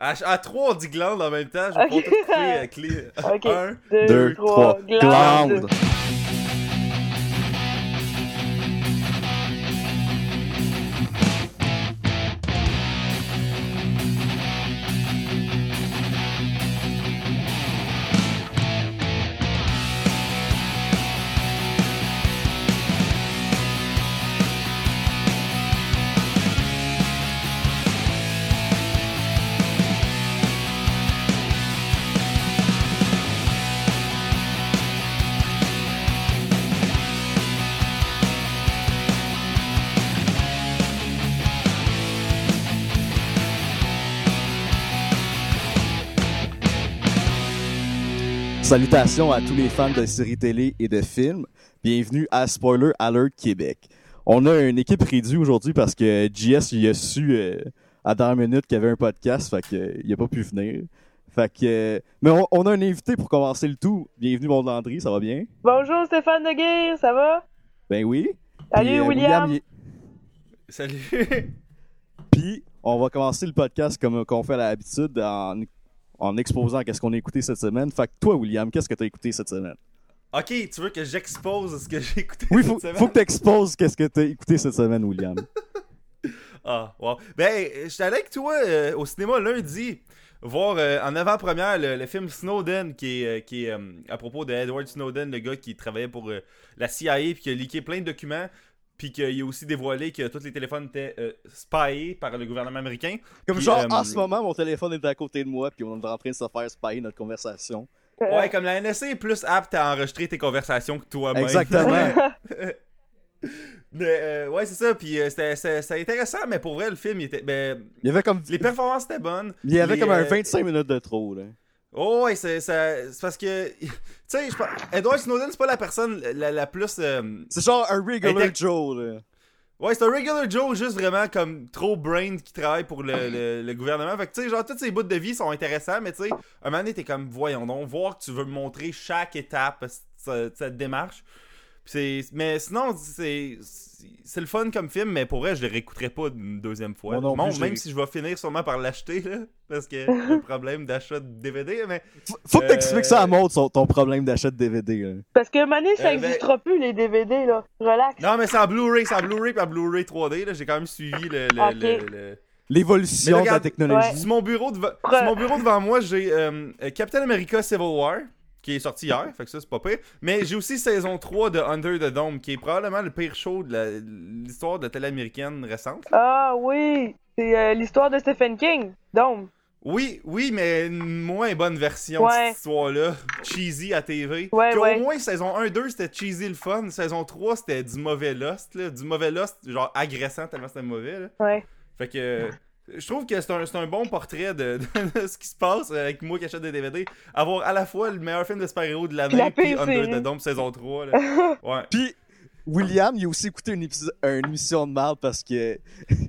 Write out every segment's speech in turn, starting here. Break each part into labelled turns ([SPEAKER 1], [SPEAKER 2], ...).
[SPEAKER 1] À, à trois, on dit glande en même temps. Je vais
[SPEAKER 2] Ok.
[SPEAKER 1] pas tout couper à clé.
[SPEAKER 2] Ok.
[SPEAKER 1] Un.
[SPEAKER 2] Deux,
[SPEAKER 3] Deux,
[SPEAKER 2] trois,
[SPEAKER 3] trois,
[SPEAKER 2] glande.
[SPEAKER 3] glande. Salutations à tous les fans de séries télé et de films. Bienvenue à Spoiler Alert Québec. On a une équipe réduite aujourd'hui parce que JS il a su euh, à dernière minute qu'il y avait un podcast, fait que, euh, il a pas pu venir. Fait que, euh, mais on, on a un invité pour commencer le tout. Bienvenue mon Landry, ça va bien?
[SPEAKER 2] Bonjour Stéphane Deguire, ça va?
[SPEAKER 3] Ben oui.
[SPEAKER 2] Salut
[SPEAKER 3] Puis, euh,
[SPEAKER 2] William.
[SPEAKER 3] il est-
[SPEAKER 1] Salut.
[SPEAKER 3] Puis on va commencer le podcast comme euh, qu'on fait à l'habitude en, en exposant qu'est-ce qu'on a écouté cette semaine. Fait que toi William, qu'est-ce que t'as écouté cette semaine?
[SPEAKER 1] ok, tu veux que j'expose ce que j'ai écouté
[SPEAKER 3] Oui,
[SPEAKER 1] cette
[SPEAKER 3] faut,
[SPEAKER 1] semaine?
[SPEAKER 3] faut que t'exposes qu'est-ce que t'as écouté cette semaine William.
[SPEAKER 1] Ah, wow. Ben, euh, j'étais allé avec toi euh, au cinéma lundi voir euh, en avant-première le, le film Snowden qui est, euh, qui est, euh, à propos de Edward Snowden, le gars qui travaillait pour euh, la CIA puis qui a leaké plein de documents puis qu'il a aussi dévoilé que tous les téléphones étaient euh, spyés par le gouvernement américain.
[SPEAKER 3] Comme
[SPEAKER 1] Puis,
[SPEAKER 3] genre,
[SPEAKER 1] euh,
[SPEAKER 3] en ce moment, mon téléphone est à côté de moi, puis on est en train de se faire spyer notre conversation.
[SPEAKER 2] Euh,
[SPEAKER 3] Euh.
[SPEAKER 1] Ouais, comme la NSA est plus apte à enregistrer tes conversations que
[SPEAKER 3] Ah, ben.
[SPEAKER 1] toi-même.
[SPEAKER 3] Exactement.
[SPEAKER 1] Mais, euh, ouais, c'est ça. Puis euh, c'était c'était- c'était intéressant, mais pour vrai, le film, il était. Ben,
[SPEAKER 3] Il y avait comme,
[SPEAKER 1] les performances étaient bonnes.
[SPEAKER 3] il y avait
[SPEAKER 1] Les,
[SPEAKER 3] comme un
[SPEAKER 1] euh,
[SPEAKER 3] 25 minutes de trop, là.
[SPEAKER 1] Oh ouais, c'est ça- c'est parce que tu sais, je pense- Edward Snowden c'est pas la personne la, la plus euh,
[SPEAKER 3] C'est genre un regular
[SPEAKER 1] Était-
[SPEAKER 3] Joe, là.
[SPEAKER 1] ouais, c'est un regular Joe juste vraiment comme trop brain qui travaille pour le, le- le gouvernement. Fait que tu sais, genre toutes ces bouts de vie sont intéressants, mais tu sais, un moment donné t'es comme voyons donc voir que tu veux montrer chaque étape de cette- cette démarche. Puis c'est- mais sinon c'est c'est le fun comme film, mais pour vrai je le réécouterai pas une deuxième fois.
[SPEAKER 3] Moi non plus, je
[SPEAKER 1] même
[SPEAKER 3] l'ai-
[SPEAKER 1] si je vais finir sûrement par l'acheter là, parce que le problème d'achat de DVD, mais
[SPEAKER 3] Faut- Faut que
[SPEAKER 1] Euh,
[SPEAKER 3] t'expliques ça à Maud, son- ton problème d'achat de DVD, là.
[SPEAKER 2] Parce que Mané, ça
[SPEAKER 1] Euh, ben-
[SPEAKER 2] n'existera plus les DVD là. Relax.
[SPEAKER 1] Non, mais c'est en Blu-ray, c'est en Blu-ray puis en Blu-ray 3D. là, J'ai quand même suivi le. le,
[SPEAKER 2] Ok.
[SPEAKER 1] le- le- Mais
[SPEAKER 3] L'évolution de la
[SPEAKER 1] regarde-
[SPEAKER 3] technologie.
[SPEAKER 1] Sur, mon bureau devant-
[SPEAKER 2] Pre-
[SPEAKER 1] sur mon bureau devant moi, j'ai euh, euh, Captain America Civil War, qui est sorti hier, fait que ça c'est pas pire. Mais j'ai aussi saison 3 de Under the Dome, qui est probablement le pire show de la- l'histoire de la télé américaine récente.
[SPEAKER 2] Ah oui, c'est euh, l'histoire de Stephen King. Donc,
[SPEAKER 1] Oui, oui, mais une moins bonne version de
[SPEAKER 2] Ouais.
[SPEAKER 1] cette histoire-là. Cheesy à TV.
[SPEAKER 2] Ouais,
[SPEAKER 1] Puis
[SPEAKER 2] ouais.
[SPEAKER 1] Au moins, saison 1-2, c'était cheesy le fun. Saison 3, c'était du mauvais Lost, là. Du mauvais Lost, genre agressant tellement c'était mauvais, là.
[SPEAKER 2] ouais.
[SPEAKER 1] Fait que euh, je trouve que c'est un, c'est un bon portrait de, de- de ce qui se passe euh, avec moi qui achète des DVD. Avoir à la fois le meilleur film de super-héros de l'année
[SPEAKER 2] La
[SPEAKER 1] puis
[SPEAKER 2] pire
[SPEAKER 1] Under
[SPEAKER 2] série.
[SPEAKER 1] the Dome saison 3. là. Ouais.
[SPEAKER 3] Puis, William, il a aussi écouté une, épiso- une émission de marde parce que...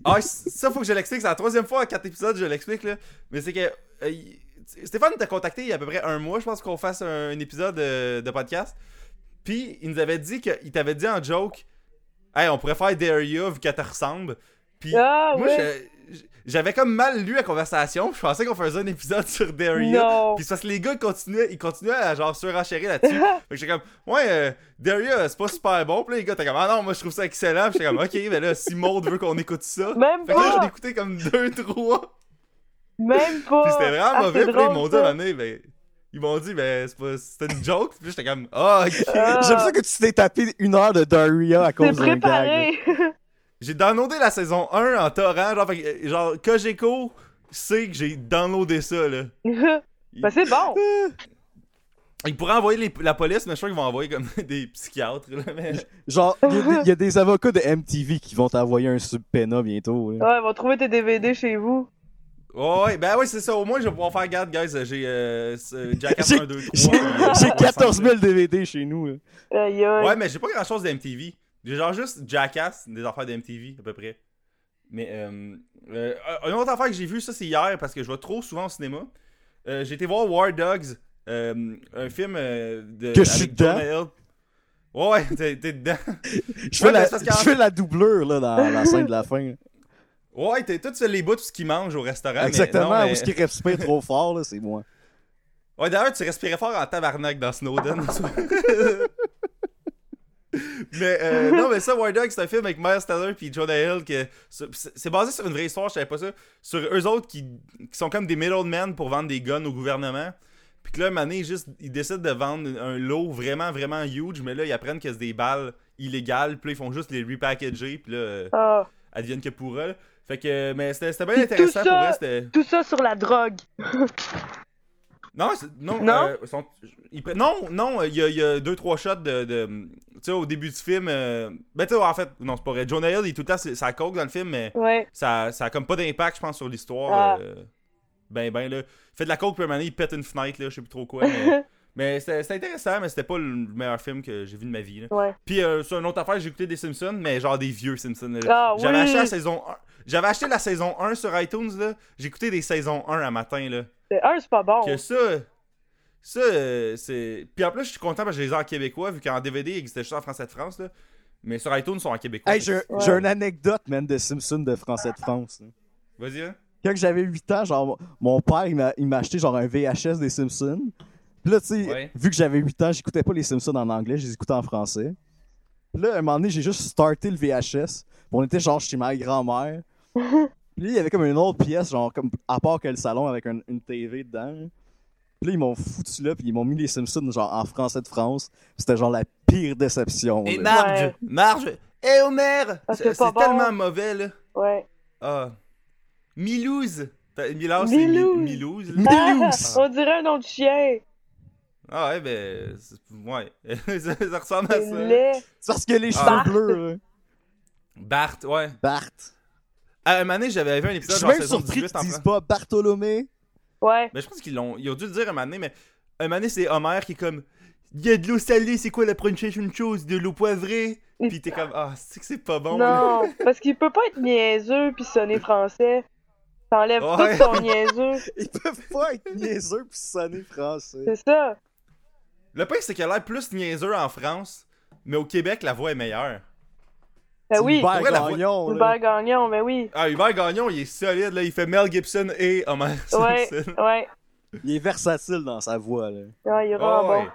[SPEAKER 1] Ah, c- ça, faut que je l'explique. C'est la troisième fois en quatre épisodes je l'explique. là. Mais c'est que euh, il- Stéphane t'a contacté il y a à peu près un mois, je pense, qu'on fasse un, un épisode euh, de podcast. Puis il nous avait dit qu'il t'avait dit en joke Hey, on pourrait faire Dare You vu qu'elle te ressemble. Puis
[SPEAKER 2] Ah
[SPEAKER 1] moi,
[SPEAKER 2] oui.
[SPEAKER 1] je- je- j'avais comme mal lu la conversation. Je pensais qu'on faisait un épisode sur Dare You.
[SPEAKER 2] Non.
[SPEAKER 1] Puis c'est parce que les gars ils continuaient, ils continuaient à genre surenchérer là-dessus. fait que j'étais comme, ouais, euh, Daria, c'est pas super bon. Puis là, les gars, t'es comme, ah non, moi je trouve ça excellent. Puis j'étais comme, ok, mais là, si Maud veut qu'on écoute ça.
[SPEAKER 2] Même
[SPEAKER 1] Fait que là,
[SPEAKER 2] pas.
[SPEAKER 1] j'en ai écouté comme deux, trois.
[SPEAKER 2] Même pas.
[SPEAKER 1] Puis c'était vraiment
[SPEAKER 2] Ah! Ah,
[SPEAKER 1] mauvais.
[SPEAKER 2] c'est
[SPEAKER 1] Puis là,
[SPEAKER 2] drôle,
[SPEAKER 1] ils m'ont dit,
[SPEAKER 2] ça.
[SPEAKER 1] à un moment donné, ben, ils m'ont dit, ben, c'est pas, c'était une joke. Puis j'étais comme, ah, ok.
[SPEAKER 2] Ah.
[SPEAKER 3] J'aime ça que tu t'es tapé une heure de Daria à
[SPEAKER 2] C'est
[SPEAKER 3] cause d'un gag. là.
[SPEAKER 2] préparé.
[SPEAKER 1] J'ai downloadé la saison 1 en torrent. Genre, fait que, euh, genre Cogeco sait que j'ai downloadé ça, là.
[SPEAKER 2] ben c'est bon.
[SPEAKER 1] Ils pourraient envoyer les- la police, mais je crois qu'ils vont envoyer comme des psychiatres, là. Mais...
[SPEAKER 3] Genre, il y a des- il y, a des avocats de MTV qui vont t'envoyer un subpéna bientôt, là.
[SPEAKER 2] Ouais, ils vont trouver tes DVD chez vous.
[SPEAKER 1] Ouais, ouais, ben ouais, c'est ça. Au moins, je vais pouvoir faire garde, guys. euh, J'ai euh, ce- Jack
[SPEAKER 3] J'ai-
[SPEAKER 1] 1, 2, 3.
[SPEAKER 3] J'ai
[SPEAKER 1] euh,
[SPEAKER 3] j'ai 14 000 DVD chez nous. là.
[SPEAKER 2] Aïe aïe.
[SPEAKER 1] Ouais, mais j'ai pas grand chose d'MTV. J'ai genre juste Jackass, des affaires d'MTV, à peu près. Mais, euh, euh, une autre affaire que j'ai vue, ça, c'est hier, parce que je vais trop souvent au cinéma. Euh, j'ai été voir War Dogs, euh, un film euh, de.
[SPEAKER 3] Que je suis
[SPEAKER 1] avec Jonah
[SPEAKER 3] dedans?
[SPEAKER 1] Hill. Ouais, ouais, t'es t'es dedans.
[SPEAKER 3] Je
[SPEAKER 1] Ouais,
[SPEAKER 3] fais, la,
[SPEAKER 1] mais c'est parce qu'en-
[SPEAKER 3] je fais la doublure là, dans la scène de la fin. là.
[SPEAKER 1] Ouais, t'es tout seul les bouts de ce qu'ils mangent au restaurant. mais
[SPEAKER 3] Exactement,
[SPEAKER 1] non,
[SPEAKER 3] où
[SPEAKER 1] mais-
[SPEAKER 3] ce qui respire trop fort, là, c'est moi.
[SPEAKER 1] Ouais, d'ailleurs, tu respirais fort en tabarnak dans Snowden. mais euh, non, mais ça, War Dog, c'est un film avec Miles Teller puis Jonah Hill. Que, c'est c'est basé sur une vraie histoire, je savais pas ça. Sur eux autres qui, qui sont comme des middlemen pour vendre des guns au gouvernement. Puis que là, Mané, juste, ils décident de vendre un lot vraiment, vraiment huge. Mais là, ils apprennent que c'est des balles illégales. Puis là, ils font juste les repackager. Puis là, euh,
[SPEAKER 2] Ah.
[SPEAKER 1] adviennent que pourra. là. Fait que, mais c'était c'était bien
[SPEAKER 2] Puis
[SPEAKER 1] intéressant
[SPEAKER 2] tout ça-
[SPEAKER 1] pour vrai. c'était-
[SPEAKER 2] Tout ça sur la drogue.
[SPEAKER 1] non, c'est- non,
[SPEAKER 2] Non?
[SPEAKER 1] euh, sont- ils pre- non, non, euh, il y, a- il y a deux, trois shots de. de- tu sais, au début du film. euh, ben, tu sais, en fait, non, c'est pas vrai. Jonah Hill, il est tout le temps, c'est- ça coke dans le film, mais
[SPEAKER 2] Ouais.
[SPEAKER 1] ça, ça a comme pas d'impact, je pense, sur l'histoire.
[SPEAKER 2] Ah.
[SPEAKER 1] euh, ben, ben, là. Il fait de la coke, puis à un moment donné, il pète une fenêtre, là, je sais plus trop quoi. Mais, mais c'était c'était intéressant, mais c'était pas le meilleur film que j'ai vu de ma vie, là.
[SPEAKER 2] Ouais.
[SPEAKER 1] Puis, euh, sur une autre affaire, j'ai écouté des Simpsons, mais genre des vieux Simpsons. là.
[SPEAKER 2] Ah,
[SPEAKER 1] J'avais
[SPEAKER 2] oui.
[SPEAKER 1] acheté la saison 1. J'avais acheté la saison 1 sur iTunes, là. J'ai écouté des saisons 1 à matin, là.
[SPEAKER 2] C'est- Un, c'est pas bon.
[SPEAKER 1] Que ça, ça, euh, c'est. Puis en plus, je suis content parce que je les ai en québécois, vu qu'en DVD, ils existaient juste en français de France, là. Mais sur iTunes, ils sont en québécois.
[SPEAKER 3] Hey, j'ai
[SPEAKER 2] Ouais.
[SPEAKER 3] j'ai une anecdote, man, de Simpson de Français de France. là.
[SPEAKER 1] Vas-y, hein.
[SPEAKER 3] Quand j'avais 8 ans, genre, mon père, il m'a- il m'a acheté genre un VHS des Simpsons. Puis là, tu sais,
[SPEAKER 1] Ouais.
[SPEAKER 3] vu que j'avais 8 ans, j'écoutais pas les Simpsons en anglais, je les écoutais en français. Puis là, à un moment donné, j'ai juste starté le VHS. Puis on était genre chez ma grand-mère. Puis là, il y avait comme une autre pièce, genre, comme, à part que le salon avec un- une TV dedans. là. Puis là, ils m'ont foutu là, puis ils m'ont mis les Simpsons, genre, en français de France. Puis C'était genre la pire déception. là.
[SPEAKER 2] Marge, Ouais.
[SPEAKER 1] Marge, et Homer!
[SPEAKER 2] Ah, c'est C'est- pas c'est bon. tellement
[SPEAKER 1] mauvais, là.
[SPEAKER 2] Ouais.
[SPEAKER 1] Ah. Milouze! Milouze,
[SPEAKER 2] c'est Mi- Milouze.
[SPEAKER 1] Milouze.
[SPEAKER 3] Milouz!
[SPEAKER 2] Ah, On dirait un nom de chien.
[SPEAKER 1] Ah ouais, ben. c'est- Ouais. ça, ça ressemble à
[SPEAKER 2] C'est
[SPEAKER 1] ça.
[SPEAKER 2] laid.
[SPEAKER 3] C'est parce que les cheveux
[SPEAKER 2] Ah.
[SPEAKER 3] bleus, là.
[SPEAKER 1] Bart, ouais.
[SPEAKER 3] Bart.
[SPEAKER 1] À un moment donné, j'avais vu un
[SPEAKER 3] Je
[SPEAKER 1] épisode
[SPEAKER 3] suis
[SPEAKER 1] genre
[SPEAKER 3] même
[SPEAKER 1] saison
[SPEAKER 3] surpris
[SPEAKER 1] 18
[SPEAKER 3] qu'ils
[SPEAKER 1] en
[SPEAKER 3] disent
[SPEAKER 1] France.
[SPEAKER 3] pas Bartholomé.
[SPEAKER 2] Ouais.
[SPEAKER 1] Mais je pense qu'ils l'ont. Ils ont dû le dire un moment donné, mais. Un moment donné, c'est Homer qui est comme. Il y a de l'eau salée, c'est quoi la prochaine chose De l'eau poivrée Puis t'es comme. Ah, c'est que c'est pas bon. là.
[SPEAKER 2] non, parce qu'il peut pas être niaiseux puis sonner français. T'enlèves
[SPEAKER 1] Ouais.
[SPEAKER 2] tout son niaiseux.
[SPEAKER 3] Ils peuvent pas être niaiseux pis sonner français.
[SPEAKER 2] C'est ça.
[SPEAKER 1] Le pire, c'est qu'il a l'air plus niaiseux en France, mais au Québec, la voix est meilleure.
[SPEAKER 2] Ben oui.
[SPEAKER 3] Hubert
[SPEAKER 1] Pourrait la voix-
[SPEAKER 3] Gagnon, là.
[SPEAKER 2] Hubert Gagnon, ben oui.
[SPEAKER 1] Ah, Hubert Gagnon, il est solide, là. Il fait Mel Gibson et Homer
[SPEAKER 2] Ouais,
[SPEAKER 1] Simpson.
[SPEAKER 2] ouais.
[SPEAKER 3] Il est versatile dans sa voix, là.
[SPEAKER 2] Ouais, il est
[SPEAKER 1] Ah,
[SPEAKER 2] vraiment
[SPEAKER 1] ouais.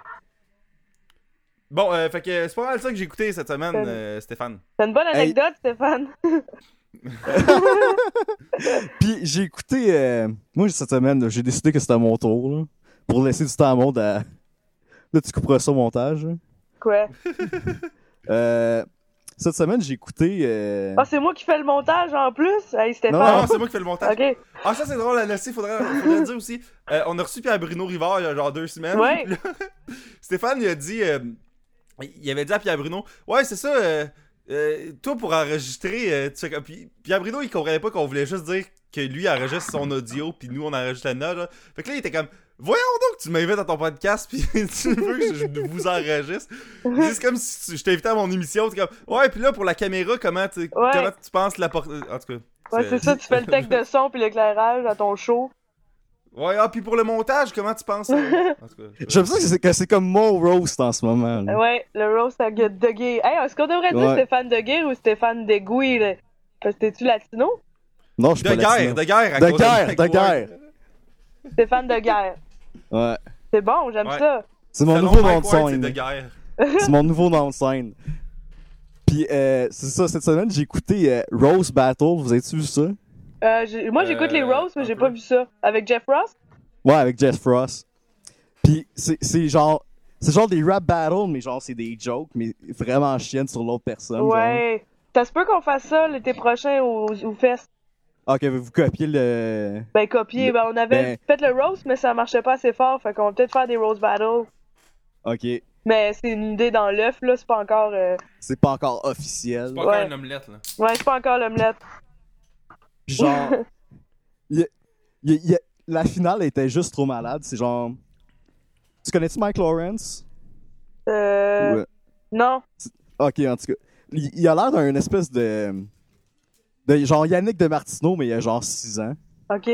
[SPEAKER 2] bon.
[SPEAKER 1] Bon, euh, fait que c'est pas mal ça que j'ai écouté cette semaine,
[SPEAKER 2] Stéphane.
[SPEAKER 1] euh, Stéphane.
[SPEAKER 2] C'est une bonne
[SPEAKER 3] Hey.
[SPEAKER 2] anecdote, Stéphane.
[SPEAKER 3] Pis j'ai écouté... euh, Moi, cette semaine, là, j'ai décidé que c'était mon tour, là. Pour laisser du temps à monde à... Là, tu couperas ça au montage. là.
[SPEAKER 2] Quoi?
[SPEAKER 3] Euh... Cette semaine, j'ai écouté... euh,
[SPEAKER 2] Ah, c'est moi qui fais le montage en plus? Hey,
[SPEAKER 1] Ah
[SPEAKER 3] Ah.
[SPEAKER 2] Stéphane.
[SPEAKER 1] non, c'est moi qui fais le montage.
[SPEAKER 2] Ok.
[SPEAKER 1] Ah, ça c'est drôle à laisser, faudrait, faudrait le dire aussi. Euh, on a reçu Pierre Bruno Rivard il y a genre deux semaines.
[SPEAKER 2] Ouais.
[SPEAKER 1] Puis là, Stéphane il a dit euh, il avait dit à Pierre Bruno Ouais, c'est ça, euh, euh, toi pour enregistrer, euh, tu fais comme. Puis Pierre Bruno il comprenait pas qu'on voulait juste dire que lui enregistre son audio, puis nous on enregistre la note. genre. Fait que là il était comme Voyons donc, tu m'invites à ton podcast, puis tu veux que je vous enregistre. C'est comme si tu- je t'invitais à mon émission, t'es comme Ouais, puis là pour la caméra, comment tu, comment tu penses la porter. En tout cas.
[SPEAKER 2] Ouais, c'est ça, tu fais le tech de son puis l'éclairage à ton show.
[SPEAKER 1] Ouais, ah, puis pour le montage, comment tu penses euh, en tout cas,
[SPEAKER 3] J'aime ça que c'est- que c'est comme mon roast en ce moment,
[SPEAKER 1] Mm.
[SPEAKER 3] là.
[SPEAKER 2] Ah Ouais, le roast à Gu- De Gay. Hey, est-ce qu'on devrait dire
[SPEAKER 3] Ouais.
[SPEAKER 2] Stéphane De Gay ou Stéphane Degouy, là? Parce que t'es-tu latino?
[SPEAKER 3] Non, je suis
[SPEAKER 1] De
[SPEAKER 3] pas
[SPEAKER 1] guerre,
[SPEAKER 3] latino.
[SPEAKER 1] de guerre, à
[SPEAKER 3] De
[SPEAKER 1] cause
[SPEAKER 3] guerre,
[SPEAKER 1] Mike
[SPEAKER 3] de
[SPEAKER 1] Ward.
[SPEAKER 3] guerre.
[SPEAKER 2] Stéphane De Guerre.
[SPEAKER 3] Ouais.
[SPEAKER 2] C'est bon, j'aime
[SPEAKER 1] Ouais.
[SPEAKER 2] ça.
[SPEAKER 3] C'est mon
[SPEAKER 1] Selon
[SPEAKER 3] nouveau
[SPEAKER 1] Mike
[SPEAKER 3] nom de
[SPEAKER 1] Ward, c'est
[SPEAKER 3] scène.
[SPEAKER 1] de guerre.
[SPEAKER 3] C'est mon nouveau nom de scène. Puis, euh, c'est ça, cette semaine, j'ai écouté euh, Rose Battle. Vous avez-tu vu ça?
[SPEAKER 2] Euh, j'ai- moi, j'écoute
[SPEAKER 1] Euh,
[SPEAKER 2] les roasts,
[SPEAKER 1] un
[SPEAKER 2] mais j'ai
[SPEAKER 1] peu.
[SPEAKER 2] pas vu ça. Avec Jeff Ross?
[SPEAKER 3] Ouais, avec Jeff Ross. Puis, c'est c'est genre. C'est genre des rap battles, mais genre, c'est des jokes, mais vraiment chiennes sur l'autre personne. genre.
[SPEAKER 2] ouais. Ça se peut qu'on fasse ça l'été prochain au, au fest.
[SPEAKER 3] Ok, vous copiez le.
[SPEAKER 2] Ben, copier.
[SPEAKER 3] Le-
[SPEAKER 2] Ben, on avait
[SPEAKER 3] ben-
[SPEAKER 2] fait le roast, mais ça marchait pas assez fort. Fait qu'on va peut-être faire des roast battles.
[SPEAKER 3] Ok.
[SPEAKER 2] Mais c'est une idée dans l'œuf, là. C'est pas encore. euh,
[SPEAKER 3] C'est pas encore officiel.
[SPEAKER 1] C'est pas
[SPEAKER 2] Ouais.
[SPEAKER 1] encore une omelette, là.
[SPEAKER 2] Ouais, c'est pas encore l'omelette.
[SPEAKER 3] Puis genre. il y a- il y a- il y a- la finale était juste trop malade. C'est genre. Tu connais-tu Mike Lawrence?
[SPEAKER 2] Euh.
[SPEAKER 3] Ou, euh,
[SPEAKER 2] Non.
[SPEAKER 3] Ok, en tout cas. Il, il a l'air d'un espèce de. de genre Yannick de Martineau, mais il a genre 6 ans.
[SPEAKER 2] Ok.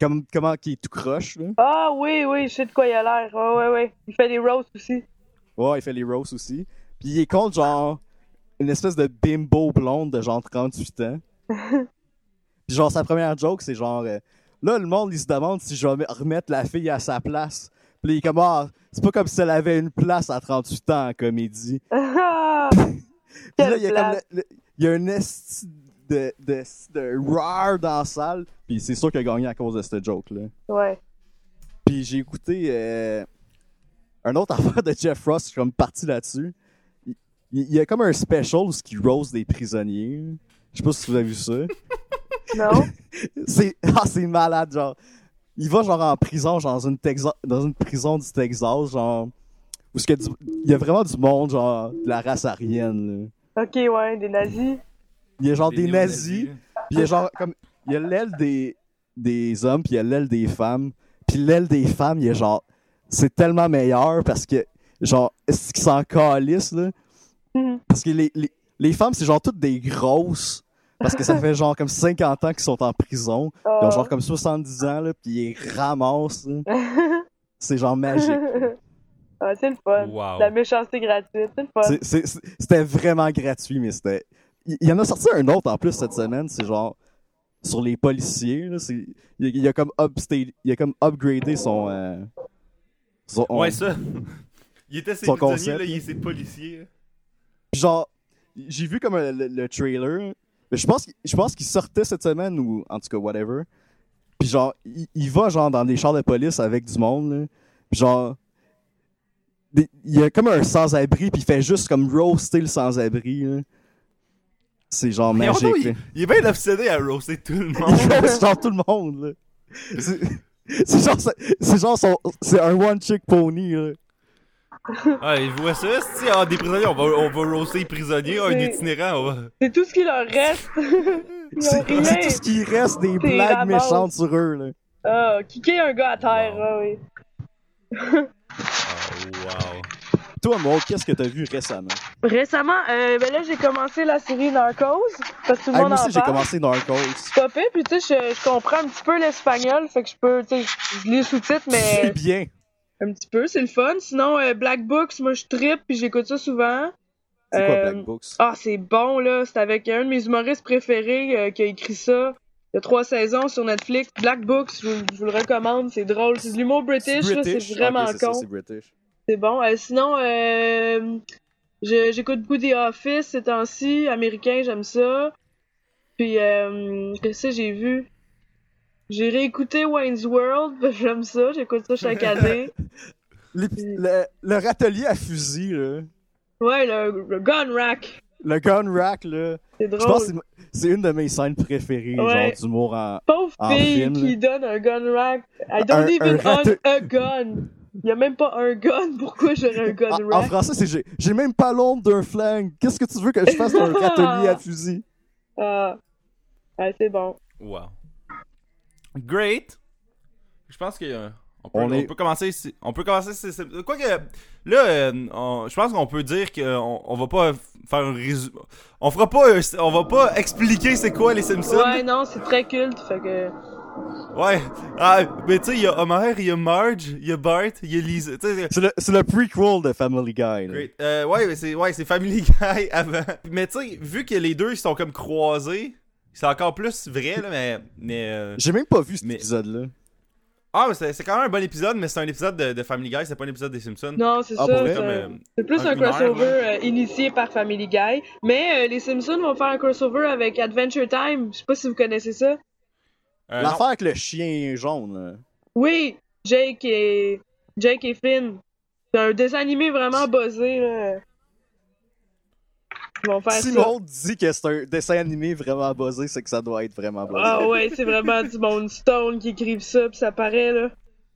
[SPEAKER 3] Comme, comment qui est tout croche, là.
[SPEAKER 2] Ah, oui, oui, je sais de quoi il a l'air. Ouais, ouais, ouais. Il fait des roasts aussi.
[SPEAKER 3] Ouais, il fait les roasts aussi. Puis il est contre, genre, une espèce de bimbo blonde de genre 38 ans. Puis genre, sa première joke, c'est genre, euh, là, le monde, il se demande si je vais me- remettre la fille à sa place. Puis il est comme, ah, c'est pas comme si elle avait une place à 38 ans en comédie.
[SPEAKER 2] Ah!
[SPEAKER 3] Puis là, il y a comme le- le- il y a un esti de, de, de roar dans la salle. Puis c'est sûr qu'il a gagné à cause de cette joke-là.
[SPEAKER 2] Ouais.
[SPEAKER 3] Puis j'ai écouté euh, un autre affaire de Jeff Ross, je suis comme parti là-dessus. Il, il y a comme un special où il rose des prisonniers. Je sais pas si vous avez vu ça.
[SPEAKER 2] Non?
[SPEAKER 3] C'est ah, c'est malade, genre. Il va genre en prison, genre dans une, Texa- dans une prison du Texas, genre. Où ce que du- il y a vraiment du monde, genre, de la race aryenne, là.
[SPEAKER 2] Ok, ouais, des nazis.
[SPEAKER 3] Il y a genre des, nazis, puis il y a genre comme il y a l'aile des des hommes puis il y a l'aile des femmes, puis l'aile des femmes, il y a genre c'est tellement meilleur parce que genre est-ce qu'ils s'en calissent là
[SPEAKER 2] Mhm.
[SPEAKER 3] parce que les, les, les femmes c'est genre toutes des grosses parce que ça fait genre comme 50 ans qu'ils sont en prison, ils
[SPEAKER 2] Oh.
[SPEAKER 3] ont genre comme 70 ans là, puis ils ramassent. là. C'est genre magique.
[SPEAKER 2] ah, c'est le fun.
[SPEAKER 1] Wow.
[SPEAKER 2] La méchanceté gratuite, c'est le fun.
[SPEAKER 3] C'est- c'est- c'est- C'était vraiment gratuit, mais c'était. Il il y en a sorti un autre en plus cette semaine, c'est genre sur les policiers. là, c'est- il, il a comme upsta- il a comme upgradé son. euh, son-
[SPEAKER 1] Ouais, ça. Il était ses
[SPEAKER 3] Son
[SPEAKER 1] prisonniers,
[SPEAKER 3] concept.
[SPEAKER 1] là, il est ses policiers.
[SPEAKER 3] Puis genre, j'ai vu comme euh, le, le trailer. Mais je pense, qu'il- je pense qu'il sortait cette semaine ou en tout cas whatever. Puis genre, il, il va genre dans des chars de police avec du monde. Là. Puis genre, des- il y a comme un sans-abri puis il fait juste comme roaster le sans-abri. là. C'est genre
[SPEAKER 1] Mais
[SPEAKER 3] magique.
[SPEAKER 1] on-
[SPEAKER 3] là.
[SPEAKER 1] il, il est bien obsédé à roaster tout le monde.
[SPEAKER 3] Il roast genre tout le monde. là. C'est- C'est genre, ça- c'est genre son- c'est un one chick pony. Là.
[SPEAKER 1] ah, il voit ça, si ah, des prisonniers, on va, on va roaster les prisonniers, ah, un
[SPEAKER 2] C'est-
[SPEAKER 1] itinérant, on va...
[SPEAKER 2] C'est tout ce qui leur reste. Ils ont
[SPEAKER 3] C'est
[SPEAKER 2] rien.
[SPEAKER 3] c'est tout ce qui reste des blagues
[SPEAKER 2] la base.
[SPEAKER 3] méchantes sur eux. Là.
[SPEAKER 2] Ah, kicker un gars à terre,
[SPEAKER 1] Wow.
[SPEAKER 2] ah oui.
[SPEAKER 1] Oh, wow.
[SPEAKER 3] Toi, Maud, qu'est-ce que t'as vu récemment?
[SPEAKER 2] Récemment, euh, ben là, j'ai commencé la série Narcos, parce que tout le
[SPEAKER 3] Ah,
[SPEAKER 2] monde
[SPEAKER 3] moi
[SPEAKER 2] en
[SPEAKER 3] aussi, j'ai
[SPEAKER 2] parle.
[SPEAKER 3] commencé Narcos.
[SPEAKER 2] Stopé, puis tu sais, je, je comprends un petit peu l'espagnol, fait que je peux, tu sais, je lis les sous-titres,
[SPEAKER 3] C'est
[SPEAKER 2] mais
[SPEAKER 3] bien.
[SPEAKER 2] un petit peu, c'est le fun. Sinon, euh, Black Books, moi, je trippe, puis j'écoute ça souvent.
[SPEAKER 3] C'est quoi
[SPEAKER 2] Euh,
[SPEAKER 3] Black Books?
[SPEAKER 2] Ah, c'est bon, là. C'est avec un de mes humoristes préférés euh, qui a écrit ça. Il y a trois saisons sur Netflix. Black Books, je vous, je vous le recommande. C'est drôle. C'est de l'humour british, là. C'est vraiment
[SPEAKER 3] Ok, c'est ça,
[SPEAKER 2] con.
[SPEAKER 3] c'est British.
[SPEAKER 2] C'est bon. Euh, sinon, euh, je- j'écoute beaucoup The Office ces temps-ci. Américain, j'aime ça. Puis, euh, qu'est-ce que j'ai vu? J'ai réécouté Wayne's World. J'aime ça. J'écoute ça chaque année.
[SPEAKER 3] Les- le, le râtelier à fusil, là.
[SPEAKER 2] Ouais, le, le Gun Rack.
[SPEAKER 3] Le gun rack, là.
[SPEAKER 2] C'est
[SPEAKER 3] Je pense que
[SPEAKER 2] drôle.
[SPEAKER 3] c'est ma- c'est une de mes scènes préférées,
[SPEAKER 2] Ouais.
[SPEAKER 3] genre d'humour en...
[SPEAKER 2] Pauvre
[SPEAKER 3] en
[SPEAKER 2] fille
[SPEAKER 3] film,
[SPEAKER 2] qui donne un gun rack. I don't
[SPEAKER 3] Un-
[SPEAKER 2] even
[SPEAKER 3] un rate-
[SPEAKER 2] own a gun. Il y a même pas un gun. Pourquoi j'aurais un gun
[SPEAKER 3] En, en
[SPEAKER 2] rack?
[SPEAKER 3] français, c'est j'ai- j'ai même pas l'ombre d'un flingue. Qu'est-ce que tu veux que je fasse d'un râtelier à fusil?
[SPEAKER 2] Ah, Ah, c'est bon.
[SPEAKER 1] Wow. Great. Je pense que euh, on peut,
[SPEAKER 3] On
[SPEAKER 1] on
[SPEAKER 3] est-
[SPEAKER 1] peut commencer. ici- On peut commencer. c'est- c'est- Quoi que là, euh, on- je pense qu'on peut dire qu'on on va pas f- faire un résumé. On fera pas. un- On va pas expliquer c'est quoi les Simpsons.
[SPEAKER 2] Ouais, non, c'est très culte. Fait que.
[SPEAKER 1] Ouais. Ah, mais tu sais, il y a Homer, il y a Marge, il y a Bart, il y a Lisa. Tu sais, c'est-
[SPEAKER 3] C'est le, c'est le prequel de Family Guy. là.
[SPEAKER 1] Great. Euh, ouais, mais c'est ouais, c'est Family Guy avant. Mais tu sais, vu que les deux ils sont comme croisés, c'est encore plus vrai là, mais mais. euh,
[SPEAKER 3] J'ai même pas vu cet
[SPEAKER 1] Mais-
[SPEAKER 3] épisode-là.
[SPEAKER 1] Ah, mais c'est c'est quand même un bon épisode, mais c'est un épisode de, de Family Guy, c'est pas un épisode des Simpsons.
[SPEAKER 2] Non, c'est
[SPEAKER 3] Ah,
[SPEAKER 2] ça.
[SPEAKER 3] pour
[SPEAKER 1] C'est
[SPEAKER 2] c'est
[SPEAKER 3] vrai?
[SPEAKER 1] comme,
[SPEAKER 2] un-
[SPEAKER 1] euh,
[SPEAKER 2] C'est plus
[SPEAKER 1] Un
[SPEAKER 2] un
[SPEAKER 1] lunaire,
[SPEAKER 2] crossover
[SPEAKER 1] là.
[SPEAKER 2] euh, initié par Family Guy. Mais euh, les Simpsons vont faire un crossover avec Adventure Time. Je sais pas si vous connaissez ça.
[SPEAKER 1] euh, non.
[SPEAKER 3] L'affaire avec le chien jaune, là.
[SPEAKER 2] Oui, Jake et, Jake et Finn. C'est un dessin animé vraiment buzzé. Là. Ils vont faire
[SPEAKER 3] Si
[SPEAKER 2] ça.
[SPEAKER 3] Maud dit que c'est un dessin animé vraiment buzzé, c'est que ça doit être vraiment buzzé.
[SPEAKER 2] Ah ouais, c'est vraiment du monde Stone qui écrivent ça, puis ça paraît, là.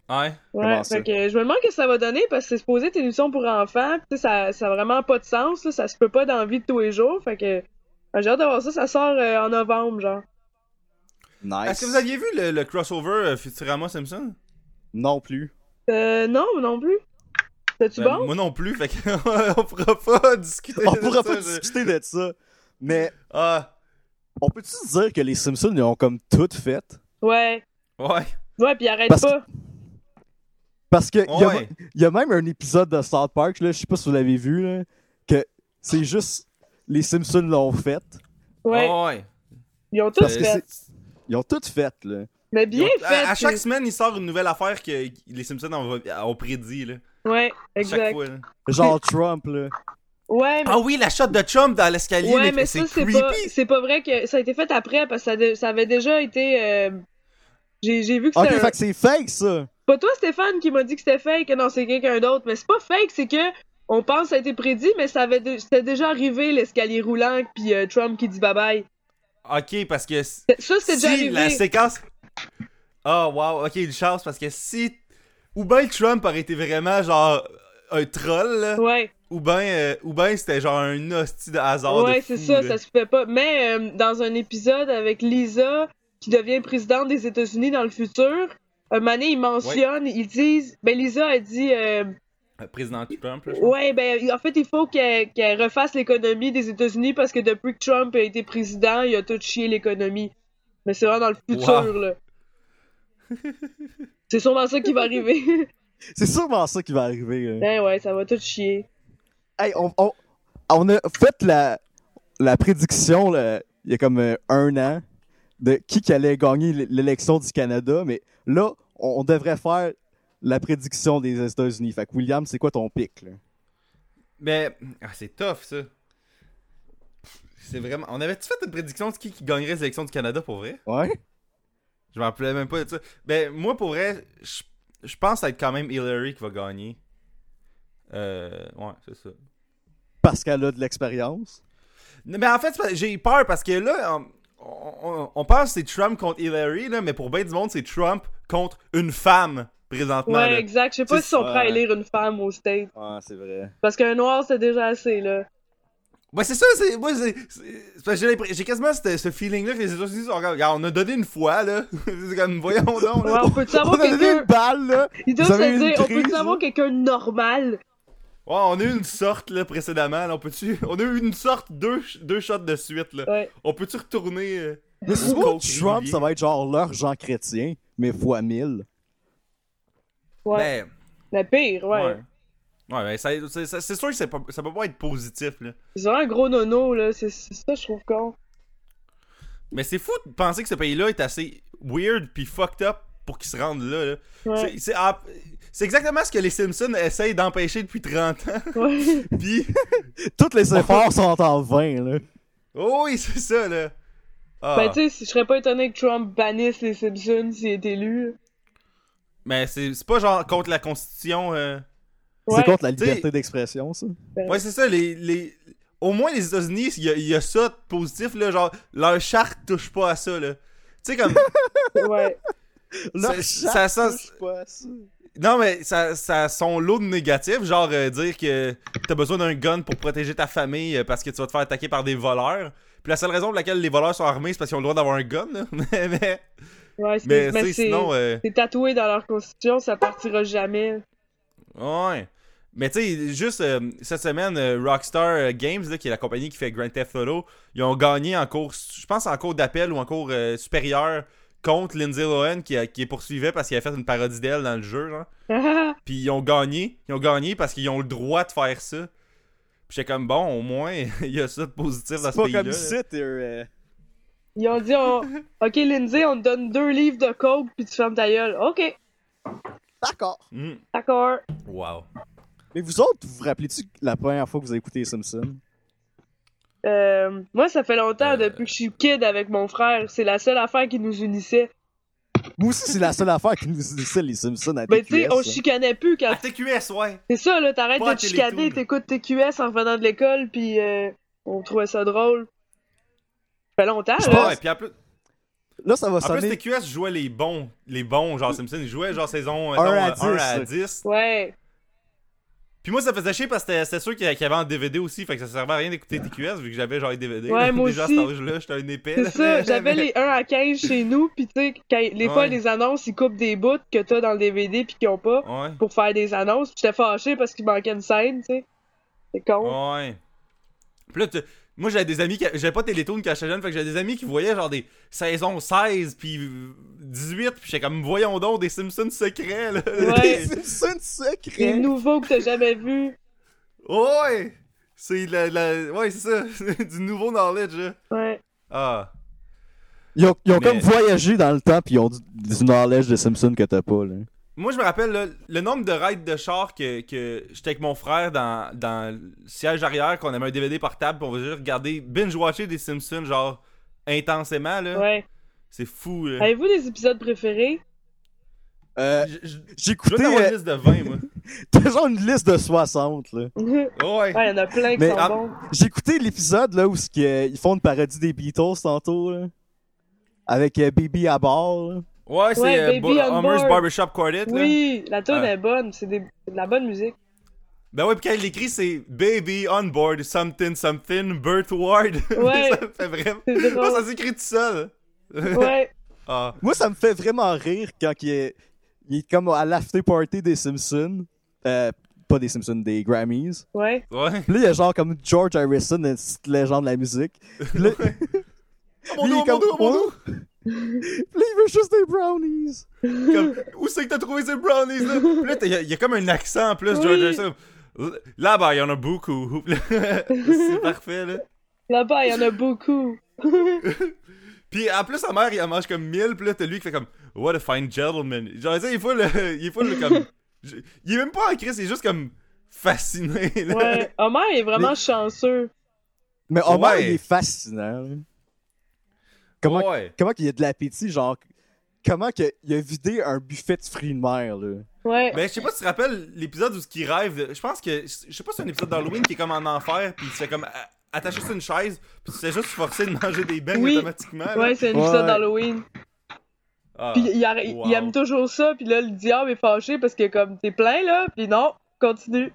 [SPEAKER 1] Ouais.
[SPEAKER 2] Ouais,
[SPEAKER 3] Comment
[SPEAKER 2] fait
[SPEAKER 3] ça?
[SPEAKER 2] que je me demande ce que ça va donner parce que c'est supposé être une émission pour enfants, pis tu sais, ça, ça a vraiment pas de sens, là, ça se peut pas dans la vie de tous les jours, fait que euh, j'ai hâte d'avoir ça, ça sort euh, en novembre, genre.
[SPEAKER 3] Nice.
[SPEAKER 1] Est-ce que vous aviez vu le, le crossover euh, Futurama Simpson?
[SPEAKER 3] Non plus.
[SPEAKER 2] Euh, non, non plus. C'est-tu
[SPEAKER 1] Ben,
[SPEAKER 2] bon?
[SPEAKER 1] Moi non plus, fait qu'on pourra pas discuter
[SPEAKER 3] On
[SPEAKER 1] de
[SPEAKER 3] pourra
[SPEAKER 1] ça,
[SPEAKER 3] pas
[SPEAKER 1] je-
[SPEAKER 3] discuter de ça. Mais
[SPEAKER 1] Ah,
[SPEAKER 3] on peut-tu dire que les Simpsons ils ont comme tout fait?
[SPEAKER 2] Ouais.
[SPEAKER 1] ouais.
[SPEAKER 2] Ouais, pis arrête
[SPEAKER 3] Parce que-
[SPEAKER 2] pas.
[SPEAKER 3] Parce que il y a
[SPEAKER 1] Ouais.
[SPEAKER 3] m- il y, a même un épisode de South Park, là, je sais pas si vous l'avez vu, là, que c'est juste les Simpsons l'ont fait.
[SPEAKER 2] Ouais.
[SPEAKER 1] Ah, ouais.
[SPEAKER 2] Ils ont tous
[SPEAKER 3] Parce que
[SPEAKER 2] fait.
[SPEAKER 1] C'est-
[SPEAKER 3] Ils ont tout fait, là.
[SPEAKER 2] Mais bien
[SPEAKER 1] Ils ont- à-
[SPEAKER 2] fait.
[SPEAKER 1] À, chaque
[SPEAKER 2] c'est-
[SPEAKER 1] semaine, il sort une nouvelle affaire que les Simpsons ont, ont prédit. Là.
[SPEAKER 2] Ouais,
[SPEAKER 1] À Chaque
[SPEAKER 2] exact.
[SPEAKER 1] fois, là.
[SPEAKER 3] Genre Trump, là.
[SPEAKER 2] Ouais, mais
[SPEAKER 1] Ah oui, la shot de Trump dans l'escalier,
[SPEAKER 2] Ouais,
[SPEAKER 1] mais
[SPEAKER 2] mais
[SPEAKER 1] c'est
[SPEAKER 2] ça, c'est
[SPEAKER 1] creepy.
[SPEAKER 2] pas, c'est pas vrai que ça a été fait après parce que ça, dé- ça avait déjà été. euh, J'ai j'ai vu que
[SPEAKER 3] Ok,
[SPEAKER 2] c'était. un-
[SPEAKER 3] fait que c'est fake, ça.
[SPEAKER 2] Pas toi, Stéphane, qui m'a dit que c'était fake. Non, c'est quelqu'un d'autre. Mais c'est pas fake, c'est que on pense que ça a été prédit, mais ça avait dé- c'était déjà arrivé l'escalier roulant puis euh, Trump qui dit bye bye.
[SPEAKER 1] Ok, parce que si
[SPEAKER 2] Ça, c'était déjà arrivé.
[SPEAKER 1] la séquence. Ah, wow, ok, une chance, parce que si. Ou ben Trump aurait été vraiment genre un troll, là,
[SPEAKER 2] Ouais,
[SPEAKER 1] ou ben, euh, ou ben c'était genre un hostie de hasard. de
[SPEAKER 2] ouais,
[SPEAKER 1] fou,
[SPEAKER 2] c'est ça,
[SPEAKER 1] là.
[SPEAKER 2] ça se fait pas. Mais euh, dans un épisode avec Lisa, qui devient présidente des États-Unis dans le futur, euh, un moment donné, ils mentionnent, ils disent, ben Lisa a dit, euh,
[SPEAKER 1] Euh, Président Trump, là, je pense.
[SPEAKER 2] Ouais, ben en fait, il faut qu'elle qu'elle refasse l'économie des États-Unis parce que depuis que Trump a été président, il a tout chié l'économie. Mais c'est vraiment dans le futur, là. c'est sûrement ça qui va arriver.
[SPEAKER 3] C'est sûrement ça qui va arriver, là.
[SPEAKER 2] ben ouais, ça va tout chier.
[SPEAKER 3] Hey, on, on- on a fait la, la prédiction, là, il y a comme euh, un an, de qui qui allait gagner l- l'élection du Canada, mais là, on, on devrait faire la prédiction des États-Unis. Fait que, William, c'est quoi ton pic, là?
[SPEAKER 1] Mais ah, c'est tough ça. C'est vraiment. On avait-tu fait une prédiction de qui, qui gagnerait l'élection du Canada pour vrai?
[SPEAKER 3] Ouais?
[SPEAKER 1] Je m'en rappelais même pas de ça. Ben moi pour vrai, je je pense être quand même Hillary qui va gagner. Euh. Ouais, c'est ça.
[SPEAKER 3] Parce qu'elle a de l'expérience.
[SPEAKER 1] Non, Mais en fait, c'est pas- j'ai peur parce que là, on, on- on pense que c'est Trump contre Hillary, là, mais pour bien du monde, c'est Trump contre une femme présentement.
[SPEAKER 2] ouais,
[SPEAKER 1] là.
[SPEAKER 2] exact. Je sais pas
[SPEAKER 1] c'est
[SPEAKER 2] si sont
[SPEAKER 3] ça,
[SPEAKER 2] prêts à
[SPEAKER 3] ouais.
[SPEAKER 2] élire une femme au state.
[SPEAKER 3] Ouais, c'est vrai.
[SPEAKER 2] Parce qu'un noir, c'est déjà assez, là.
[SPEAKER 1] Ouais, c'est ça, c'est. Moi, c'est. c'est- c'est parce que j'ai l'impression- J'ai quasiment ce, ce feeling-là que les États-Unis sont. Regarde, on a donné une fois, là. c'est comme, voyons donc,
[SPEAKER 2] Ouais,
[SPEAKER 1] là.
[SPEAKER 2] on peut
[SPEAKER 3] On
[SPEAKER 2] savoir
[SPEAKER 3] a donné une
[SPEAKER 2] quelqu'un.
[SPEAKER 3] balle, là!
[SPEAKER 2] Ils doivent
[SPEAKER 3] Vous avez
[SPEAKER 2] se
[SPEAKER 3] eu une
[SPEAKER 2] dire, on peut
[SPEAKER 3] crise,
[SPEAKER 2] savoir
[SPEAKER 3] là?
[SPEAKER 2] quelqu'un de normal.
[SPEAKER 1] Ouais, on a eu une sorte, là, précédemment. là, on peut-tu. On a eu une sorte, deux, deux shots de suite, là.
[SPEAKER 2] Ouais.
[SPEAKER 1] On peut-tu retourner. euh,
[SPEAKER 3] Mais c'est
[SPEAKER 1] au
[SPEAKER 3] moi,
[SPEAKER 1] coke
[SPEAKER 3] Trump,
[SPEAKER 1] régulier?
[SPEAKER 3] ça va être genre leur Jean Chrétien, mais fois mille.
[SPEAKER 2] Ouais.
[SPEAKER 1] Ben,
[SPEAKER 2] La pire, ouais.
[SPEAKER 1] Ouais, ouais ben, ça- c'est ça- c'est sûr que c'est pas- ça peut pas être positif, là.
[SPEAKER 2] Ils ont un gros nono, là. C'est c'est ça, je trouve con.
[SPEAKER 1] Mais c'est fou de penser que ce pays-là est assez weird pis fucked up pour qu'ils se rendent là. là.
[SPEAKER 2] Ouais.
[SPEAKER 1] C'est- C'est ah, c'est exactement ce que les Simpsons essayent d'empêcher depuis 30 ans.
[SPEAKER 2] Ouais.
[SPEAKER 1] Pis.
[SPEAKER 3] Toutes les efforts sont en vain, là.
[SPEAKER 1] Oh oui, c'est ça, là. Ah.
[SPEAKER 2] Ben, tu sais, si- je serais pas étonné que Trump bannisse les Simpsons s'il est élu.
[SPEAKER 1] mais c'est c'est pas genre contre la Constitution. euh.
[SPEAKER 2] Ouais.
[SPEAKER 3] C'est contre la
[SPEAKER 1] T'sais-
[SPEAKER 3] liberté d'expression, ça.
[SPEAKER 1] Ouais, c'est ça. Les, les... Au moins, les États-Unis, il y, a- il y a ça de positif, là. Genre, leur charte touche pas à ça, là. Tu sais, comme.
[SPEAKER 2] Ouais.
[SPEAKER 1] ça, ça, sent- Non, mais ça, ça a son lot de négatifs, genre euh, dire que t'as besoin d'un gun pour protéger ta famille euh, parce que tu vas te faire attaquer par des voleurs. Puis la seule raison pour laquelle les voleurs sont armés, c'est parce qu'ils ont le droit d'avoir un gun. là. mais mais,
[SPEAKER 2] Ouais, c'est-
[SPEAKER 1] mais,
[SPEAKER 2] mais
[SPEAKER 1] tu sais,
[SPEAKER 2] c'est
[SPEAKER 1] sinon. euh,
[SPEAKER 2] c'est tatoué dans leur constitution, ça partira jamais.
[SPEAKER 1] ouais. Mais tu sais, juste euh, cette semaine, euh, Rockstar euh, Games, là, qui est la compagnie qui fait Grand Theft Auto, ils ont gagné en cours, je pense en cours d'appel ou en cours euh, supérieur contre Lindsay Lohan qui, a- qui les poursuivait parce qu'il avait fait une parodie d'elle dans le jeu. Genre.
[SPEAKER 2] Ah,
[SPEAKER 1] Puis ils ont gagné. Ils ont gagné parce qu'ils ont le droit de faire ça. Puis j'étais comme, bon, au moins, il y a ça de positif dans
[SPEAKER 3] C'est
[SPEAKER 1] ce
[SPEAKER 3] pas
[SPEAKER 1] pays-là.
[SPEAKER 3] comme
[SPEAKER 1] là.
[SPEAKER 3] ça, t'es. euh,
[SPEAKER 2] Ils ont dit, on- OK, Lindsay, on te donne deux livres de coke puis tu fermes ta gueule. OK,
[SPEAKER 3] D'accord.
[SPEAKER 1] Mm.
[SPEAKER 2] d'accord.
[SPEAKER 1] Wow.
[SPEAKER 3] Mais vous autres, vous vous rappelez-tu la première fois que vous avez écouté les Simpsons?
[SPEAKER 2] Euh, moi, ça fait longtemps,
[SPEAKER 1] Euh.
[SPEAKER 2] depuis que je suis kid avec mon frère, c'est la seule affaire qui nous unissait.
[SPEAKER 3] Moi aussi, c'est la seule affaire qui nous unissait les Simpsons à
[SPEAKER 2] Ben, tu sais,
[SPEAKER 3] TQS,
[SPEAKER 2] on
[SPEAKER 3] là.
[SPEAKER 2] chicanait plus quand.
[SPEAKER 1] À TQS, ouais.
[SPEAKER 2] C'est ça, là, t'arrêtes
[SPEAKER 1] hein. Ah. Pas
[SPEAKER 2] de te
[SPEAKER 1] à
[SPEAKER 2] chicaner,
[SPEAKER 1] Télétoon.
[SPEAKER 2] t'écoutes TQS en revenant de l'école, puis euh, on trouvait ça drôle. Ça fait longtemps,
[SPEAKER 3] Je
[SPEAKER 2] là.
[SPEAKER 1] Ouais, puis en plus,
[SPEAKER 3] Là, ça va
[SPEAKER 1] en plus,
[SPEAKER 3] sonner.
[SPEAKER 1] TQS jouait les bons. Les bons, genre Simpson, ils jouaient genre saison
[SPEAKER 3] Un à
[SPEAKER 1] 1
[SPEAKER 3] dix,
[SPEAKER 1] à
[SPEAKER 3] là.
[SPEAKER 1] 10.
[SPEAKER 2] Ouais.
[SPEAKER 1] Puis moi, ça faisait chier parce que c'était- c'était sûr qu'il y qu'il y avait en DVD aussi. Fait que ça servait à rien d'écouter TQS vu que j'avais genre les DVD.
[SPEAKER 2] Ouais,
[SPEAKER 1] là.
[SPEAKER 2] moi
[SPEAKER 1] Déjà
[SPEAKER 2] aussi.
[SPEAKER 1] à cet âge-là, j'étais un épais.
[SPEAKER 2] C'est
[SPEAKER 1] là.
[SPEAKER 2] ça, j'avais les 1 à 15 chez nous, pis tu sais, quand- les fois,
[SPEAKER 1] Ouais.
[SPEAKER 2] les annonces, ils coupent des bouts que t'as dans le DVD pis qu'ils ont pas
[SPEAKER 1] Ouais.
[SPEAKER 2] pour faire des annonces. Pis J'étais fâché parce qu'il manquait une scène, tu sais. C'est con.
[SPEAKER 1] Ouais. Puis là, tu- moi j'avais des amis qui. J'avais pas Télétoon quand j'étais jeune, fait que j'avais des amis qui voyaient genre des saisons 16 puis 18, puis j'étais comme voyons donc des Simpsons secrets là.
[SPEAKER 2] Ouais.
[SPEAKER 3] Les Simpsons
[SPEAKER 2] Les
[SPEAKER 3] secrets!
[SPEAKER 2] nouveaux que t'as jamais vu.
[SPEAKER 1] ouais. C'est la, la- Ouais, c'est ça. C'est du nouveau knowledge là.
[SPEAKER 2] Ouais.
[SPEAKER 1] Ah.
[SPEAKER 3] Ils ont, ils ont
[SPEAKER 1] Mais-
[SPEAKER 3] comme voyagé dans le temps, puis ils ont du, du knowledge de Simpson que t'as pas, là.
[SPEAKER 1] Moi, je me rappelle là, le nombre de raids de char que, que j'étais avec mon frère dans, dans le siège arrière, qu'on avait un DVD portable, puis on va juste regarder, binge-watcher des Simpsons, genre, intensément, là.
[SPEAKER 2] Ouais.
[SPEAKER 1] C'est fou, là.
[SPEAKER 2] Avez-vous des épisodes préférés?
[SPEAKER 3] Euh,
[SPEAKER 1] J- j- Je dois
[SPEAKER 3] J'écoutais.
[SPEAKER 1] t'avoir
[SPEAKER 3] euh,
[SPEAKER 1] une liste de 20, moi.
[SPEAKER 3] T'as genre une liste de 60, là.
[SPEAKER 2] ouais,
[SPEAKER 1] Ouais.
[SPEAKER 2] il y en a plein qui
[SPEAKER 3] Mais
[SPEAKER 2] sont
[SPEAKER 1] en-
[SPEAKER 2] bons.
[SPEAKER 3] J'ai écouté l'épisode, là, où ce que- ils font une parodie des Beatles tantôt, là. Avec euh, Baby à bord, là.
[SPEAKER 1] Ouais,
[SPEAKER 2] Ouais,
[SPEAKER 1] c'est euh,
[SPEAKER 2] Baby
[SPEAKER 1] Bo-
[SPEAKER 2] on
[SPEAKER 1] Homer's
[SPEAKER 2] Board.
[SPEAKER 1] Barbershop Quartet, là.
[SPEAKER 2] Oui, la tune
[SPEAKER 1] Ouais.
[SPEAKER 2] est bonne, c'est des- c'est de la bonne musique.
[SPEAKER 1] Ben ouais, puis quand il l'écrit, c'est Baby on board something something birth ward.
[SPEAKER 2] Ouais.
[SPEAKER 1] ça me fait vraiment.
[SPEAKER 2] C'est drôle.
[SPEAKER 1] Ah, ça s'écrit tout seul.
[SPEAKER 2] Ouais.
[SPEAKER 1] ah.
[SPEAKER 3] Moi, ça me fait vraiment rire quand il est, il est comme à l'after party des Simpsons. Euh, pas des Simpsons, des Grammys.
[SPEAKER 2] Ouais.
[SPEAKER 1] Ouais.
[SPEAKER 3] Puis là, il y a genre comme George Harrison, une petite légende de la musique. Puis là, lui,
[SPEAKER 1] Ah, mon
[SPEAKER 3] il est
[SPEAKER 1] dos, mon
[SPEAKER 3] comme, Hein?
[SPEAKER 1] dos, mon dos.
[SPEAKER 3] Puis là, il veut juste des brownies.
[SPEAKER 1] Comme, où c'est que t'as trouvé ces brownies là? Puis là, t'as- il y a- il y, a comme un accent en plus,
[SPEAKER 2] Oui.
[SPEAKER 1] George Harrison. Là-bas, il y en a beaucoup. c'est parfait, là.
[SPEAKER 2] Là-bas, il y en a beaucoup.
[SPEAKER 1] Puis en plus, sa mère, il en mange comme 1000, puis là, t'as lui qui fait comme What a fine gentleman. Genre, tu sais, il est full, euh, il est full, comme. je- Il est même pas en crise, il est juste comme fasciné, là.
[SPEAKER 2] Ouais. Homer est vraiment chanceux.
[SPEAKER 3] Mais Homer,
[SPEAKER 1] Ouais.
[SPEAKER 3] il est fascinant. là. Comment,
[SPEAKER 1] Ouais.
[SPEAKER 3] comment qu'il y a de l'appétit, genre... Comment qu'il a vidé un buffet de fruits de mer, là.
[SPEAKER 2] Ouais.
[SPEAKER 1] Ben, je sais pas si tu te rappelles l'épisode où ce qui rêve. de- Je pense que. Je sais pas si c'est un épisode d'Halloween qui est comme en enfer, puis il se fait comme a- attacher sur une chaise, puis tu te fais juste forcer de manger des beignes
[SPEAKER 2] Oui.
[SPEAKER 1] automatiquement. là.
[SPEAKER 2] Ouais, c'est un
[SPEAKER 3] Ouais.
[SPEAKER 2] épisode d'Halloween.
[SPEAKER 1] Ah.
[SPEAKER 2] Puis il, arr-
[SPEAKER 1] Wow.
[SPEAKER 2] il aime toujours ça, puis là, le diable est fâché parce que comme t'es plein là, puis non, continue.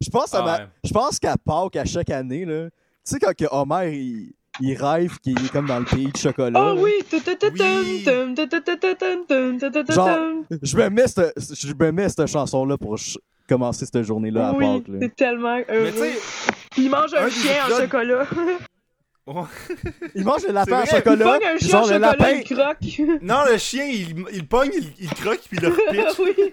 [SPEAKER 3] Je pense, à
[SPEAKER 1] Ah
[SPEAKER 3] ma-
[SPEAKER 1] ouais.
[SPEAKER 3] je pense qu'à Pâques, à chaque année, là, tu sais, quand que Homer, il, il rêve qu'il est comme dans le pays du chocolat.
[SPEAKER 2] Oh
[SPEAKER 3] là.
[SPEAKER 2] oui!
[SPEAKER 1] Oui.
[SPEAKER 2] Tum, tum, tum, tum, tum, tum, tum, tum,
[SPEAKER 3] Genre,
[SPEAKER 2] tum.
[SPEAKER 3] Je me mets cette, je me mets cette chanson-là pour ch- commencer cette journée-là à
[SPEAKER 2] Oui,
[SPEAKER 3] Pâques. là.
[SPEAKER 2] c'est tellement
[SPEAKER 1] Mais
[SPEAKER 2] heureux.
[SPEAKER 1] tu sais.
[SPEAKER 2] Puis il mange
[SPEAKER 1] un
[SPEAKER 2] un
[SPEAKER 1] des
[SPEAKER 2] chien en
[SPEAKER 1] épisodes-
[SPEAKER 2] chocolat.
[SPEAKER 1] ouais.
[SPEAKER 3] Il mange le lapin en
[SPEAKER 1] C'est vrai.
[SPEAKER 2] Il
[SPEAKER 3] chocolat.
[SPEAKER 2] pogne un chien en
[SPEAKER 3] Genre, le
[SPEAKER 2] chocolat,
[SPEAKER 3] lapin,
[SPEAKER 2] il croque.
[SPEAKER 1] Non, le chien, il, il pogne, il, il croque, puis il le repitch.
[SPEAKER 2] oui.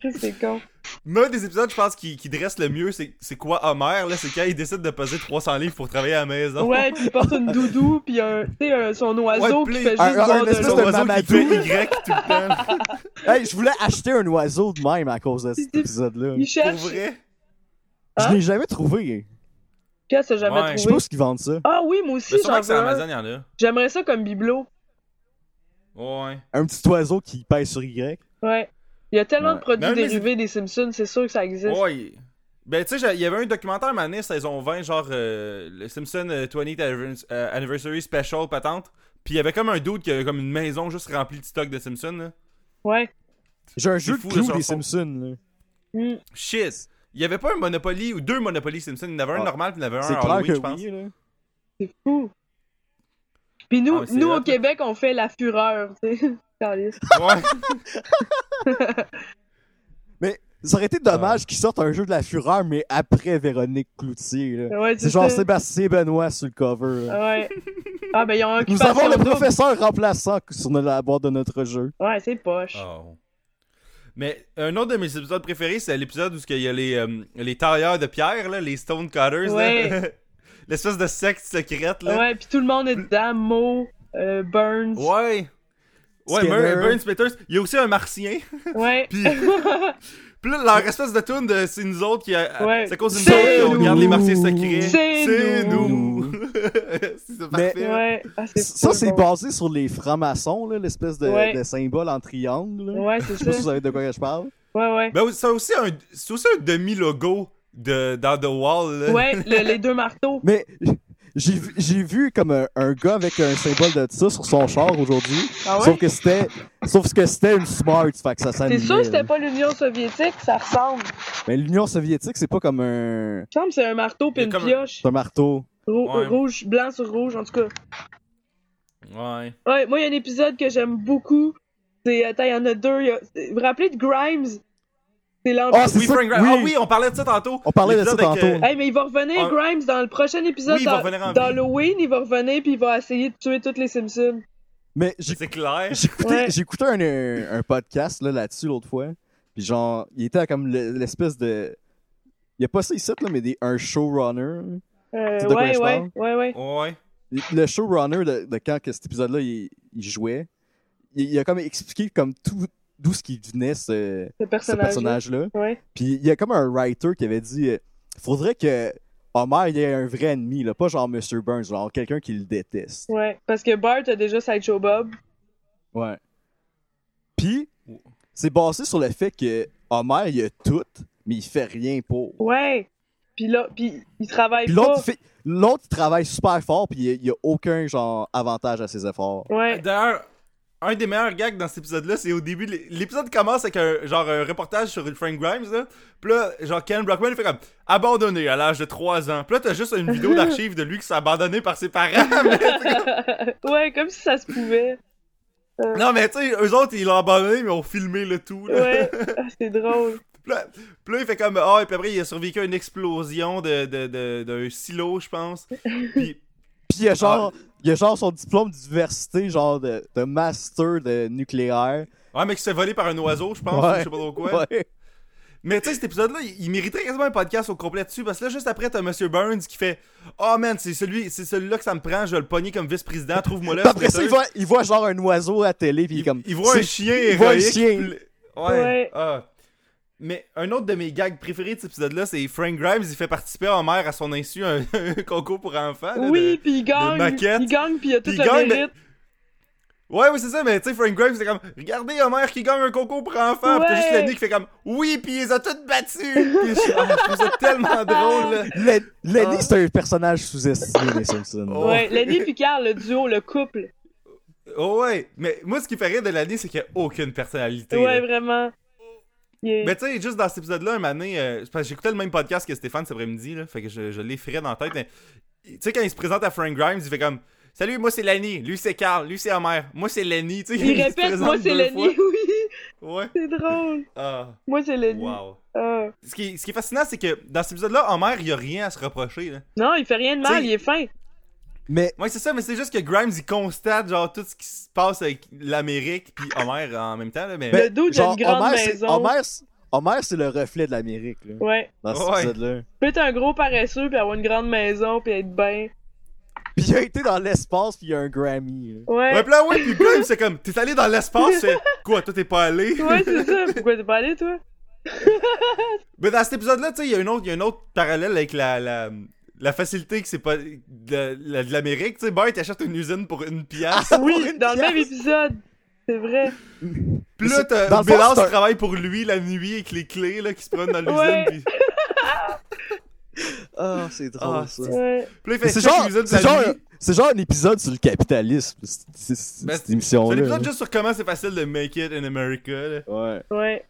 [SPEAKER 2] Christ, c'est con.
[SPEAKER 1] Mais un des épisodes, je pense, qui, qui dresse le mieux, c'est c'est quoi Homer, là, c'est quand il décide de peser 300 livres pour travailler à la maison.
[SPEAKER 2] Ouais, puis il porte une doudou, puis un, tu sais, un- son oiseau
[SPEAKER 1] Ouais, puis
[SPEAKER 2] qui fait juste
[SPEAKER 3] un- un
[SPEAKER 2] boire de
[SPEAKER 3] espèce
[SPEAKER 1] Son
[SPEAKER 2] l'eau.
[SPEAKER 3] de
[SPEAKER 1] oiseau qui
[SPEAKER 3] Mamadou.
[SPEAKER 1] fait Y tout le temps.
[SPEAKER 3] hey, je voulais acheter un oiseau de même à cause de cet épisode-là.
[SPEAKER 2] Il
[SPEAKER 1] Pour
[SPEAKER 2] cherche.
[SPEAKER 1] vrai.
[SPEAKER 3] Je l'ai jamais trouvé.
[SPEAKER 2] Qu'est-ce que jamais
[SPEAKER 1] Ouais.
[SPEAKER 3] Je sais
[SPEAKER 2] trouvé?
[SPEAKER 3] pas ce qu'ils vendent ça.
[SPEAKER 2] Ah oui, moi aussi,
[SPEAKER 1] Mais sûrement
[SPEAKER 2] j'en
[SPEAKER 1] que c'est
[SPEAKER 2] veux un.
[SPEAKER 1] Amazon, il y en a.
[SPEAKER 2] J'aimerais ça comme bibelot.
[SPEAKER 1] Ouais.
[SPEAKER 3] Un petit oiseau qui pèse sur Y.
[SPEAKER 2] Ouais. Il y a tellement
[SPEAKER 3] Ouais.
[SPEAKER 2] de produits
[SPEAKER 1] Non, mais
[SPEAKER 2] dérivés des Simpsons, c'est sûr que ça existe.
[SPEAKER 1] Ouais. il- Ben, tu sais, j'a- il y avait un documentaire à un moment donné, saison 20, genre euh, le Simpson euh, 20th Annivers- euh, Anniversary Special, patente. Puis il y avait comme un dude qui avait comme une maison juste remplie de stock de Simpson. Là.
[SPEAKER 2] Ouais.
[SPEAKER 3] J'ai un
[SPEAKER 1] C'est
[SPEAKER 3] jeu de
[SPEAKER 1] fou,
[SPEAKER 3] clous
[SPEAKER 1] le
[SPEAKER 3] des
[SPEAKER 1] chanson.
[SPEAKER 3] Simpsons. là.
[SPEAKER 2] Mm.
[SPEAKER 1] Shit! Il y avait pas un Monopoly ou deux Monopoly Simpson. Il y en avait un
[SPEAKER 3] Ah.
[SPEAKER 1] normal, puis il y en avait un
[SPEAKER 3] C'est
[SPEAKER 1] à
[SPEAKER 3] clair
[SPEAKER 1] Halloween,
[SPEAKER 3] que
[SPEAKER 1] je pense.
[SPEAKER 3] oui. là.
[SPEAKER 2] C'est fou. Puis nous,
[SPEAKER 1] Ah, mais c'est
[SPEAKER 2] nous
[SPEAKER 1] hot,
[SPEAKER 2] au
[SPEAKER 1] là.
[SPEAKER 2] Québec, on fait la fureur, tu sais. Caliste.
[SPEAKER 1] Ouais.
[SPEAKER 3] Mais ça aurait été dommage qu'ils sortent un jeu de la fureur, mais après Véronique Cloutier. là.
[SPEAKER 2] Ouais,
[SPEAKER 3] C'est
[SPEAKER 2] c'est
[SPEAKER 3] genre
[SPEAKER 2] ça.
[SPEAKER 3] Sébastien Benoît sur le cover. euh. là.
[SPEAKER 2] Ouais. Ah, ben, ils ont un
[SPEAKER 3] Nous avons le professeur remplaçant sur le- la boîte de notre jeu.
[SPEAKER 2] Ouais, c'est poche.
[SPEAKER 1] Oh. Mais un autre de mes épisodes préférés, c'est l'épisode où ce qu'il y a les, euh, les tailleurs de pierre, là, les Stone Cutters.
[SPEAKER 2] Ouais.
[SPEAKER 1] L'espèce de secte secrète. Là.
[SPEAKER 2] Ouais, puis tout le monde est dedans. Mo, euh, Burns.
[SPEAKER 1] Ah. Ouais. Ouais,
[SPEAKER 3] Skinner.
[SPEAKER 1] Mur- Burns Peters. Il y a aussi un martien.
[SPEAKER 2] Ouais.
[SPEAKER 1] Puis, puis là, leur espèce de tune de c'est nous autres qui. a-
[SPEAKER 2] Ouais.
[SPEAKER 1] C'est à cause d'une
[SPEAKER 2] C'est
[SPEAKER 1] tune qu'on
[SPEAKER 2] nous.
[SPEAKER 1] regarde les martiens secrets.
[SPEAKER 2] C'est
[SPEAKER 1] nous.
[SPEAKER 3] nous.
[SPEAKER 1] c'est parfait.
[SPEAKER 2] Ouais. Ah, c'est
[SPEAKER 3] Ça,
[SPEAKER 2] full
[SPEAKER 3] c'est
[SPEAKER 2] bon.
[SPEAKER 3] basé sur les francs-maçons, là, l'espèce de,
[SPEAKER 2] Ouais.
[SPEAKER 3] de symbole en triangle. là.
[SPEAKER 2] Ouais,
[SPEAKER 3] Je sais
[SPEAKER 2] c'est
[SPEAKER 3] pas si vous
[SPEAKER 2] ça.
[SPEAKER 3] savez de quoi que je parle.
[SPEAKER 2] Ouais, ouais.
[SPEAKER 1] Ben, c'est aussi un, c'est aussi un demi-logo de, dans The Wall. là.
[SPEAKER 2] Ouais, le- les deux marteaux.
[SPEAKER 3] Mais j'ai vu- j'ai vu comme un, un gars avec un symbole de ça sur son char aujourd'hui.
[SPEAKER 2] Ah ouais?
[SPEAKER 3] Sauf que c'était sauf que c'était une Smart, fait que ça
[SPEAKER 2] C'est
[SPEAKER 3] s'animait.
[SPEAKER 2] sûr que c'était
[SPEAKER 3] là.
[SPEAKER 2] pas l'Union soviétique, ça ressemble. Il
[SPEAKER 3] Mais l'Union soviétique, c'est pas comme un,
[SPEAKER 2] me semble que c'est un marteau
[SPEAKER 1] Il y
[SPEAKER 2] puis
[SPEAKER 1] a
[SPEAKER 2] une
[SPEAKER 1] comme un-
[SPEAKER 2] pioche.
[SPEAKER 3] c'est un marteau.
[SPEAKER 2] Rou-
[SPEAKER 1] Ouais.
[SPEAKER 2] Rouge, blanc sur rouge, en tout cas.
[SPEAKER 1] Ouais.
[SPEAKER 2] Ouais, moi, il y a un épisode que j'aime beaucoup. C'est. Attends, il y en a deux. il y a- Vous vous rappelez de Grimes? C'est
[SPEAKER 3] Ah,
[SPEAKER 2] l'enfant.
[SPEAKER 3] c'est
[SPEAKER 1] Oui,
[SPEAKER 3] ça,
[SPEAKER 1] Frank Gra-
[SPEAKER 3] oui.
[SPEAKER 1] Ah oui, on parlait de ça tantôt.
[SPEAKER 3] On parlait de ça
[SPEAKER 1] L'épisode avec,
[SPEAKER 3] tantôt.
[SPEAKER 2] Hey, mais il va revenir,
[SPEAKER 1] Ah.
[SPEAKER 2] Grimes, dans le prochain épisode
[SPEAKER 1] Oui, il va
[SPEAKER 2] dans-
[SPEAKER 1] revenir en vie.
[SPEAKER 2] d'Halloween. Il va revenir puis il va essayer de tuer tous les Simpsons.
[SPEAKER 3] Mais j'ai
[SPEAKER 1] C'est clair.
[SPEAKER 3] J'écoutais,
[SPEAKER 2] Ouais.
[SPEAKER 3] j'écoutais un, un- un podcast là, là-dessus l'autre fois. Puis genre, il était comme le- l'espèce de. Il y a pas ça ici, là, mais des, un showrunner.
[SPEAKER 2] Euh,
[SPEAKER 3] C'est de quoi
[SPEAKER 2] ouais,
[SPEAKER 3] je
[SPEAKER 2] Euh, ouais,
[SPEAKER 3] parle?
[SPEAKER 2] ouais, ouais.
[SPEAKER 1] Ouais.
[SPEAKER 3] le showrunner de, de quand que cet épisode-là il, il jouait, il, il a comme expliqué comme tout d'où ce qui venait ce,
[SPEAKER 2] le
[SPEAKER 3] ce
[SPEAKER 2] personnage.
[SPEAKER 3] personnage-là.
[SPEAKER 2] Ouais.
[SPEAKER 3] Puis il y a comme un writer qui avait dit euh, faudrait que Homer il ait un vrai ennemi, là, pas genre Mr. Burns, genre quelqu'un qui le déteste.
[SPEAKER 2] ouais. Parce que Bart a déjà Sideshow Bob.
[SPEAKER 3] Ouais. Puis c'est basé sur le fait que Homer il a tout, mais il fait rien pour.
[SPEAKER 2] Ouais. Puis là, puis il travaille
[SPEAKER 3] Puis
[SPEAKER 2] pas.
[SPEAKER 3] l'autre, il fait- l'autre il travaille super fort, puis il n'y a, aucun genre avantage à ses efforts.
[SPEAKER 2] Ouais.
[SPEAKER 1] Euh, D'ailleurs, un des meilleurs gags dans cet épisode-là, c'est au début. l'é- L'épisode commence avec un, genre, un reportage sur Frank Grimes. Là. Puis là, genre, Ken Brockman, il fait comme abandonné à l'âge de 3 ans. Puis là, t'as juste une vidéo d'archives de lui qui s'est abandonné par ses parents. mais c'est comme-
[SPEAKER 2] ouais, comme si ça se pouvait.
[SPEAKER 1] non, mais tu sais, eux autres, ils l'ont abandonné, mais ont filmé le tout. Là.
[SPEAKER 2] Ouais. Ah, c'est drôle.
[SPEAKER 1] Puis là, puis là, il fait comme Ah, et puis après, il a survécu à une explosion d'un de, de, d'un silo, je pense. Puis,
[SPEAKER 3] Puis il y
[SPEAKER 1] Ah.
[SPEAKER 3] a genre, il y a genre son diplôme d'université, genre de, de master de nucléaire.
[SPEAKER 1] ouais, mais qui s'est volé par un oiseau, je pense,
[SPEAKER 3] Ouais.
[SPEAKER 1] ou je sais pas trop quoi.
[SPEAKER 3] Ouais.
[SPEAKER 1] Mais tu sais, cet épisode-là, il, il mériterait quasiment un podcast au complet dessus, parce que là, juste après, t'as Monsieur Burns qui fait Oh man, c'est celui, c'est celui-là que ça me prend, je vais le pogner comme vice-président, trouve-moi là.
[SPEAKER 3] Puis après ça, il voit, il voit genre un oiseau à la télé, puis il est comme.
[SPEAKER 1] il voit un
[SPEAKER 3] c'est-
[SPEAKER 1] chien
[SPEAKER 3] il voit un
[SPEAKER 1] héroïque, puis
[SPEAKER 3] chien.
[SPEAKER 1] le- Ouais.
[SPEAKER 2] Ouais.
[SPEAKER 1] ah. Mais un autre de mes gags préférés de cet épisode-là, c'est Frank Grimes, il fait participer à Homer à son insu à un, un concours pour enfants. là, de-
[SPEAKER 2] oui, puis il gagne.
[SPEAKER 1] maquettes.
[SPEAKER 2] Il gagne, puis il a tout
[SPEAKER 1] Puis il
[SPEAKER 2] le
[SPEAKER 1] gagne, mais-
[SPEAKER 2] mérite.
[SPEAKER 1] Ouais, oui, c'est ça, mais tu sais, Frank Grimes, c'est comme, regardez Homer qui gagne un concours pour enfants, pis t'as juste
[SPEAKER 2] Ouais.
[SPEAKER 1] l'année qui fait comme, oui, pis ils les a toutes battus! Puis je, ah, je trouve ça tellement drôle, là.
[SPEAKER 3] Le- Lenny,
[SPEAKER 1] Ah.
[SPEAKER 3] c'est un personnage sous-estimé des Simpsons.
[SPEAKER 1] Oh.
[SPEAKER 2] Ouais. Lenny puis Carl, le duo, le couple.
[SPEAKER 1] Oh, ouais, mais moi, ce qui ferait de l'année, c'est qu'il n'y a aucune personnalité. là.
[SPEAKER 2] Ouais, vraiment. Il est-
[SPEAKER 1] Mais tu sais, juste dans cet épisode-là, un année, parce que j'écoutais le même podcast que Stéphane cet après-midi, là, fait que je, je l'ai frais dans la tête, mais tu sais, quand il se présente à Frank Grimes, il fait comme, salut, moi c'est Lanny, lui c'est Carl, lui c'est Homer, moi c'est Lenny, tu sais.
[SPEAKER 2] Il
[SPEAKER 1] se
[SPEAKER 2] répète,
[SPEAKER 1] présente
[SPEAKER 2] moi c'est
[SPEAKER 1] deux
[SPEAKER 2] Lenny, oui,
[SPEAKER 1] fois. Ouais.
[SPEAKER 2] c'est drôle.
[SPEAKER 1] Ah,
[SPEAKER 2] Moi c'est Lenny.
[SPEAKER 1] wow.
[SPEAKER 2] Ah.
[SPEAKER 1] Ce qui, ce qui est fascinant, c'est que dans cet épisode-là, Homer, il y a rien à se reprocher, là.
[SPEAKER 2] Non, il fait rien de mal,
[SPEAKER 1] T'sais-
[SPEAKER 2] il est fin.
[SPEAKER 3] Mais
[SPEAKER 1] Ouais, c'est ça, mais c'est juste que Grimes, il constate, genre, tout ce qui se passe avec l'Amérique, puis Homer en même temps, là,
[SPEAKER 3] Ben,
[SPEAKER 1] mais...
[SPEAKER 2] Le dude a
[SPEAKER 3] genre,
[SPEAKER 2] une grande
[SPEAKER 3] Homer, c'est-
[SPEAKER 2] maison.
[SPEAKER 3] Homer, c'est- Homer, c'est le reflet de l'Amérique, là,
[SPEAKER 2] Ouais.
[SPEAKER 3] dans cet
[SPEAKER 1] Ouais.
[SPEAKER 3] épisode-là.
[SPEAKER 2] Il peut être un gros paresseux puis avoir une grande maison puis être bien.
[SPEAKER 3] Puis il a été dans l'espace, puis il y a un Grammy. là.
[SPEAKER 2] Ouais.
[SPEAKER 1] Ouais,
[SPEAKER 2] Ouais,
[SPEAKER 1] puis là, ouais, puis Grimes, c'est comme, t'es allé dans l'espace, c'est quoi, toi, t'es pas allé?
[SPEAKER 2] c'est ça. Pourquoi t'es pas allé toi
[SPEAKER 1] Mais dans cet épisode-là, tu sais, il y a une autre- il y a un autre parallèle avec la, la, la facilité que c'est pas de, la- de l'Amérique. Tu sais, Bart, il achète une usine pour une
[SPEAKER 3] Ah,
[SPEAKER 1] pièce.
[SPEAKER 2] Oui, dans le même épisode. C'est vrai.
[SPEAKER 1] Puis là,
[SPEAKER 3] Dans
[SPEAKER 1] t'as
[SPEAKER 3] le fond,
[SPEAKER 1] Bélas
[SPEAKER 3] c'est un-
[SPEAKER 1] qui travaille pour lui la nuit avec les clés, là, qui se prennent dans l'usine.
[SPEAKER 2] Ouais.
[SPEAKER 1] Puis,
[SPEAKER 3] Ah, c'est drôle,
[SPEAKER 1] Ah,
[SPEAKER 3] ça.
[SPEAKER 2] Ouais.
[SPEAKER 1] puis là, il
[SPEAKER 3] Mais
[SPEAKER 1] fait
[SPEAKER 3] C'est
[SPEAKER 1] check
[SPEAKER 3] genre,
[SPEAKER 1] l'usine de la
[SPEAKER 3] c'est genre,
[SPEAKER 1] nuit.
[SPEAKER 3] c'est genre un épisode sur le capitalisme, c'est- c'est-
[SPEAKER 1] Mais
[SPEAKER 3] c'est- cette
[SPEAKER 1] Ben, c'est- C'est un
[SPEAKER 3] émission-là.
[SPEAKER 1] épisode juste sur comment c'est facile de make it in America. là.
[SPEAKER 3] Ouais.
[SPEAKER 2] Ouais.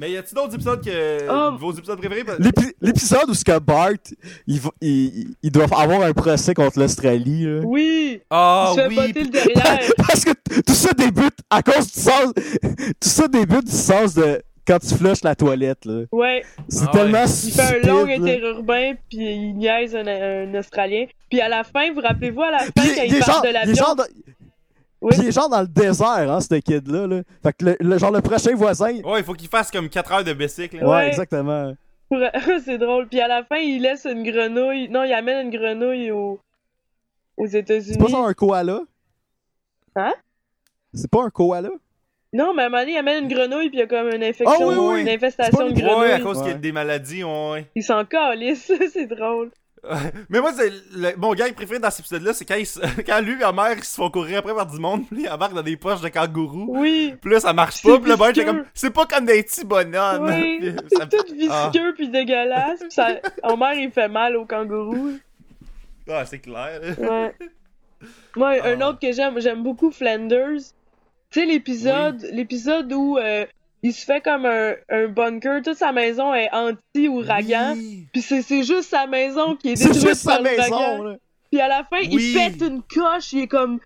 [SPEAKER 1] Mais y a-tu d'autres épisodes que.
[SPEAKER 2] Oh.
[SPEAKER 1] Vos épisodes préférés Parce-
[SPEAKER 3] L'épi- L'épisode où ce que Bart, il, va- il, il doit avoir un procès contre l'Australie. là.
[SPEAKER 2] Oui.
[SPEAKER 1] Ah
[SPEAKER 2] il se fait
[SPEAKER 1] oui!
[SPEAKER 2] botter le derrière.
[SPEAKER 3] Parce que t- tout ça débute à cause du sens. Tout ça débute du sens de quand tu flushes la toilette. là.
[SPEAKER 2] Ouais.
[SPEAKER 3] C'est
[SPEAKER 1] Ah
[SPEAKER 3] tellement
[SPEAKER 2] Il fait un long
[SPEAKER 3] stupide, là.
[SPEAKER 2] interurbain, puis il niaise un, un Australien. Puis à la fin, vous rappelez-vous, à la fin,
[SPEAKER 3] Puis
[SPEAKER 2] quand
[SPEAKER 3] il
[SPEAKER 2] il
[SPEAKER 3] est
[SPEAKER 2] parle
[SPEAKER 3] genre-
[SPEAKER 2] de
[SPEAKER 3] il est
[SPEAKER 2] l'avion,
[SPEAKER 3] genre dans-
[SPEAKER 2] Oui.
[SPEAKER 3] puis il est genre dans le désert, hein, ce kid-là. là. Fait que le, le- genre le prochain voisin. Ouais,
[SPEAKER 1] Ouais, il faut qu'il fasse comme 4 heures de bicycle. là.
[SPEAKER 2] Ouais.
[SPEAKER 3] exactement.
[SPEAKER 2] pour- c'est drôle. Puis à la fin, il laisse une grenouille. Non, il amène une grenouille au- aux
[SPEAKER 3] C'est pas
[SPEAKER 2] États-Unis.
[SPEAKER 3] genre un koala?
[SPEAKER 2] Hein?
[SPEAKER 3] C'est pas un koala?
[SPEAKER 2] Non, mais à un moment donné, il amène une grenouille, puis il y a comme une infection,
[SPEAKER 3] Ah oui, oui.
[SPEAKER 2] une
[SPEAKER 3] C'est
[SPEAKER 2] infestation
[SPEAKER 3] pas
[SPEAKER 2] de
[SPEAKER 3] une-
[SPEAKER 1] Ouais, à
[SPEAKER 2] grenouilles.
[SPEAKER 1] cause qu'il y a
[SPEAKER 3] Ouais.
[SPEAKER 1] des maladies, ouais.
[SPEAKER 2] Il s'en calisse, c'est drôle.
[SPEAKER 1] Mais moi, c'est le- mon gag préféré dans cet épisode-là, c'est quand, il se- quand lui et ma mère ils se font courir après par du monde, puis ils embarquent dans des poches de kangourou.
[SPEAKER 2] Oui,
[SPEAKER 1] Puis là, ça marche
[SPEAKER 2] C'est
[SPEAKER 1] pas, puis le Bart,
[SPEAKER 2] visqueux.
[SPEAKER 1] c'est comme, c'est pas comme des petits
[SPEAKER 3] Ah,
[SPEAKER 1] bonhommes.
[SPEAKER 2] oui.
[SPEAKER 1] Puis ça
[SPEAKER 2] C'est
[SPEAKER 1] me-
[SPEAKER 2] tout
[SPEAKER 1] Ah.
[SPEAKER 2] visqueux, puis dégueulasse. Puis ça... Homer, il fait mal au kangourou.
[SPEAKER 1] Ah, c'est clair. là.
[SPEAKER 2] Ouais. Moi, un
[SPEAKER 1] Ah.
[SPEAKER 2] autre que j'aime, j'aime beaucoup Flanders. Tu sais, l'épisode l'épisode où euh, il se fait comme un, un bunker, toute sa maison est anti-ouragan.
[SPEAKER 1] Oui.
[SPEAKER 2] Puis c'est, c'est juste sa maison qui est
[SPEAKER 3] C'est
[SPEAKER 2] détruite
[SPEAKER 3] juste sa
[SPEAKER 2] par l'ouragan.
[SPEAKER 3] maison. là.
[SPEAKER 2] Puis à la fin,
[SPEAKER 1] Oui.
[SPEAKER 2] il pète une coche, il est comme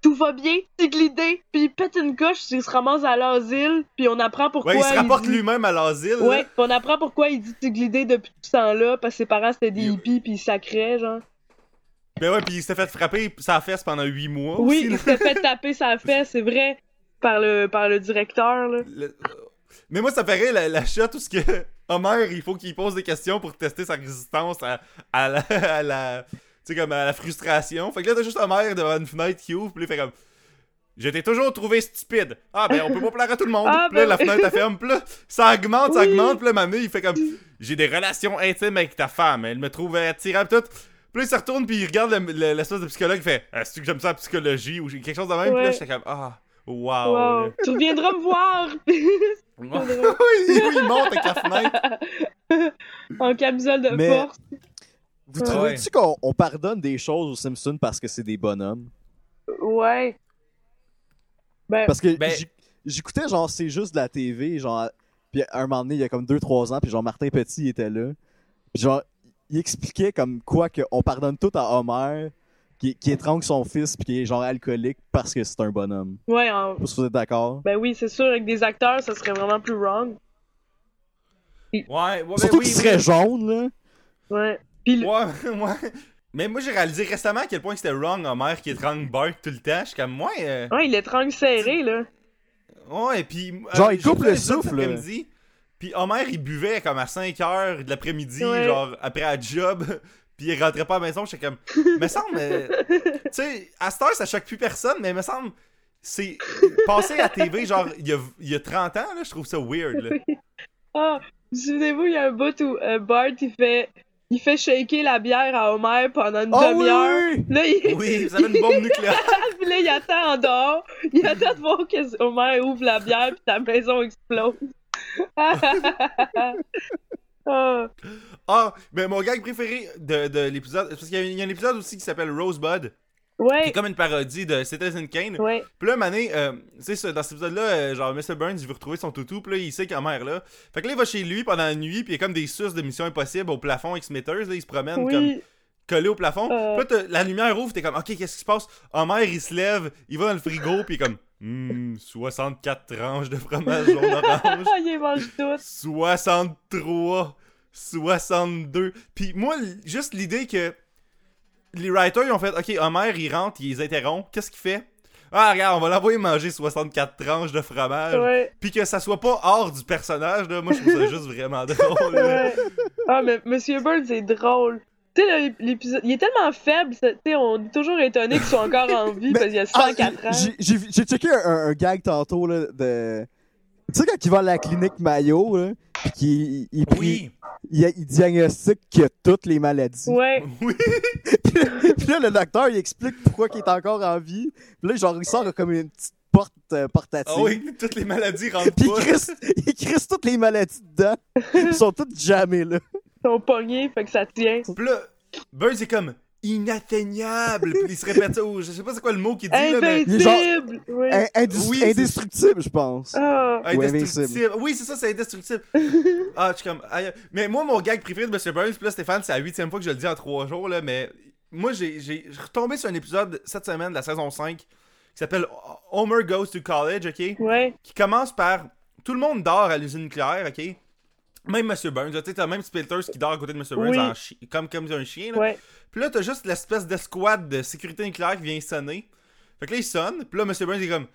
[SPEAKER 2] tout va bien, c'est glidé. Puis il pète une coche, il se ramasse à l'asile, puis on apprend pourquoi.
[SPEAKER 1] Ouais, il se rapporte
[SPEAKER 2] dit-
[SPEAKER 1] lui-même à l'asile. là.
[SPEAKER 2] Ouais, puis on apprend pourquoi il dit glidé depuis tout ce temps-là, parce que ses parents c'était des
[SPEAKER 1] Il-
[SPEAKER 2] hippies, puis ils sacraient, genre.
[SPEAKER 1] Ben ouais, puis il s'est fait frapper sa fesse pendant 8 mois.
[SPEAKER 2] Oui,
[SPEAKER 1] aussi, là.
[SPEAKER 2] il s'est fait taper sa fesse, c'est vrai, par le, par le directeur, là.
[SPEAKER 1] Le- euh, Mais moi, ça paraît la, la shot où ce que Homer, il faut qu'il pose des questions pour tester sa résistance à, à la, à la- sais, comme à la frustration. Fait que là, t'as juste un maire devant une fenêtre qui ouvre, puis là, il fait comme. Je t'ai toujours trouvé stupide. Ah, ben, on peut pas plaire à tout le monde.
[SPEAKER 2] Ah,
[SPEAKER 1] Puis là,
[SPEAKER 2] ben-
[SPEAKER 1] la fenêtre, elle ferme. Puis là, ça augmente, ça
[SPEAKER 2] Oui.
[SPEAKER 1] augmente. Puis là, maintenant, il fait comme. J'ai des relations intimes avec ta femme. Elle me trouve attirable, tout. Puis là, il se retourne, puis il regarde le- le- l'espèce de psychologue. Il fait Est-ce que j'aime ça la psychologie ou quelque chose de même? Puis là,
[SPEAKER 2] Ouais.
[SPEAKER 1] j'étais comme Ah, wow. là.
[SPEAKER 2] Wow. Tu reviendras me voir
[SPEAKER 1] oui,
[SPEAKER 2] drôle.
[SPEAKER 1] oui, il monte avec la fenêtre.
[SPEAKER 2] en camisole de
[SPEAKER 3] Mais-
[SPEAKER 2] force.
[SPEAKER 3] Vous
[SPEAKER 2] Ouais.
[SPEAKER 3] trouvez-tu qu'on on pardonne des choses aux Simpsons parce que c'est des bonhommes?
[SPEAKER 2] Ouais. Ben,
[SPEAKER 3] Parce que
[SPEAKER 1] Ben-
[SPEAKER 3] j'y- j'écoutais genre c'est juste de la TV, genre puis un moment donné il y a comme 2 3 ans puis genre Martin Petit il était là. Puis genre il expliquait comme quoi qu'on pardonne tout à Homer qui, qui étrangle son fils puis qui est genre alcoolique parce que c'est un bonhomme.
[SPEAKER 2] ouais, en-
[SPEAKER 3] Je sais pas si vous êtes d'accord.
[SPEAKER 2] ben oui, c'est sûr, avec des acteurs, ça serait vraiment plus wrong.
[SPEAKER 1] Ouais, ouais, ben
[SPEAKER 3] Surtout
[SPEAKER 1] oui,
[SPEAKER 3] qu'il
[SPEAKER 1] oui.
[SPEAKER 3] serait jaune là.
[SPEAKER 2] Ouais. Puis le-
[SPEAKER 1] Ouais, ouais. Mais moi, j'ai réalisé récemment à quel point c'était wrong, Homer, qui étrangle Bart tout le temps. Je suis comme, ouais. euh,
[SPEAKER 2] ouais, il est trangue serré, là.
[SPEAKER 1] Ouais, et puis.
[SPEAKER 3] Genre,
[SPEAKER 1] euh,
[SPEAKER 3] il
[SPEAKER 1] j'ai
[SPEAKER 3] coupe
[SPEAKER 1] fait
[SPEAKER 3] le
[SPEAKER 1] un épisode
[SPEAKER 3] souffle.
[SPEAKER 1] cet après-midi, Puis Homer, il buvait comme à 5h de l'après-midi,
[SPEAKER 2] Ouais.
[SPEAKER 1] genre après la job. Puis il rentrait pas à la maison. J'étais comme. Me semble. euh, tu sais, à cette heure, ça choque plus personne, mais me semble. C'est. Passer à TV, genre, il y a, il y a 30 ans, là, je trouve ça weird, là.
[SPEAKER 2] Ah, vous souvenez-vous, il y a un bout où euh, Bart, il fait, il fait shaker la bière à Homer pendant une
[SPEAKER 3] Oh oui,
[SPEAKER 2] demi-heure.
[SPEAKER 3] oui, oui!
[SPEAKER 2] Là, il...
[SPEAKER 1] Ah Oui, vous avez une bombe nucléaire.
[SPEAKER 2] puis là, il attend en dehors. Il attend de voir que Homer ouvre la bière puis ta maison explose. ah,
[SPEAKER 1] Ah, mais mon gag préféré de, de l'épisode, parce qu'il y, a- il y a un épisode aussi qui s'appelle Rosebud, qui est
[SPEAKER 2] ouais,
[SPEAKER 1] comme une parodie de Citizen Kane.
[SPEAKER 2] ouais,
[SPEAKER 1] Puis là, Mané, euh, tu sais, ce- dans cet épisode-là, euh, genre, Mr. Burns, il veut retrouver son toutou, puis là, il sait qu'en mère là. Fait que là, il va chez lui pendant la nuit, puis il y a comme des suces de Mission Impossible au plafond X-Meters, là, il se promène comme
[SPEAKER 2] oui,
[SPEAKER 1] collé au plafond.
[SPEAKER 2] Euh.
[SPEAKER 1] Puis là, t'as- la lumière ouvre, t'es comme, ok, qu'est-ce qui se passe? Homer, il se lève, il va dans le frigo, puis il est comme, hmm, 64 tranches de fromage jaune orange.
[SPEAKER 2] ah, il mange tout.
[SPEAKER 1] 63, 62. Puis moi, l- juste l'idée que les writers, ils ont fait, OK, Homer, il rentre, il les interrompt, qu'est-ce qu'il fait? Ah, regarde, on va l'envoyer manger 64 tranches de fromage.
[SPEAKER 2] Ouais,
[SPEAKER 1] Puis que ça soit pas hors du personnage, là, moi, je trouve ça juste vraiment drôle. là.
[SPEAKER 2] ouais. Ah, mais Monsieur Burns, c'est drôle. Tu sais, là, l'épisode, il est tellement faible, ça- tu sais, on est toujours étonné qu'il soit encore en vie
[SPEAKER 3] Mais-
[SPEAKER 2] parce qu'il a
[SPEAKER 3] Ah,
[SPEAKER 2] 104 ans.
[SPEAKER 3] j'ai- J'ai j'ai checké un, un- un gag tantôt là de tu sais quand il va à la clinique Mayo là puis qu'il il, il-
[SPEAKER 1] Oui,
[SPEAKER 3] il, il diagnostique qu'il a toutes les maladies.
[SPEAKER 2] Ouais,
[SPEAKER 1] oui,
[SPEAKER 3] puis là, le docteur, il explique pourquoi il est encore en vie. Puis là, genre, il sort comme une petite porte euh, portative.
[SPEAKER 1] ah oui, toutes les maladies rentrent
[SPEAKER 3] Puis il
[SPEAKER 1] pas.
[SPEAKER 3] crisse, il crisse toutes les maladies dedans. Ils sont toutes jamais là.
[SPEAKER 2] ils sont pognés, fait que ça tient.
[SPEAKER 1] Puis là, Burns est comme inatteignable. Puis il se répète ça, au- je sais pas c'est quoi le mot qu'il dit, là,
[SPEAKER 2] ben,
[SPEAKER 1] mais. Hein?
[SPEAKER 3] il est genre-
[SPEAKER 2] Invincible! Ouais.
[SPEAKER 3] In- indis-
[SPEAKER 1] Oui, c'est-
[SPEAKER 3] indestructible, je pense.
[SPEAKER 2] Ah.
[SPEAKER 1] Ah,
[SPEAKER 3] Ou
[SPEAKER 1] indestructible. Oui, c'est ça, c'est indestructible. ah, je suis comme. aïe, aïe. Mais moi, mon gag préféré de Monsieur Burns, puis là, Stéphane, c'est la huitième fois que je le dis en trois jours, là, mais moi, j'ai j'ai- je suis retombé sur un épisode cette semaine de la saison 5 qui s'appelle Homer Goes to College, ok?
[SPEAKER 2] Ouais,
[SPEAKER 1] Qui commence par Tout le monde dort à l'usine nucléaire, ok? Même Monsieur Burns, là, tu sais, t'as même Spilters qui dort à côté de Monsieur Burns
[SPEAKER 2] Oui.
[SPEAKER 1] en chi- comme, comme un chien, là.
[SPEAKER 2] ouais.
[SPEAKER 1] Puis là, t'as juste l'espèce d'escouade de sécurité nucléaire qui vient sonner. Fait que là, il sonne. Puis là, M. Burns est comme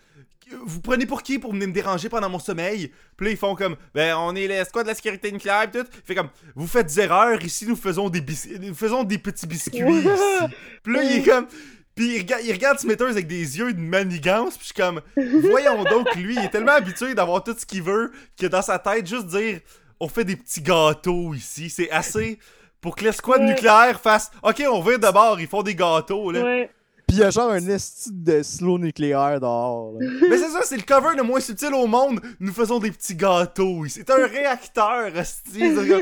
[SPEAKER 1] Vous prenez pour qui pour venir me déranger pendant mon sommeil Puis là, ils font comme Ben, on est l'escouade de la sécurité nucléaire. Puis tout. Il fait comme Vous faites des erreurs. Ici, nous faisons des, bis- nous faisons des petits biscuits. ici. Puis là, il est comme. Puis il regarde, il regarde Smithers avec des yeux de manigance. Puis je suis comme Voyons donc, lui, il est tellement habitué d'avoir tout ce qu'il veut que dans sa tête, juste dire On fait des petits gâteaux ici. C'est assez pour que l'escouade
[SPEAKER 2] Ouais.
[SPEAKER 1] nucléaire fasse OK, on vire de bord, ils font des gâteaux. Là.
[SPEAKER 2] Ouais.
[SPEAKER 3] Puis il y a genre un esti de slow nucléaire dehors. là.
[SPEAKER 1] Mais c'est ça, c'est le cover le moins subtil au monde. Nous faisons des petits gâteaux. ici. C'est un réacteur, hostie. C'est comme-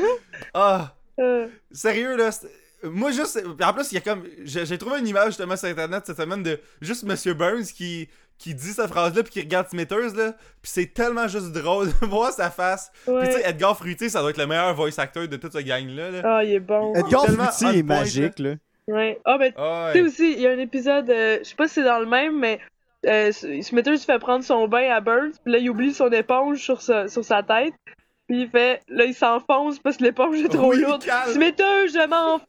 [SPEAKER 1] Ah,
[SPEAKER 2] euh,
[SPEAKER 1] sérieux, là. c'est- Moi, juste. En plus, il y a comme. J'ai j'ai trouvé une image justement sur Internet cette semaine de juste Monsieur Burns qui, qui dit cette phrase-là puis qui regarde Smithers, là. Puis c'est tellement juste drôle de voir sa face. Puis tu sais,
[SPEAKER 2] ouais.
[SPEAKER 1] Edgar Fruitier, ça doit être le meilleur voice actor de toute cette gang-là. Là.
[SPEAKER 2] Ah, il est bon.
[SPEAKER 3] Edgar
[SPEAKER 1] tellement on
[SPEAKER 3] Fruitier
[SPEAKER 1] point,
[SPEAKER 3] est magique, là.
[SPEAKER 2] Ouais. Ah, ben, tu
[SPEAKER 1] Ah,
[SPEAKER 2] sais
[SPEAKER 1] ouais.
[SPEAKER 2] aussi, il y a un épisode, euh, je sais pas si c'est dans le même, mais euh, S- Smithers fait prendre son bain à Burns, puis là, il oublie son éponge sur, sa- sur sa tête. Puis il fait, là, il s'enfonce parce que l'éponge est trop
[SPEAKER 1] Oui,
[SPEAKER 2] lourde.
[SPEAKER 1] calme.
[SPEAKER 2] Smithers, je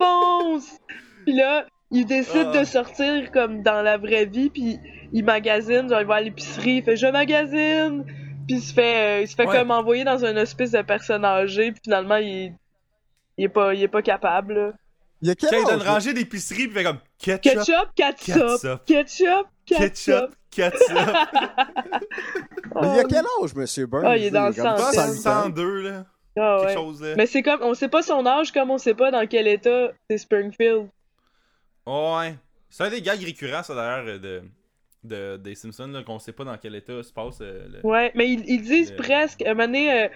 [SPEAKER 2] m'enfonce! puis là, il décide
[SPEAKER 1] Ah.
[SPEAKER 2] de sortir comme dans la vraie vie, puis il magasine, genre il va à l'épicerie, il fait je magasine, puis il se fait, euh, il se fait
[SPEAKER 1] Ouais.
[SPEAKER 2] comme envoyer dans un hospice de personnes âgées, puis finalement il, il est pas, il est pas capable. là.
[SPEAKER 3] Il y a quel
[SPEAKER 1] Quand il donne
[SPEAKER 3] âge,
[SPEAKER 1] une
[SPEAKER 3] là?
[SPEAKER 1] rangée d'épicerie, puis il fait comme ketchup,
[SPEAKER 2] Ketchup, catsup.
[SPEAKER 1] ketchup,
[SPEAKER 2] Ketchup, catsup.
[SPEAKER 1] ketchup, ketchup.
[SPEAKER 3] Mais
[SPEAKER 2] Oh
[SPEAKER 3] il y a quel âge, monsieur Burns?
[SPEAKER 2] Ah, il est dans le
[SPEAKER 1] Je
[SPEAKER 3] comme
[SPEAKER 1] pense
[SPEAKER 2] centaine.
[SPEAKER 3] 100
[SPEAKER 1] que
[SPEAKER 3] ans.
[SPEAKER 1] c'est 102, là.
[SPEAKER 2] Ah
[SPEAKER 1] Quelque
[SPEAKER 2] ouais.
[SPEAKER 1] chose, là.
[SPEAKER 2] Mais c'est comme, on sait pas son âge comme on sait pas dans quel état c'est Springfield.
[SPEAKER 1] ouais. C'est un des gags récurrents, ça, d'ailleurs, de, de- des Simpsons, là, qu'on sait pas dans quel état se passe euh, le-
[SPEAKER 2] Ouais, mais ils, ils disent
[SPEAKER 1] Euh.
[SPEAKER 2] presque, un moment donné, euh,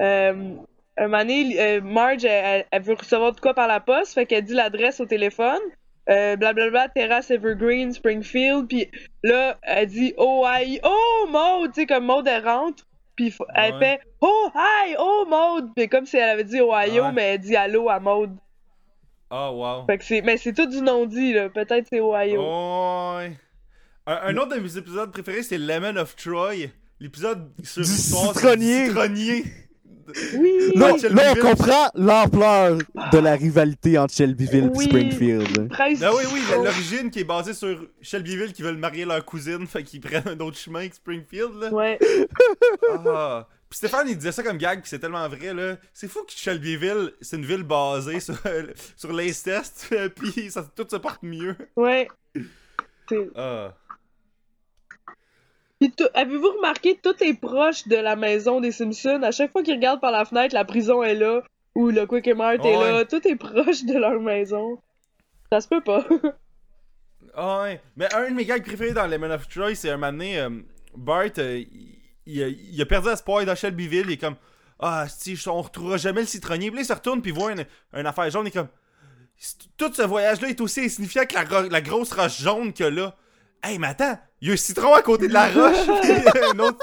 [SPEAKER 2] euh, un moment donné, euh, Marge, elle, elle- elle veut recevoir de quoi par la poste, fait qu'elle dit l'adresse au téléphone, euh, blablabla, terrasse Evergreen, Springfield, puis là, elle dit « Oh, hi, oh, Maud », tu sais, comme Maud, elle rentre, puis faut- elle
[SPEAKER 1] Ouais.
[SPEAKER 2] fait « Oh, hi, oh, Maud », puis comme si elle avait dit « Ohio
[SPEAKER 1] Ouais.
[SPEAKER 2] mais elle dit « Allô » à Maud.
[SPEAKER 1] Ah, wow.
[SPEAKER 2] Fait que c'est, mais c'est tout du non-dit, là, peut-être c'est « Ohio
[SPEAKER 1] Oh. Ouais. Un, un autre de mes épisodes préférés, c'est Lemon of Troy. L'épisode sur
[SPEAKER 3] Du
[SPEAKER 1] l'histoire du
[SPEAKER 3] citronnier.
[SPEAKER 1] citronnier.
[SPEAKER 2] Oui!
[SPEAKER 3] Là,
[SPEAKER 1] Ouais,
[SPEAKER 3] là,
[SPEAKER 1] Shelbyville.
[SPEAKER 3] on comprend l'ampleur de la rivalité entre Shelbyville et
[SPEAKER 2] Oui.
[SPEAKER 3] Springfield.
[SPEAKER 2] Presque.
[SPEAKER 1] Ah oui, oui, la- l'origine qui est basée sur Shelbyville qui veulent marier leur cousine, fait qu'ils prennent un autre chemin que Springfield, là.
[SPEAKER 2] Ouais.
[SPEAKER 1] Ah. Puis Stéphane, il disait ça comme gag, puis c'est tellement vrai, là. C'est fou que Shelbyville, c'est une ville basée sur, sur l'inceste, puis ça, tout se porte mieux.
[SPEAKER 2] Ouais. C'est-
[SPEAKER 1] Ah.
[SPEAKER 2] Puis tout- Avez-vous remarqué, tout est proche de la maison des Simpsons. À chaque fois qu'ils regardent par la fenêtre, la prison est là, ou le Quick Mart est
[SPEAKER 1] Ouais.
[SPEAKER 2] là. Tout est proche de leur maison. Ça se peut pas.
[SPEAKER 1] Ah ouais. Mais un de mes gags préférés dans Lemon of Troy, c'est un moment donné, euh, Bart, euh, il, il a- il a perdu espoir dans Shelbyville, il est comme Ah, si, on retrouvera jamais le citronnier. Puis là, il se retourne, puis il voit une, une affaire jaune, il est comme C'est- Tout ce voyage-là est aussi insignifiant que la, ro- la grosse roche jaune que là. Hey, mais attends, il y a un citron à côté de la roche, puis il y a un autre.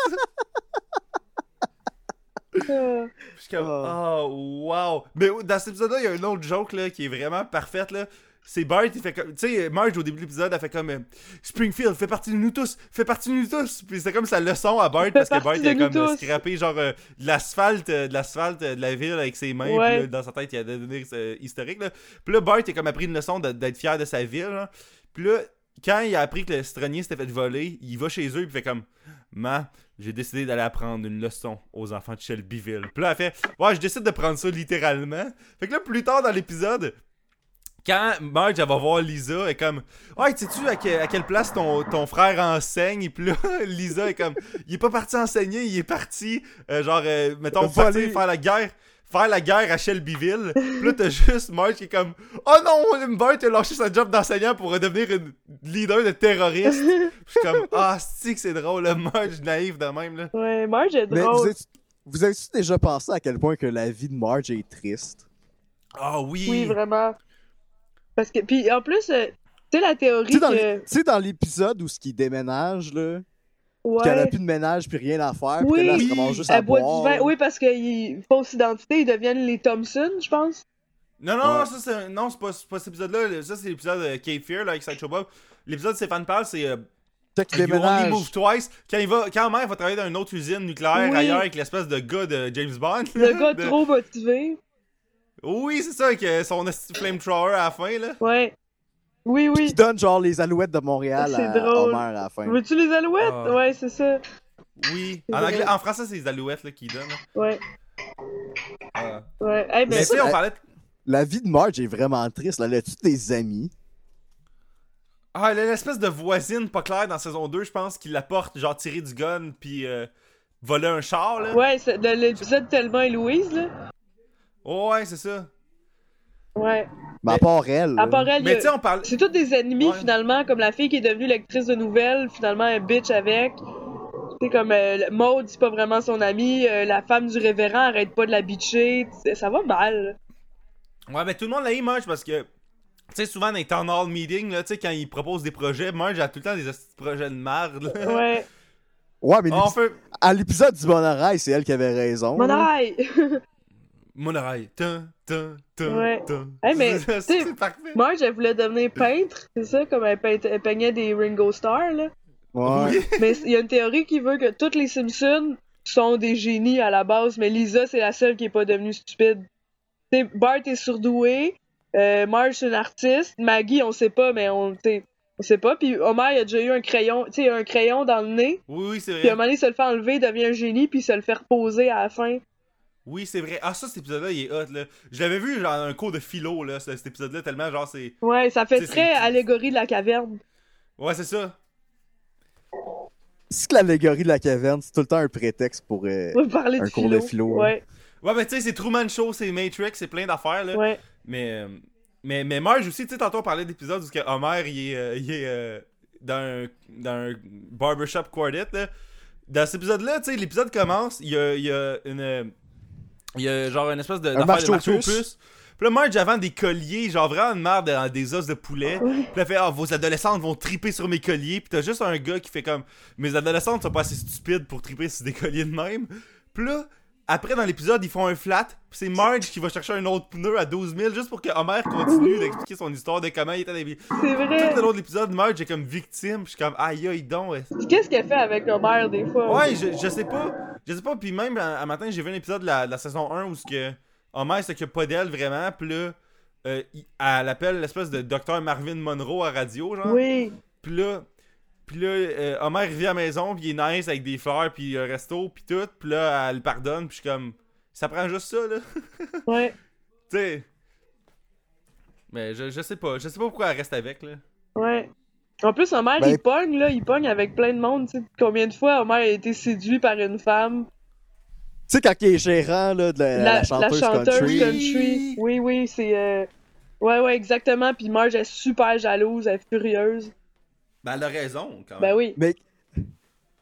[SPEAKER 2] Euh,
[SPEAKER 1] Je suis comme,
[SPEAKER 3] Oh.
[SPEAKER 2] Ah.
[SPEAKER 1] oh, wow. Mais dans cet épisode-là, il y a une autre joke là, qui est vraiment parfaite. Là. C'est Bart, il fait comme. Tu sais, Marge, au début de l'épisode, elle fait comme euh, Springfield, fait partie de nous tous, fait partie de nous tous. Puis c'était comme sa leçon à Bart, parce que Bart,
[SPEAKER 2] partie de
[SPEAKER 1] il a
[SPEAKER 2] nous
[SPEAKER 1] comme euh,
[SPEAKER 2] tous.
[SPEAKER 1] scrappé genre euh, de l'asphalte, euh, de l'asphalte euh, de la ville avec ses mains.
[SPEAKER 2] Ouais.
[SPEAKER 1] Puis là, dans sa tête, il a donné euh, historique. Là. Puis là, Bart, il a comme appris une leçon de- d'être fier de sa ville. là. Puis là, quand il a appris que le citronnier s'était fait voler, il va chez eux, il fait comme Man, j'ai décidé d'aller apprendre une leçon aux enfants de Shelbyville. Puis là, elle fait Ouais, je décide de prendre ça littéralement. Fait que là, plus tard dans l'épisode, quand Marge, elle va voir Lisa, elle est comme Ouais, sais-tu à, que- à quelle place ton, ton frère enseigne Puis là, Lisa est comme Il est pas parti enseigner, il est parti, euh, genre, euh, mettons,
[SPEAKER 3] Voler.
[SPEAKER 1] partir faire la guerre. Faire la guerre à Shelbyville. Puis là, t'as juste Marge qui est comme Oh non, Bart a lâché sa job d'enseignant pour devenir une leader de terroriste. Je suis comme Ah, si que c'est drôle, le Marge naïf de même, là.
[SPEAKER 2] ouais, Marge est
[SPEAKER 3] Mais vous
[SPEAKER 2] drôle.
[SPEAKER 3] êtes- vous avez-tu déjà pensé à quel point que la vie de Marge est triste?
[SPEAKER 1] Ah oui.
[SPEAKER 2] Oui, vraiment. Parce que, puis en plus, euh, tu sais, la théorie
[SPEAKER 3] Tu sais, dans
[SPEAKER 2] que.
[SPEAKER 3] l'é- tu sais, dans l'épisode où ce qui déménage, là, qu'elle a
[SPEAKER 2] Ouais.
[SPEAKER 3] plus de ménage puis rien à faire,
[SPEAKER 2] Oui.
[SPEAKER 3] puis là, elle
[SPEAKER 1] Oui.
[SPEAKER 3] se ramasse juste à
[SPEAKER 2] Elle boit
[SPEAKER 3] boire.
[SPEAKER 2] du vin. Oui, parce qu'ils fausse identité, ils deviennent les Thompson, je pense.
[SPEAKER 1] Non, non, non,
[SPEAKER 3] Ouais.
[SPEAKER 1] ça, c'est, non, c'est pas, c'est pas cet épisode-là. Le- Ça, c'est l'épisode euh, Cape Fear, là, avec Sideshow Bob. L'épisode de Stéphane parle, c'est euh,
[SPEAKER 3] Fait qu'il
[SPEAKER 1] You Only
[SPEAKER 3] déménage.
[SPEAKER 1] Move Twice. Quand, il va, quand mère va travailler dans une autre usine nucléaire
[SPEAKER 2] Oui.
[SPEAKER 1] ailleurs avec l'espèce de gars de James Bond.
[SPEAKER 2] Le gars
[SPEAKER 1] De-
[SPEAKER 2] trop motivé.
[SPEAKER 1] Oui, c'est ça, avec euh, son esti flamethrower à la fin, là.
[SPEAKER 2] Ouais. Oui, oui.
[SPEAKER 3] Qui donne genre les alouettes de Montréal
[SPEAKER 2] C'est
[SPEAKER 3] à
[SPEAKER 2] drôle.
[SPEAKER 3] Homer à la fin.
[SPEAKER 2] Veux-tu les alouettes?
[SPEAKER 1] Ah.
[SPEAKER 2] Ouais, c'est ça.
[SPEAKER 1] Oui.
[SPEAKER 2] C'est
[SPEAKER 1] En,
[SPEAKER 2] vrai.
[SPEAKER 1] anglais- en français, c'est les alouettes là, qu'il donne. là.
[SPEAKER 2] Ouais,
[SPEAKER 1] Ah.
[SPEAKER 2] ouais. Eh ben,
[SPEAKER 1] Mais
[SPEAKER 3] ça,
[SPEAKER 1] si on
[SPEAKER 3] la-
[SPEAKER 1] parlait de...
[SPEAKER 3] La vie de Marge est vraiment triste. là. Elle a-tu des amis?
[SPEAKER 1] Ah, là, l'espèce de voisine pas claire dans saison 2, je pense, qui la porte, genre tirer du gun, puis euh, voler un char, là.
[SPEAKER 2] ouais, c'est de l'épisode tellement et Louise, là.
[SPEAKER 1] Ouais, c'est ça.
[SPEAKER 2] Ouais.
[SPEAKER 3] Mais à part elle.
[SPEAKER 2] À
[SPEAKER 3] là.
[SPEAKER 2] part elle, euh, il y
[SPEAKER 1] Mais
[SPEAKER 2] a-
[SPEAKER 1] tu sais, on parle.
[SPEAKER 2] c'est tous des ennemis,
[SPEAKER 1] Ouais.
[SPEAKER 2] finalement. Comme la fille qui est devenue lectrice de nouvelles, finalement, elle bitch avec. Tu sais, comme euh, le- Maud, c'est pas vraiment son amie. euh, la femme du révérend arrête pas de la bitcher. T'sais, Ça va mal.
[SPEAKER 1] Ouais, mais tout le monde la Marge parce que. Tu sais, souvent dans les town hall meetings, là, tu sais, quand ils proposent des projets, Marge a tout le temps des hosties de projets de merde, là.
[SPEAKER 2] Ouais.
[SPEAKER 3] Ouais, mais
[SPEAKER 1] Ah, on
[SPEAKER 3] l'épi-
[SPEAKER 1] fait.
[SPEAKER 3] à l'épisode du Monorail, c'est elle qui avait
[SPEAKER 1] Oh.
[SPEAKER 3] raison.
[SPEAKER 2] Mon
[SPEAKER 3] là.
[SPEAKER 2] aïe!
[SPEAKER 1] Mon oreille. Tum, tum, tum,
[SPEAKER 2] Ouais.
[SPEAKER 1] tum.
[SPEAKER 2] Hey, mais,
[SPEAKER 1] C'est-
[SPEAKER 2] tu sais,
[SPEAKER 1] c'est parfait.
[SPEAKER 2] Marge, elle voulait devenir peintre, c'est ça? Comme elle, peint- elle peignait des Ringo Starr, là.
[SPEAKER 3] Ouais.
[SPEAKER 2] Mais il y a une théorie qui veut que toutes les Simpsons sont des génies à la base, mais Lisa, c'est la seule qui est pas devenue stupide. T'sais, Bart est surdoué, euh, Marge, c'est une artiste, Maggie, on sait pas, mais on, t'sais, on sait pas. Puis Homer, il a déjà eu un crayon, t'sais, un crayon dans le nez,
[SPEAKER 1] Oui, oui, c'est
[SPEAKER 2] puis euh, à
[SPEAKER 1] vrai.
[SPEAKER 2] un moment donné, il se le fait enlever, il devient un génie, puis il se le fait reposer à la fin.
[SPEAKER 1] Oui, c'est vrai. Ah, ça, cet épisode-là, il est hot, là. Je l'avais vu, genre, un cours de philo, là, ce- cet épisode-là, tellement, genre, c'est.
[SPEAKER 2] Ouais, ça fait
[SPEAKER 1] C'est-
[SPEAKER 2] très
[SPEAKER 1] c'est-
[SPEAKER 2] allégorie de la caverne.
[SPEAKER 1] Ouais, c'est ça.
[SPEAKER 3] C'est que l'allégorie de la caverne, c'est tout le temps un prétexte pour. euh,
[SPEAKER 2] On va parler
[SPEAKER 3] Un
[SPEAKER 2] de
[SPEAKER 3] cours
[SPEAKER 2] philo.
[SPEAKER 3] de philo,
[SPEAKER 2] Ouais,
[SPEAKER 1] Ouais, mais tu sais, c'est Truman Show, c'est Matrix, c'est plein d'affaires, là.
[SPEAKER 2] ouais.
[SPEAKER 1] Mais, euh, mais, mais Marge aussi, tu sais, tantôt on parlait d'épisodes où ce que Homer, il est, euh, il est euh, dans, un, dans un barbershop quartet. Là. Dans cet épisode-là, tu sais, l'épisode commence, il y a, il y a une. euh, Il y a genre une espèce de. d'affaire
[SPEAKER 3] marche
[SPEAKER 1] de
[SPEAKER 3] aux
[SPEAKER 1] marché aux
[SPEAKER 3] puces.
[SPEAKER 1] puces. Puis là, Marge avant des colliers, genre vraiment une merde dans des os de poulet. Puis là, elle fait Ah, vos adolescentes vont triper sur mes colliers. Puis t'as juste un gars qui fait comme Mes adolescentes sont pas assez stupides pour triper sur des colliers de même. Puis là, après, dans l'épisode, ils font un flat. Puis c'est Marge qui va chercher un autre pneu à 12 000 juste pour que Homer continue d'expliquer son histoire de comment il était habillé. Tout
[SPEAKER 2] C'est vrai.
[SPEAKER 1] le long de l'épisode, Marge est comme victime. puis Je suis comme aïe aïe donc. est-ce-
[SPEAKER 2] Qu'est-ce qu'elle fait avec Homer des fois?
[SPEAKER 1] Ouais, je, je sais pas. Je sais pas. Puis même, un un matin, j'ai vu un épisode de la, de la saison 1 où ce que Homer s'occupe pas d'elle vraiment. Puis là, euh, il- elle appelle l'espèce de docteur Marvin Monroe à radio, genre.
[SPEAKER 2] Oui.
[SPEAKER 1] Puis là, puis là euh, Homer revient à la maison, puis il est nice avec des fleurs, puis un resto, puis tout. Puis là, elle le pardonne, puis je suis comme, ça prend juste ça, là.
[SPEAKER 2] Ouais.
[SPEAKER 1] tu sais. Mais je, je sais pas. Je sais pas pourquoi elle reste avec, là.
[SPEAKER 2] Ouais. En plus, Homer,
[SPEAKER 3] Ben-
[SPEAKER 2] il pogne, là, il pogne avec plein de monde, tu sais. Combien de fois Homer a été séduit par une femme?
[SPEAKER 3] Tu sais, quand il est gérant là, de la, Euh, la chanteuse, country.
[SPEAKER 1] country.
[SPEAKER 2] country. Oui, oui, c'est... euh, Ouais, ouais, exactement. Puis Marge est super jalouse, elle est furieuse.
[SPEAKER 1] Ben, elle a raison,
[SPEAKER 3] Ah,
[SPEAKER 1] quand même.
[SPEAKER 2] Ben oui.
[SPEAKER 3] Mais, tu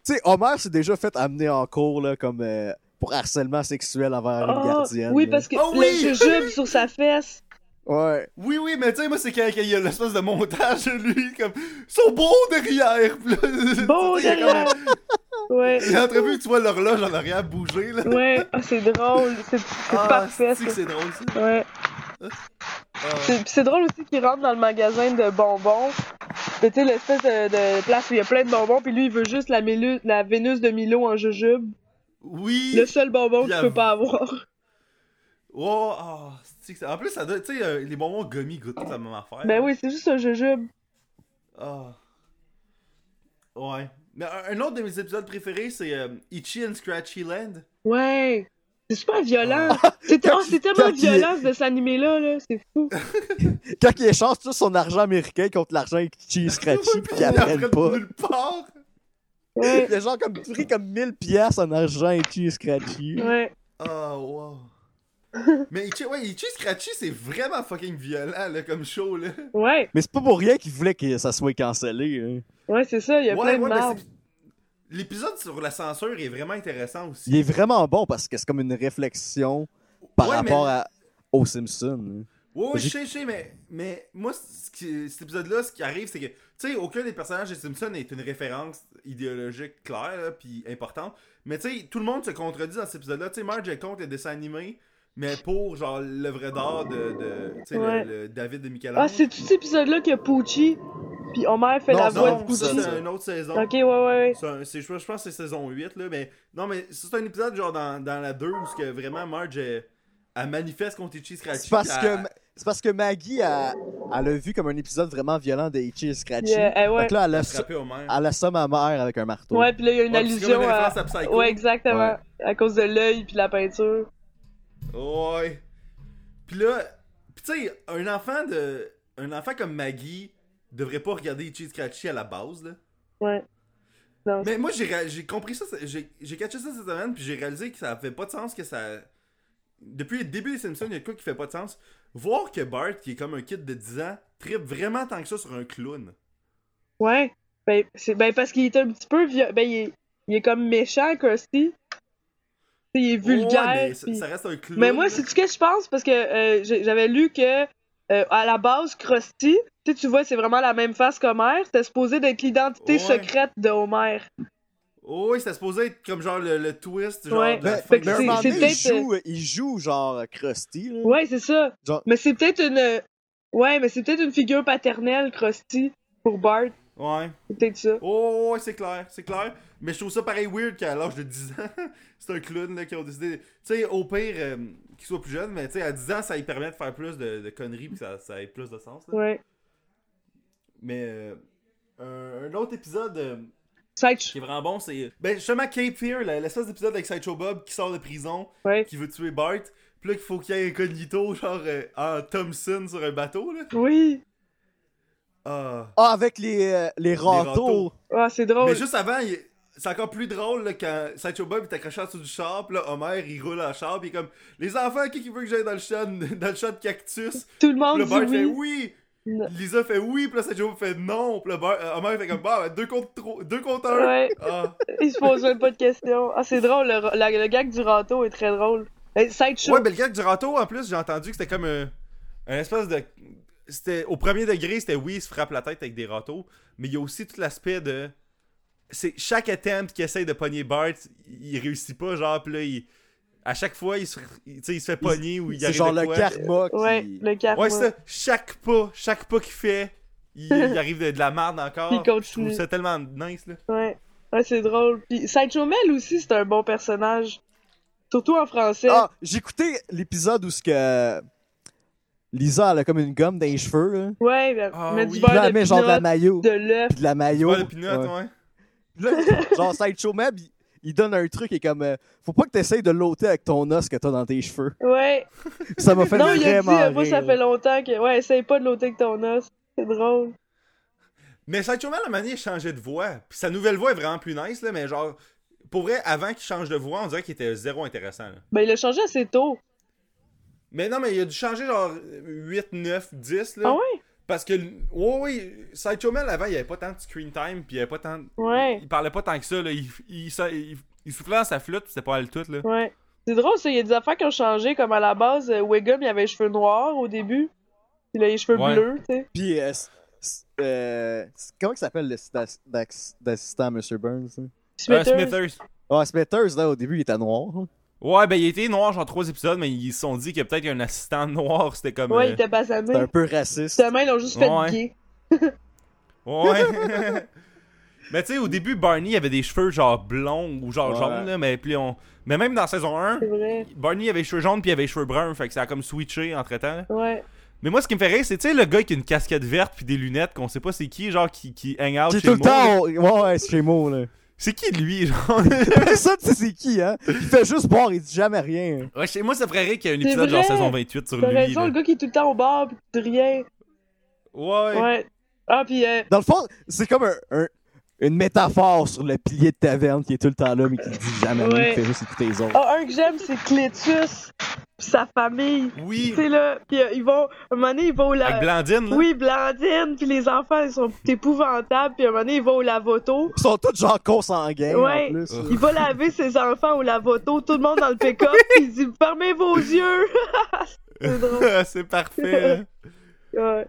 [SPEAKER 3] sais, Homer s'est déjà fait amener en cours là, comme euh, pour harcèlement sexuel envers une
[SPEAKER 2] Ah,
[SPEAKER 3] gardienne.
[SPEAKER 2] oui,
[SPEAKER 3] là.
[SPEAKER 2] parce que
[SPEAKER 1] Oh
[SPEAKER 2] le
[SPEAKER 1] oui!
[SPEAKER 2] jujube sur sa fesse.
[SPEAKER 3] Ouais.
[SPEAKER 1] Oui, oui, mais tu sais, moi, c'est quand il y a l'espèce de montage, lui, comme. Ils sont beaux derrière! Puis là,
[SPEAKER 2] Beau
[SPEAKER 1] il y a comme-
[SPEAKER 2] derrière! Ouais.
[SPEAKER 1] Il y a entrevue, tu vois l'horloge en arrière bouger, là.
[SPEAKER 2] Ouais, ah, c'est drôle, c'est c'est
[SPEAKER 1] Ah,
[SPEAKER 2] parfait
[SPEAKER 1] c'est que
[SPEAKER 2] ça.
[SPEAKER 1] c'est drôle, ça.
[SPEAKER 2] Ouais.
[SPEAKER 1] Ah.
[SPEAKER 2] C'est- pis c'est drôle aussi qu'il rentre dans le magasin de bonbons. Mais Tu sais, l'espèce de, de place où il y a plein de bonbons, puis lui, il veut juste la, Mélu- la Vénus de Milo en jujube.
[SPEAKER 1] Oui!
[SPEAKER 2] Le seul bonbon
[SPEAKER 1] La-
[SPEAKER 2] qu'il peut pas avoir.
[SPEAKER 1] Oh, ah, c'est que c'est- En plus, ça doit. Tu sais, euh, les bonbons gummy goûtent tous la même affaire.
[SPEAKER 2] Ben oui, c'est juste un jujube.
[SPEAKER 1] Ah. Ouais. Mais euh, un, un autre de mes épisodes préférés, c'est euh, Itchy and Scratchy Land.
[SPEAKER 2] Ouais. C'est super violent. C'est oh, c'est tellement
[SPEAKER 3] Quand il-
[SPEAKER 2] violent de s'animer là, là. C'est fou.
[SPEAKER 3] Quand il échange tout son argent américain contre l'argent cheese scratchy puis qu'il apprenne pas.
[SPEAKER 1] nulle part.
[SPEAKER 2] Ouais.
[SPEAKER 3] Il a genre comme pris comme 1000 pièces en argent cheese scratchy.
[SPEAKER 2] Ouais.
[SPEAKER 1] Ah, wow. Mais Itchy, ouais, Itchy Scratchy, c'est vraiment fucking violent, là, comme show, là.
[SPEAKER 2] Ouais.
[SPEAKER 3] Mais c'est pas pour rien qu'il voulait que ça soit cancellé. hein.
[SPEAKER 2] Ouais, c'est ça, il y a plein de
[SPEAKER 1] mais
[SPEAKER 2] marbre.
[SPEAKER 1] c'est- L'épisode sur la censure est vraiment intéressant aussi.
[SPEAKER 3] Il est vraiment bon parce que c'est comme une réflexion par
[SPEAKER 1] Ouais,
[SPEAKER 3] rapport
[SPEAKER 1] mais-
[SPEAKER 3] à aux Simpsons. hein.
[SPEAKER 1] Ouais, ouais, je
[SPEAKER 3] J'ai-
[SPEAKER 1] sais, je sais, mais, mais moi, ce qui- cet épisode-là, ce qui arrive, c'est que, tu sais, aucun des personnages de Simpson est une référence idéologique claire, là, puis importante. Mais, tu sais, tout le monde se contredit dans cet épisode-là. Tu sais, Marge est contre le dessin animé, mais pour, genre, l'œuvre d'art de, de tu sais, le-
[SPEAKER 2] Ouais.
[SPEAKER 1] le, David de Michel-Ange.
[SPEAKER 2] Ah, c'est tout cet épisode-là qu'il y a Poochie, puis Homer fait
[SPEAKER 3] Non,
[SPEAKER 1] non,
[SPEAKER 2] la voix de
[SPEAKER 1] non, ça,
[SPEAKER 2] Poochie.
[SPEAKER 1] c'est une autre saison.
[SPEAKER 2] Ah, Ok, ouais, ouais, ouais.
[SPEAKER 1] C'est un- c'est- je pense je pense que c'est saison 8, là, mais... Non, mais c'est un épisode, genre, dans, dans la 2, où ce que vraiment Marge, elle, elle manifeste contre Itchy Scratchy.
[SPEAKER 3] C'est parce
[SPEAKER 1] puis
[SPEAKER 3] que
[SPEAKER 1] elle-
[SPEAKER 3] c'est parce que Maggie a elle l'a vu comme un épisode vraiment violent de Itchy et Scratchy.
[SPEAKER 2] Yeah, eh ouais.
[SPEAKER 3] Fait que là, elle,
[SPEAKER 1] elle a
[SPEAKER 3] asso-
[SPEAKER 1] frappé Homer.
[SPEAKER 3] elle assomme ma mère avec un marteau.
[SPEAKER 2] Ouais, puis là, il y a une
[SPEAKER 1] Ouais, puis c'est comme
[SPEAKER 2] allusion
[SPEAKER 1] une
[SPEAKER 2] à...
[SPEAKER 1] référence à Psycho.
[SPEAKER 2] Ouais, exactement. À cause de l'œil puis de la peinture.
[SPEAKER 1] Ouais. Puis là, pis tu sais, un enfant de un enfant comme Maggie devrait pas regarder Cheese Scratchy à la base là.
[SPEAKER 2] Ouais. Non.
[SPEAKER 1] Mais moi j'ai réa- j'ai compris ça, c'est- j'ai j'ai catché ça cette semaine puis j'ai réalisé que ça fait pas de sens que ça depuis le début des Simpsons, il y a de quoi qui fait pas de sens. Voir que Bart, qui est comme un kid de 10 ans, tripe vraiment tant que ça sur un clown.
[SPEAKER 2] Ouais. Ben, c'est ben parce qu'il est un petit peu vieux. Ben, il est, il est comme méchant, Krusty. T'sais, Il est vulgaire.
[SPEAKER 1] Ouais, mais ça,
[SPEAKER 2] puis-
[SPEAKER 1] ça reste un clown.
[SPEAKER 2] Mais moi,
[SPEAKER 1] là.
[SPEAKER 2] c'est ce que je pense parce que euh, j'ai- j'avais lu que euh, à la base, Krusty, tu sais, tu vois, c'est vraiment la même face qu'Homer. C'était supposé d'être l'identité
[SPEAKER 1] Ouais.
[SPEAKER 2] secrète de Homer.
[SPEAKER 1] Oh, oui, c'était supposé être comme genre le, le twist, genre.
[SPEAKER 2] Ouais.
[SPEAKER 1] de la
[SPEAKER 3] Ben,
[SPEAKER 1] fin de
[SPEAKER 2] que
[SPEAKER 3] mais à un
[SPEAKER 2] c'est-
[SPEAKER 3] moment
[SPEAKER 2] c'est
[SPEAKER 3] donné, il
[SPEAKER 2] peut-être, euh,
[SPEAKER 3] joue, il joue genre Krusty. là.
[SPEAKER 2] Ouais, c'est ça.
[SPEAKER 3] Genre-
[SPEAKER 2] Mais c'est peut-être une. euh, Ouais, mais c'est peut-être une figure paternelle, Krusty, pour Bart.
[SPEAKER 1] Ouais.
[SPEAKER 2] C'est peut-être ça.
[SPEAKER 1] Oh, ouais, c'est clair, c'est clair. Mais je trouve ça pareil weird qu'à l'âge de 10 ans, c'est un clown là, qui ont décidé. Tu sais, au pire, euh, qu'il soit plus jeune, mais tu sais, à 10 ans, ça lui permet de faire plus de, de conneries puis ça, ça ait plus de sens. là.
[SPEAKER 2] Ouais.
[SPEAKER 1] Mais euh, un, un autre épisode euh,
[SPEAKER 2] Side
[SPEAKER 1] qui est vraiment bon, c'est. Ben, justement, Cape Fear, la- l'espèce d'épisode avec Sideshow Bob qui sort de prison,
[SPEAKER 2] Ouais.
[SPEAKER 1] qui veut tuer Bart, pis là, qu'il faut qu'il y ait un cognito, genre euh, en Thompson sur un bateau, là.
[SPEAKER 2] Oui.
[SPEAKER 1] Ah.
[SPEAKER 3] Ah, avec les, euh, les râteaux.
[SPEAKER 1] râteaux.
[SPEAKER 2] Ah, c'est drôle.
[SPEAKER 1] Mais juste avant, il- c'est encore plus drôle là, quand Sideshow Bob est accroché en dessous du char, pis là, Homer, il roule en char, pis il est comme Les enfants, qui, qui veut que j'aille dans le champ, de- dans le champ de cactus
[SPEAKER 2] Tout le
[SPEAKER 1] Pis
[SPEAKER 2] monde
[SPEAKER 1] le Bart fait
[SPEAKER 2] dit Oh,
[SPEAKER 1] oui
[SPEAKER 2] oui. Non.
[SPEAKER 1] Lisa fait oui, pis là, Sideshow Bob fait non, pis le Bart, euh, Homer fait comme Bah, ben, deux contre, trois- deux contre un
[SPEAKER 2] Ouais,
[SPEAKER 1] Ah.
[SPEAKER 2] il se pose même pas de questions. Ah, c'est drôle, le, ra- la- le gag du râteau est très drôle. Eh, Sideshow.
[SPEAKER 1] Ouais, ben le gag du râteau, en plus, j'ai entendu que c'était comme un, un espèce de. C'était au premier degré, c'était oui, il se frappe la tête avec des râteaux, mais il y a aussi tout l'aspect de. C'est chaque attempt qu'il essaye de pogner Bart, il il réussit pas, genre, pis là, il- à chaque fois, il se, il- tu sais, il se fait pogner ou il
[SPEAKER 3] C'est
[SPEAKER 1] arrive
[SPEAKER 3] genre
[SPEAKER 1] de
[SPEAKER 3] le
[SPEAKER 1] quoi.
[SPEAKER 3] karma qui...
[SPEAKER 2] ouais, le karma.
[SPEAKER 1] Ouais, c'est ça. Chaque pas, chaque pas qu'il fait, il, il arrive de, de la merde encore.
[SPEAKER 2] Il continue.
[SPEAKER 1] Je trouve ça tellement nice, là.
[SPEAKER 2] Ouais, ouais c'est drôle. Puis Sideshow Mel aussi, c'est un bon personnage. Surtout en français.
[SPEAKER 3] Ah, j'écoutais l'épisode où ce que euh, Lisa elle a comme une gomme dans les cheveux là.
[SPEAKER 2] Ouais, mais,
[SPEAKER 1] Ah
[SPEAKER 2] mais
[SPEAKER 1] oui.
[SPEAKER 2] du
[SPEAKER 3] Puis là,
[SPEAKER 2] beurre
[SPEAKER 3] elle met
[SPEAKER 2] de
[SPEAKER 3] genre de la
[SPEAKER 2] pinot,
[SPEAKER 3] maillot,
[SPEAKER 2] de l'œuf.
[SPEAKER 3] puis de la maillot.
[SPEAKER 1] Pas le pinot,
[SPEAKER 3] ouais.
[SPEAKER 1] ouais.
[SPEAKER 3] Puis là, genre Sideshow Mab, il, il donne un truc et comme euh, faut pas que t'essayes de l'ôter avec ton os que t'as dans tes cheveux.
[SPEAKER 2] Ouais.
[SPEAKER 3] Ça m'a fait
[SPEAKER 2] non, il a dit,
[SPEAKER 3] vraiment
[SPEAKER 2] euh, moi, ça
[SPEAKER 3] rire.
[SPEAKER 2] fait longtemps que. Ouais, essaye pas de l'ôter avec ton os. C'est drôle.
[SPEAKER 1] Mais Sideshow Man, à un moment donné, il changeait de voix. Puis sa nouvelle voix est vraiment plus nice, là, mais genre, pour vrai, avant qu'il change de voix, on dirait qu'il était zéro intéressant. là.
[SPEAKER 2] Ben, il a changé assez tôt.
[SPEAKER 1] Mais non, mais il a dû changer genre 8, 9, 10, là.
[SPEAKER 2] Ah ouais?
[SPEAKER 1] Parce que, l- ouais, oui, Sideshow Man, avant, il avait pas tant de screen time, puis il avait pas tant. de-
[SPEAKER 2] Ouais.
[SPEAKER 1] Il parlait pas tant que ça, là. Il, il, ça- il- il soufflait dans sa flûte, puis c'était pas le tout, là.
[SPEAKER 2] Ouais. C'est drôle, ça. Il y a des affaires qui ont changé. Comme à la base, euh, Wiggum, il avait les cheveux noirs au début. Il a les cheveux
[SPEAKER 1] Ouais.
[SPEAKER 2] bleus, tu sais.
[SPEAKER 3] Puis euh, c- c- euh, c- comment il s'appelle l'assistant à M. Burns là?
[SPEAKER 1] Euh,
[SPEAKER 2] Smithers.
[SPEAKER 1] Smithers.
[SPEAKER 3] Ah, Smithers là au début il était noir. hein.
[SPEAKER 1] Ouais, ben il était noir, genre 3 épisodes, mais ils se sont dit qu'il y a peut-être un assistant noir, c'était comme.
[SPEAKER 2] Ouais,
[SPEAKER 1] euh,
[SPEAKER 2] il était
[SPEAKER 3] C'était un
[SPEAKER 2] basané.
[SPEAKER 3] peu raciste.
[SPEAKER 2] Seulement, ils l'ont juste fait
[SPEAKER 1] Ouais.
[SPEAKER 2] gay.
[SPEAKER 1] Ouais. mais tu sais, au début, Barney avait des cheveux genre blonds ou genre
[SPEAKER 3] Ouais.
[SPEAKER 1] jaunes, là, mais puis on. Mais même dans saison 1,
[SPEAKER 2] C'est vrai.
[SPEAKER 1] Barney avait les cheveux jaunes puis il avait les cheveux bruns, fait que ça a comme switché entre temps.
[SPEAKER 2] Ouais.
[SPEAKER 1] Mais moi, ce qui me fait rire, c'est tu sais, le gars qui a une casquette verte puis des lunettes qu'on sait pas c'est qui, genre qui, qui hang out
[SPEAKER 3] J'ai
[SPEAKER 1] chez
[SPEAKER 3] tout le
[SPEAKER 1] Moe, là.
[SPEAKER 3] temps ouais, ouais c'est chez Mo là.
[SPEAKER 1] C'est qui lui, genre
[SPEAKER 3] ça tu sais c'est qui hein Il fait juste boire, il dit jamais rien.
[SPEAKER 1] Ouais, chez moi, ça me ferait rire qu'il y ait un
[SPEAKER 2] C'est
[SPEAKER 1] épisode genre
[SPEAKER 2] vrai.
[SPEAKER 1] saison 28 sur
[SPEAKER 2] T'as
[SPEAKER 1] lui.
[SPEAKER 2] raison,
[SPEAKER 1] là.
[SPEAKER 2] le gars qui est tout le temps au bar pis qui dit rien.
[SPEAKER 1] Ouais.
[SPEAKER 2] Ouais. Ah, pis euh,
[SPEAKER 3] Dans le fond, c'est comme un, un- une métaphore sur le pilier de taverne qui est tout le temps là, mais qui dit jamais rien,
[SPEAKER 2] Ouais.
[SPEAKER 3] qui fait juste écouter les autres.
[SPEAKER 2] ah, un que j'aime, c'est Clétus pis sa famille. Tu
[SPEAKER 1] Oui.
[SPEAKER 2] sais, là, pis euh, ils vont. Un moment donné, ils vont au la.
[SPEAKER 1] Avec Blandine, là.
[SPEAKER 2] Oui, Blandine, pis les enfants, ils sont épouvantables, pis un moment donné, ils vont au lavoto.
[SPEAKER 3] Ils sont tous genre consanguins
[SPEAKER 2] Ouais.
[SPEAKER 3] en plus.
[SPEAKER 1] Oh.
[SPEAKER 2] Il va laver ses enfants au lavoto, tout le monde dans le pick-up, pis il dit Fermez vos yeux C'est drôle.
[SPEAKER 1] c'est parfait. hein.
[SPEAKER 2] Ouais.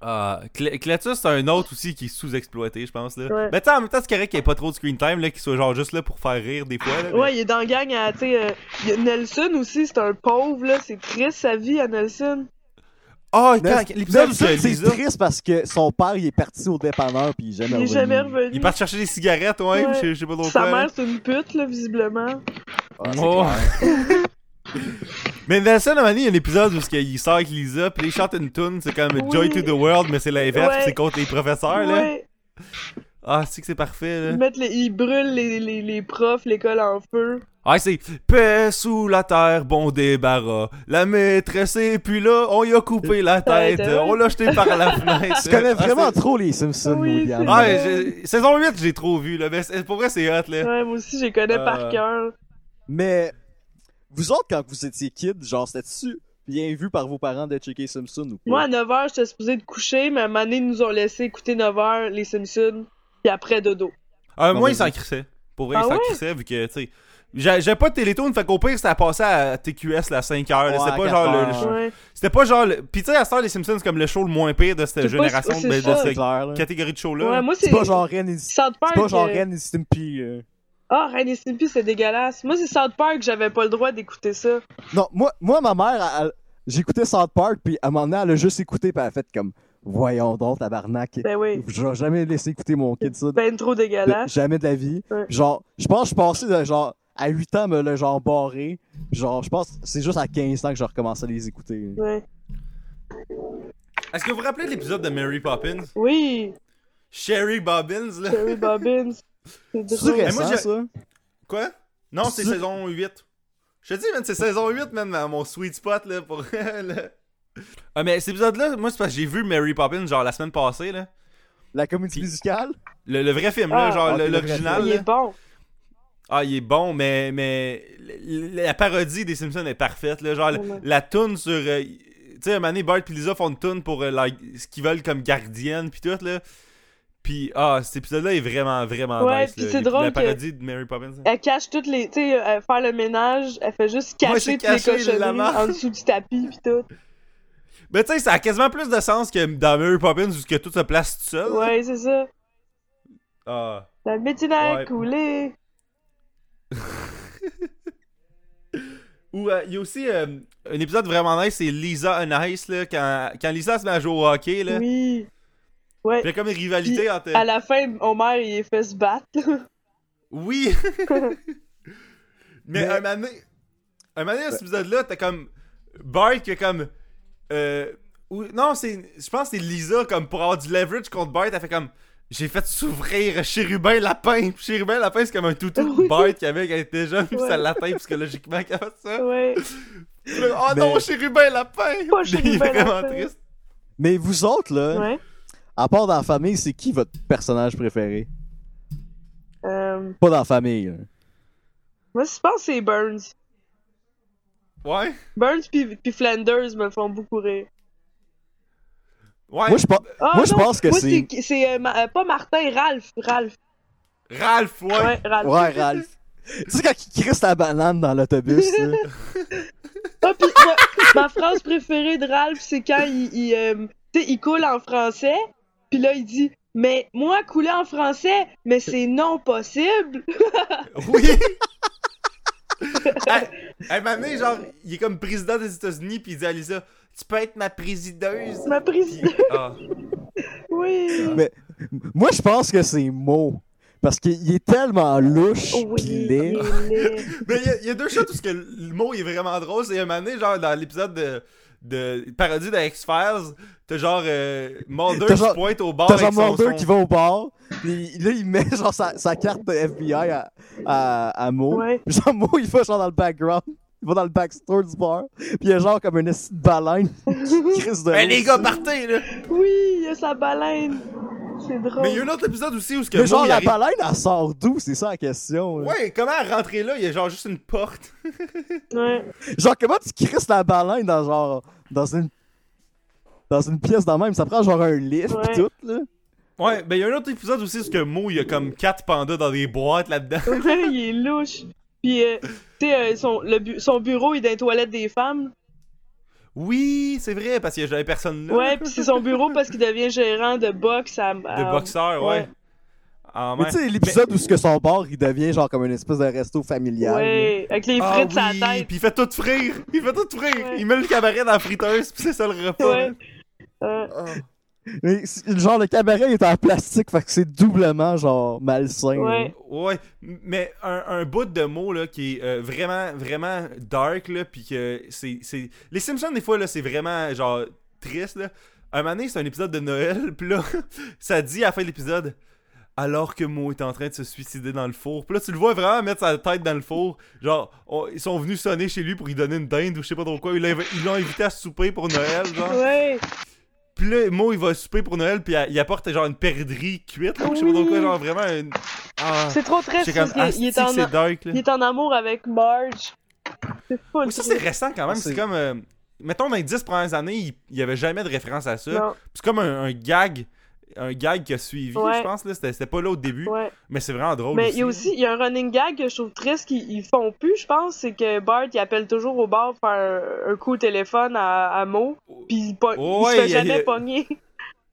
[SPEAKER 1] Ah, Cl- Cletus, c'est un autre aussi qui est sous-exploité, je pense. Là.
[SPEAKER 2] Ouais.
[SPEAKER 1] Mais tu sais, en même temps, c'est correct qu'il n'y ait pas trop de screen time, là, qu'il soit genre juste là pour faire rire des fois. Là, mais-
[SPEAKER 2] Ouais, il est dans la gang à. Tu sais, euh, il y a Nelson aussi, c'est un pauvre, là, c'est triste sa vie à Nelson.
[SPEAKER 1] Ah, quand-
[SPEAKER 3] Nel-
[SPEAKER 1] l'épisode où
[SPEAKER 3] Nelson,
[SPEAKER 1] que
[SPEAKER 3] c'est
[SPEAKER 1] Lisa,
[SPEAKER 3] triste parce que son père il est parti au dépanneur puis il est jamais
[SPEAKER 2] Il est
[SPEAKER 3] revenu.
[SPEAKER 2] jamais revenu.
[SPEAKER 1] Ben il est parti chercher des cigarettes, ouais, ou
[SPEAKER 2] Ouais.
[SPEAKER 1] je sais- je sais pas trop
[SPEAKER 2] Sa
[SPEAKER 1] quoi. là.
[SPEAKER 2] mère, c'est une pute, là, visiblement.
[SPEAKER 3] Ah, c'est
[SPEAKER 1] Oh.
[SPEAKER 3] clair.
[SPEAKER 1] Mais Nelson, à un moment donné, il y a un épisode où il sort avec Lisa, puis il chante une tune, c'est comme
[SPEAKER 2] Oui.
[SPEAKER 1] Joy to the World, mais c'est l'inverse,
[SPEAKER 2] Ouais.
[SPEAKER 1] puis c'est contre les professeurs. Là.
[SPEAKER 2] Ouais,
[SPEAKER 1] Ah, c'est que c'est parfait.
[SPEAKER 2] ils,
[SPEAKER 1] Là.
[SPEAKER 2] mettent les, ils brûlent les, les, les profs, l'école en feu.
[SPEAKER 1] Ah, c'est Paix sous la terre, bon débarras. La maîtresse, et puis là, on y a coupé la
[SPEAKER 2] Ouais,
[SPEAKER 1] tête,
[SPEAKER 2] t'as vu?
[SPEAKER 1] on l'a jeté par la fenêtre.
[SPEAKER 3] Tu connais
[SPEAKER 1] Ah,
[SPEAKER 3] vraiment
[SPEAKER 1] c'est-
[SPEAKER 3] trop les Simpsons,
[SPEAKER 2] Oui,
[SPEAKER 3] William.
[SPEAKER 2] c'est
[SPEAKER 1] Ah,
[SPEAKER 2] Ouais.
[SPEAKER 1] j'ai- saison 8, j'ai trop vu, là. Mais c'est- pour vrai, c'est hot, là.
[SPEAKER 2] Ouais, moi aussi, je les connais
[SPEAKER 1] Euh.
[SPEAKER 2] par cœur.
[SPEAKER 3] Mais vous autres, quand vous étiez kids, genre, c'était-tu bien vu par vos parents de checker Simpson ou pas?
[SPEAKER 2] Moi, à 9h, j'étais supposée de coucher, mais à un moment donné, ils nous ont laissé écouter 9h, les Simpsons, puis après, dodo.
[SPEAKER 1] Euh,
[SPEAKER 3] Non,
[SPEAKER 1] moi,
[SPEAKER 3] mais-
[SPEAKER 1] il s'en crissait. Pour vrai,
[SPEAKER 2] Ah
[SPEAKER 1] il s'en
[SPEAKER 2] ouais?
[SPEAKER 1] crissait, vu que, tu sais. j'a- J'avais pas de Télétoon, fait qu'au pire, ça passait à TQS la 5 heures. là.
[SPEAKER 3] Ouais,
[SPEAKER 1] c'était pas
[SPEAKER 3] à
[SPEAKER 1] genre le.
[SPEAKER 3] 4 heures.
[SPEAKER 2] Ouais.
[SPEAKER 1] C'était pas genre le. Pis tu sais, à Star les Simpsons, c'est comme le show le moins pire de cette
[SPEAKER 2] C'est pas-
[SPEAKER 1] génération,
[SPEAKER 2] c'est
[SPEAKER 1] ben, de
[SPEAKER 2] ça.
[SPEAKER 3] c'est
[SPEAKER 1] cette
[SPEAKER 3] clair, là.
[SPEAKER 1] catégorie de show-là.
[SPEAKER 2] ouais, moi, c'est.
[SPEAKER 3] C'est pas genre Ren et... C'est
[SPEAKER 2] South Park.
[SPEAKER 3] pas genre
[SPEAKER 2] euh,
[SPEAKER 3] Ren et Stimpy, euh.
[SPEAKER 2] Ah, Ren et Stimpy, c'est dégueulasse. Moi, c'est South Park, j'avais pas le droit d'écouter ça.
[SPEAKER 3] Non, moi, moi ma mère, elle- elle- j'écoutais South Park, puis à un moment donné, elle a juste écouté, puis elle a fait comme Voyons donc, tabarnak.
[SPEAKER 2] Ben oui.
[SPEAKER 3] Je vais jamais laisser écouter mon kid ça.
[SPEAKER 2] Ben trop
[SPEAKER 3] de-
[SPEAKER 2] dégueulasse.
[SPEAKER 3] jamais de la vie.
[SPEAKER 2] Ouais.
[SPEAKER 3] Genre, je pense que je passais de genre à 8 ans, me le genre barré. Puis Genre, je pense que c'est juste à 15 ans que je recommençais à les écouter.
[SPEAKER 2] Ouais.
[SPEAKER 1] Est-ce que vous vous rappelez de l'épisode de Mary Poppins
[SPEAKER 2] Oui,
[SPEAKER 1] Sherry Bobbins, là.
[SPEAKER 2] Terry Bobbins. C'est
[SPEAKER 3] C'est
[SPEAKER 2] drôle.
[SPEAKER 1] Mais
[SPEAKER 3] récent,
[SPEAKER 1] moi, j'ai-
[SPEAKER 3] ça?
[SPEAKER 1] Quoi? Non, c'est
[SPEAKER 3] Tu-
[SPEAKER 1] saison 8. Je te dis, man, c'est saison 8, man, ma- mon sweet spot, là, pour... le- Ah, mais cet épisode-là, moi, c'est parce que j'ai vu Mary Poppins, genre, la semaine passée, là.
[SPEAKER 3] La comédie
[SPEAKER 1] Puis-
[SPEAKER 3] musicale?
[SPEAKER 1] Le, le vrai film, là,
[SPEAKER 2] Ah.
[SPEAKER 1] genre,
[SPEAKER 3] Ah,
[SPEAKER 1] le-
[SPEAKER 3] ok, le vrai
[SPEAKER 1] l'original,
[SPEAKER 2] Il
[SPEAKER 1] là.
[SPEAKER 2] est bon.
[SPEAKER 1] Ah, il est bon, mais, mais l- la parodie des Simpsons est parfaite. Là, genre, la-
[SPEAKER 2] Vraiment.
[SPEAKER 1] la toune sur. euh, tu sais, un moment donné, Bart et Lisa font une toune pour euh, like, ce qu'ils veulent comme gardienne, puis tout. là. Puis, ah, cet épisode-là est vraiment, vraiment
[SPEAKER 2] Ouais,
[SPEAKER 1] nice.
[SPEAKER 2] puis
[SPEAKER 1] là.
[SPEAKER 2] c'est
[SPEAKER 1] Les-
[SPEAKER 2] drôle
[SPEAKER 1] La
[SPEAKER 2] que-
[SPEAKER 1] parodie de Mary Poppins. hein.
[SPEAKER 2] Elle cache toutes les. Tu sais, euh, elle faire le ménage, elle fait juste
[SPEAKER 1] Ouais,
[SPEAKER 2] cacher
[SPEAKER 1] c'est
[SPEAKER 2] toutes les
[SPEAKER 1] caché,
[SPEAKER 2] cochonneries
[SPEAKER 1] la marque.
[SPEAKER 2] en dessous du tapis pis tout.
[SPEAKER 1] Mais tu sais, ça a quasiment plus de sens que dans Mary Poppins où que tout se place tout seul.
[SPEAKER 2] Ouais, c'est ça.
[SPEAKER 1] Ah.
[SPEAKER 2] La médecine a
[SPEAKER 1] Ouais.
[SPEAKER 2] coulé.
[SPEAKER 1] Ou euh, il y a aussi euh, un épisode vraiment nice, c'est Lisa and Ice, là, quand, quand Lisa se met à jouer au hockey. Là,
[SPEAKER 2] Oui. Ouais.
[SPEAKER 1] Puis il y a comme une rivalité
[SPEAKER 2] Puis,
[SPEAKER 1] entre.
[SPEAKER 2] À la fin, Homer, il est fait se battre.
[SPEAKER 1] Oui! Mais,
[SPEAKER 3] Mais-
[SPEAKER 1] un mané. Un mané, dans cet épisode-là, t'as comme. Bart qui est comme. Euh, ou- non, c'est. Je pense que c'est Lisa, comme pour avoir du leverage contre Bart, elle fait comme. J'ai fait s'ouvrir Chérubin Lapin. Puis Chérubin Lapin, c'est comme un toutou de
[SPEAKER 2] Oui.
[SPEAKER 1] Bart qu'il avait quand il était jeune, puis
[SPEAKER 2] Ouais.
[SPEAKER 1] ça l'atteint psychologiquement qu'elle fait ça.
[SPEAKER 2] ouais.
[SPEAKER 1] Puis là, oh
[SPEAKER 3] Mais-
[SPEAKER 1] non, Chérubin Lapin!
[SPEAKER 2] Pas
[SPEAKER 1] Il est
[SPEAKER 2] Chérubin
[SPEAKER 1] vraiment
[SPEAKER 2] Lapin.
[SPEAKER 1] triste.
[SPEAKER 3] Mais vous autres, là,
[SPEAKER 2] Ouais.
[SPEAKER 3] à part dans la famille, c'est qui votre personnage préféré?
[SPEAKER 2] Euh,
[SPEAKER 3] Pas dans la famille. là.
[SPEAKER 2] moi, je pense que c'est Burns.
[SPEAKER 1] Ouais.
[SPEAKER 2] Burns pis, pis Flanders me font beaucoup rire.
[SPEAKER 1] Ouais.
[SPEAKER 3] Moi, je pense...
[SPEAKER 2] Ah,
[SPEAKER 3] Moi, je
[SPEAKER 2] non,
[SPEAKER 3] pense que
[SPEAKER 2] moi,
[SPEAKER 3] c'est-
[SPEAKER 2] C'est euh, ma- euh, pas Martin, Ralph. Ralph.
[SPEAKER 1] Ralph, ouais.
[SPEAKER 2] Ouais, Ralph.
[SPEAKER 3] Ouais, Ralph. tu sais, quand il crisse la banane dans l'autobus, là.
[SPEAKER 2] Ah, pis moi, ma phrase préférée de Ralph, c'est quand il, il, euh, tu sais, il coule en français, puis là, il dit Mais moi, couler en français, mais c'est non possible.
[SPEAKER 1] Oui! hey, hey, mané, genre, il est comme président des États-Unis, puis il dit à Lisa, tu peux être ma présideuse.
[SPEAKER 2] Ma
[SPEAKER 1] Puis-
[SPEAKER 2] présidente.
[SPEAKER 1] ah.
[SPEAKER 2] Oui.
[SPEAKER 3] Moi, je pense que c'est Mo. Parce qu'il est tellement louche
[SPEAKER 2] Oh
[SPEAKER 3] pis
[SPEAKER 2] Oui.
[SPEAKER 3] laid.
[SPEAKER 2] il est laid.
[SPEAKER 1] Mais il y, a- il y a deux choses où ce que le mot est vraiment drôle. C'est un mané, genre, dans l'épisode de, de parodie de X-Files, t'as genre euh, Mulder
[SPEAKER 3] T'as
[SPEAKER 1] qui
[SPEAKER 3] genre-
[SPEAKER 1] pointe au bar
[SPEAKER 3] T'as
[SPEAKER 1] Ah, avec
[SPEAKER 3] genre
[SPEAKER 1] son-
[SPEAKER 3] Mulder
[SPEAKER 1] son-
[SPEAKER 3] qui va au bar, pis là, il met genre sa, sa carte de FBI à, à, à Mo.
[SPEAKER 2] Ouais.
[SPEAKER 3] Pis Genre, Mo, il va genre dans le background, il va dans le backstore du bar, pis il y a genre comme une esti de baleine qui crisse de
[SPEAKER 1] Hey, Ben,
[SPEAKER 3] l'eau.
[SPEAKER 1] les gars, partez, là!
[SPEAKER 2] Oui, il a sa baleine. C'est drôle.
[SPEAKER 1] Mais il y a un autre épisode aussi où ce que
[SPEAKER 3] Mais
[SPEAKER 1] Mo,
[SPEAKER 3] genre,
[SPEAKER 1] il
[SPEAKER 3] la
[SPEAKER 1] arrive-
[SPEAKER 3] baleine, elle sort d'où? C'est ça la question. là.
[SPEAKER 1] Ouais, comment rentrer là? Il y a genre juste une porte.
[SPEAKER 2] Ouais.
[SPEAKER 3] Genre, comment tu crisses la baleine dans genre, dans une, dans une pièce dans même? Ça prend genre un livre pis
[SPEAKER 2] Ouais.
[SPEAKER 3] tout, là.
[SPEAKER 1] Ouais, ben il y a un autre épisode aussi où ce que Mo, il y a comme quatre pandas dans des boîtes là-dedans.
[SPEAKER 2] Ouais, il est louche. Puis, euh, tu sais, euh, son, le bu- son bureau, il est dans les toilettes des femmes.
[SPEAKER 1] Oui, c'est vrai, parce que j'avais personne là.
[SPEAKER 2] Ouais, puis c'est son bureau parce qu'il devient gérant de boxe à.
[SPEAKER 1] De boxeur, ouais.
[SPEAKER 2] ouais.
[SPEAKER 1] Ah,
[SPEAKER 3] Mais tu sais, l'épisode où ce que son bar, il devient genre comme une espèce de resto familial. là.
[SPEAKER 2] Ouais, avec les
[SPEAKER 1] Ah
[SPEAKER 2] frites sur
[SPEAKER 1] oui,
[SPEAKER 2] la tête.
[SPEAKER 1] Puis il fait tout frire. Il fait tout frire.
[SPEAKER 2] Ouais.
[SPEAKER 1] Il met le cabaret dans la friteuse, puis c'est ça le repas.
[SPEAKER 2] Ouais.
[SPEAKER 1] là.
[SPEAKER 2] Euh,
[SPEAKER 3] Ah. Mais c'est- genre, le cabaret est en plastique, fait que c'est doublement genre malsain.
[SPEAKER 2] Ouais.
[SPEAKER 1] Ouais, mais un, un bout de mots là, qui est euh, vraiment, vraiment dark, là, puis que c'est, c'est... Les Simpsons, des fois, là, c'est vraiment, genre, triste, là. Un moment donné, c'est un épisode de Noël, puis là, ça dit à la fin de l'épisode, alors que Mo est en train de se suicider dans le four. Puis là, tu le vois vraiment mettre sa tête dans le four. Genre, on- ils sont venus sonner chez lui pour lui donner une dinde ou je sais pas trop quoi. Ils l'ont ils l'ont invité à souper pour Noël, genre.
[SPEAKER 2] Ouais.
[SPEAKER 1] Puis là, Mo, il va souper pour Noël, puis il apporte genre une perdrix cuite, là, ou je sais pas trop quoi,
[SPEAKER 2] Oui.
[SPEAKER 1] genre vraiment une... Ah.
[SPEAKER 2] C'est trop triste
[SPEAKER 1] C'est comme
[SPEAKER 2] parce
[SPEAKER 1] Asti,
[SPEAKER 2] qu'il est,
[SPEAKER 1] que
[SPEAKER 2] en-
[SPEAKER 1] c'est dark là.
[SPEAKER 2] il est en amour avec Marge. C'est fou.
[SPEAKER 1] Oui, ça c'est récent quand même,
[SPEAKER 3] Ah, c'est-
[SPEAKER 1] c'est comme euh, mettons dans les 10 premières années, il il y avait jamais de référence à ça.
[SPEAKER 2] Non,
[SPEAKER 1] C'est comme un, un gag un gag qui a suivi,
[SPEAKER 2] Ouais.
[SPEAKER 1] je pense là, c'était c'était pas là au début,
[SPEAKER 2] ouais.
[SPEAKER 1] mais c'est vraiment drôle aussi.
[SPEAKER 2] Mais
[SPEAKER 1] hein.
[SPEAKER 2] il y a aussi il y a un running gag que je trouve triste qu'ils ils font plus, je pense, c'est que Bart il appelle toujours au bar pour faire un, un coup au téléphone à, à Mo, puis il, po-
[SPEAKER 1] Oh,
[SPEAKER 2] il se
[SPEAKER 1] ouais,
[SPEAKER 2] fait
[SPEAKER 1] il y a- il y
[SPEAKER 2] jamais
[SPEAKER 1] a-
[SPEAKER 2] pogner.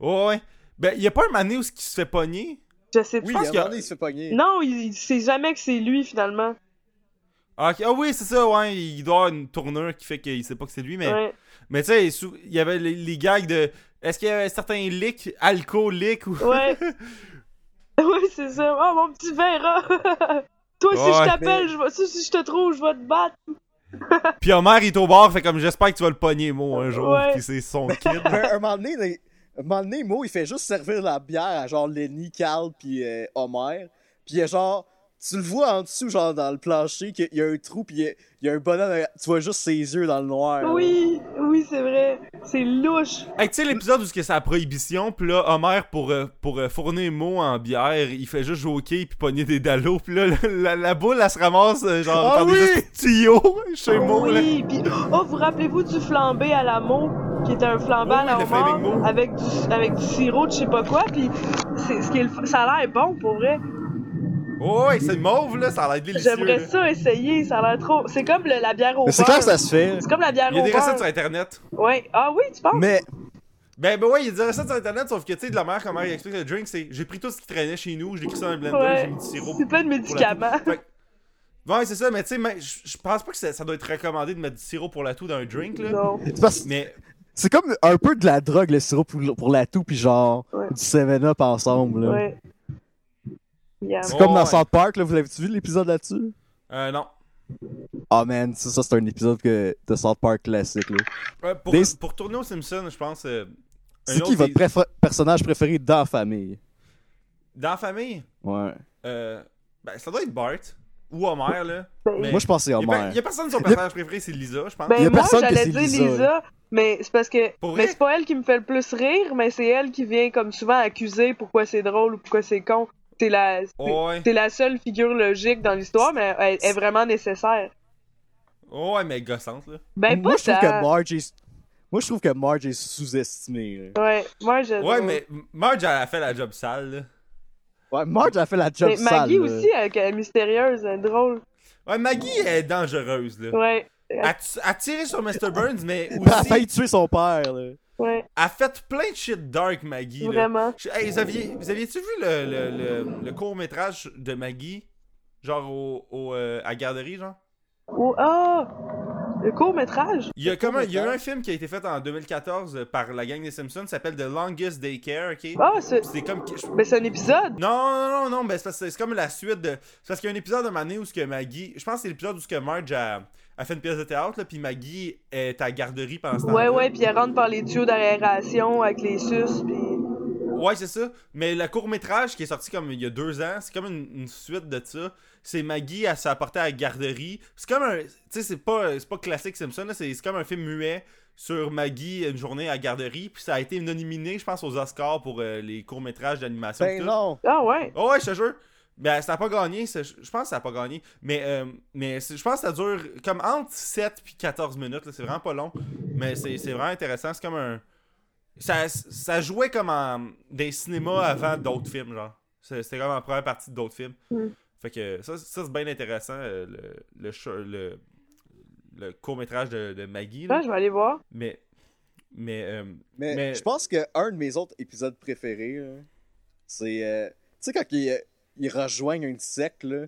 [SPEAKER 1] Ouais, ouais. Ben il y a pas un année où ce qui se fait pogner
[SPEAKER 2] Je sais
[SPEAKER 1] Oui,
[SPEAKER 2] pas.
[SPEAKER 1] pense il y a un que- moment donné,
[SPEAKER 3] il se fait pogner.
[SPEAKER 2] Non, il, il sait jamais que c'est lui finalement.
[SPEAKER 1] Ah, ok. Ah oui, c'est ça, ouais, il doit avoir une tournure qui fait qu'il sait pas que c'est lui mais
[SPEAKER 2] Ouais.
[SPEAKER 1] mais tu sais sou- il y avait les, les gags de est-ce qu'il y avait certains leaks, alco leaks ou
[SPEAKER 2] Ouais. ouais, c'est ça. Oh, mon petit verra. Toi, si
[SPEAKER 1] Ouais,
[SPEAKER 2] je t'appelle, je vais... si si je te trouve, je vais te battre.
[SPEAKER 1] Puis Homer il est au bar, fait comme j'espère que tu vas le pogner Mo un jour,
[SPEAKER 2] Ouais.
[SPEAKER 1] puis c'est son kid.
[SPEAKER 3] un moment donné, les- un moment donné, Mo, il fait juste servir la bière à genre Lenny, Carl, puis euh, Homer. Puis il est genre, tu le vois en dessous, genre dans le plancher, qu'il y a un trou, puis il y a- il y a un bonhomme, tu vois juste ses yeux dans le noir. là.
[SPEAKER 2] Oui, oui, c'est vrai. C'est louche.
[SPEAKER 1] Hey, tu sais, l'épisode où c'est que c'est la prohibition, pis là, Homer, pour, euh, pour euh, fournir Mo en bière, il fait juste joker pis pogner des dallos, pis là, la, la- la boule, elle se ramasse, euh, genre,
[SPEAKER 3] Ah
[SPEAKER 1] par
[SPEAKER 3] oui! Ah
[SPEAKER 1] des petits tuyaux chez Mo, là.
[SPEAKER 2] Oui, puis oh, vous rappelez-vous du flambé à l'amont, qui était un flambé
[SPEAKER 1] Oui,
[SPEAKER 2] à
[SPEAKER 1] oui,
[SPEAKER 2] la
[SPEAKER 1] le Flaming Moon.
[SPEAKER 2] mort avec du avec du sirop de je sais pas quoi, puis c'est ce qui est le f- ça a l'air bon pour vrai.
[SPEAKER 1] Oh, ouais, c'est mauve, là, ça a l'air délicieux.
[SPEAKER 2] J'aimerais
[SPEAKER 1] là.
[SPEAKER 2] ça essayer, ça a l'air trop. C'est comme le- la bière au
[SPEAKER 3] Mais c'est
[SPEAKER 2] beurre.
[SPEAKER 3] clair que ça se fait.
[SPEAKER 2] C'est comme la bière
[SPEAKER 1] Il y a
[SPEAKER 2] au
[SPEAKER 1] des recettes
[SPEAKER 2] beurre.
[SPEAKER 1] sur Internet.
[SPEAKER 2] Ouais. Ah oui, tu penses?
[SPEAKER 3] Mais
[SPEAKER 1] Ben, ben ouais, il y a des recettes sur Internet, sauf que, tu sais, de la manière comment il explique le drink, c'est j'ai pris tout ce qui traînait chez nous, j'ai écrit ça dans un blender, j'ai
[SPEAKER 2] Ouais.
[SPEAKER 1] mis du sirop.
[SPEAKER 2] C'est plein de
[SPEAKER 1] pour la toux.
[SPEAKER 2] médicaments.
[SPEAKER 1] Fait que- Ouais, c'est ça, mais tu sais, mais je je pense pas que ça, ça doit être recommandé de mettre du sirop pour la toux dans un drink, là.
[SPEAKER 2] Non.
[SPEAKER 3] c'est parce-
[SPEAKER 1] Mais
[SPEAKER 3] c'est comme un peu de la drogue, le sirop pour, pour la toux, puis genre
[SPEAKER 2] Ouais.
[SPEAKER 3] du 7-Up ensemble. Là.
[SPEAKER 2] Ouais. Yum.
[SPEAKER 3] C'est comme dans
[SPEAKER 1] Ouais.
[SPEAKER 3] South Park, là, vous l'avez-tu vu l'épisode là-dessus?
[SPEAKER 1] Euh, non.
[SPEAKER 3] Ah man, ça, ça, c'est un épisode que, de South Park classique. Là.
[SPEAKER 1] Ouais, pour,
[SPEAKER 3] Des-
[SPEAKER 1] pour tourner aux Simpsons, je pense. euh, un
[SPEAKER 3] C'est qui
[SPEAKER 1] autre des-
[SPEAKER 3] votre préfé- personnage préféré dans la famille?
[SPEAKER 1] Dans la famille,
[SPEAKER 3] Ouais.
[SPEAKER 1] euh, ben, ça doit être Bart ou Homer, là.
[SPEAKER 2] Ben,
[SPEAKER 1] Mais-
[SPEAKER 3] Moi, je pensais
[SPEAKER 1] Il y a,
[SPEAKER 3] Homer.
[SPEAKER 1] pe- y a personne de son personnage préféré, c'est Lisa, je pense.
[SPEAKER 3] Y a
[SPEAKER 2] Ben moi
[SPEAKER 3] personne que
[SPEAKER 2] j'allais
[SPEAKER 3] c'est
[SPEAKER 2] dire
[SPEAKER 3] Lisa,
[SPEAKER 2] Lisa, mais c'est parce que
[SPEAKER 1] Pour vrai?
[SPEAKER 2] mais c'est pas elle qui me fait le plus rire, mais c'est elle qui vient comme souvent accuser pourquoi c'est drôle ou pourquoi c'est con. C'est la c'est-
[SPEAKER 1] Ouais.
[SPEAKER 2] c'est la seule figure logique dans l'histoire, mais elle est vraiment nécessaire.
[SPEAKER 1] ouais, mais gossante, là.
[SPEAKER 2] Ben
[SPEAKER 3] Moi,
[SPEAKER 2] pas
[SPEAKER 3] je trouve
[SPEAKER 2] ça.
[SPEAKER 3] que Marge est... Moi, je trouve que Marge est sous-estimée. là.
[SPEAKER 2] Ouais, moi je.
[SPEAKER 1] Ouais, mais Marge, elle a fait la job sale, là.
[SPEAKER 3] Ouais, Marge a fait la job
[SPEAKER 2] Mais
[SPEAKER 3] sale.
[SPEAKER 2] Ben, Maggie
[SPEAKER 3] là.
[SPEAKER 2] aussi, elle, elle est mystérieuse, elle est drôle.
[SPEAKER 1] Ouais, Maggie, elle est dangereuse, là.
[SPEAKER 2] Ouais,
[SPEAKER 1] Elle t- elle a tiré sur Mr. Burns, mais
[SPEAKER 3] Elle a failli
[SPEAKER 1] aussi.
[SPEAKER 3] tuer son père. Là.
[SPEAKER 2] ouais,
[SPEAKER 1] Elle a fait plein de shit dark, Maggie, là.
[SPEAKER 2] vraiment.
[SPEAKER 1] Je- Hey, vous aviez, vous aviez-tu vu le, le, le, le court-métrage de Maggie? Genre au, au, euh, à garderie, genre?
[SPEAKER 2] Oh, ah! Le court métrage.
[SPEAKER 1] Il y, a
[SPEAKER 3] C'est quoi,
[SPEAKER 1] comme un, il y a eu
[SPEAKER 3] Nathan?
[SPEAKER 1] un film qui a été fait en 2014 euh, par la gang des Simpsons, ça s'appelle The Longest Daycare, ok?
[SPEAKER 2] Ah, c'est
[SPEAKER 1] C'est comme... je-
[SPEAKER 2] mais c'est un épisode.
[SPEAKER 1] Non, non, non, non, ben c'est parce que c'est comme la suite de... C'est parce qu'il y a un épisode de Mané où ce que Maggie... Je pense que c'est l'épisode où ce que Marge a, a fait une pièce de théâtre, là, puis Maggie est à garderie pendant ce temps
[SPEAKER 2] Ouais, ouais, puis elle rentre par les tuyaux d'aération avec les suces, puis.
[SPEAKER 1] Ouais, c'est ça. Mais le court-métrage qui est sorti comme il y a deux ans, c'est comme une, une suite de ça. C'est Maggie, elle s'est apportée à la garderie. C'est comme un. Tu sais, c'est pas, c'est pas classique Simpson, là, c'est c'est comme un film muet sur Maggie, une journée à la garderie. Puis ça a été nominé, je pense, aux Oscars pour euh, les courts-métrages d'animation.
[SPEAKER 3] Ben
[SPEAKER 1] pis tout.
[SPEAKER 3] non.
[SPEAKER 2] Ah ouais.
[SPEAKER 1] Oh ouais, je te jure. Ben, ça n'a pas gagné. c'est- Je pense que ça n'a pas gagné. Mais, euh, mais c'est- je pense que ça dure comme entre 7 puis 14 minutes. là, C'est vraiment pas long. Mais c'est c'est vraiment intéressant. C'est comme un. Ça, ça jouait comme en, des cinémas avant d'autres films, genre. C'est- C'était comme en première partie d'autres films.
[SPEAKER 2] Mm.
[SPEAKER 1] Fait que ça, ça, c'est bien intéressant, euh, le, le, ch- le, le court-métrage de, de Maggie. là.
[SPEAKER 2] Là, je vais aller voir.
[SPEAKER 1] Mais. Mais. euh,
[SPEAKER 3] Mais,
[SPEAKER 1] Mais-
[SPEAKER 3] je pense que un de mes autres épisodes préférés, là, c'est. euh, Tu sais, quand ils, euh, ils rejoignent une secte, là.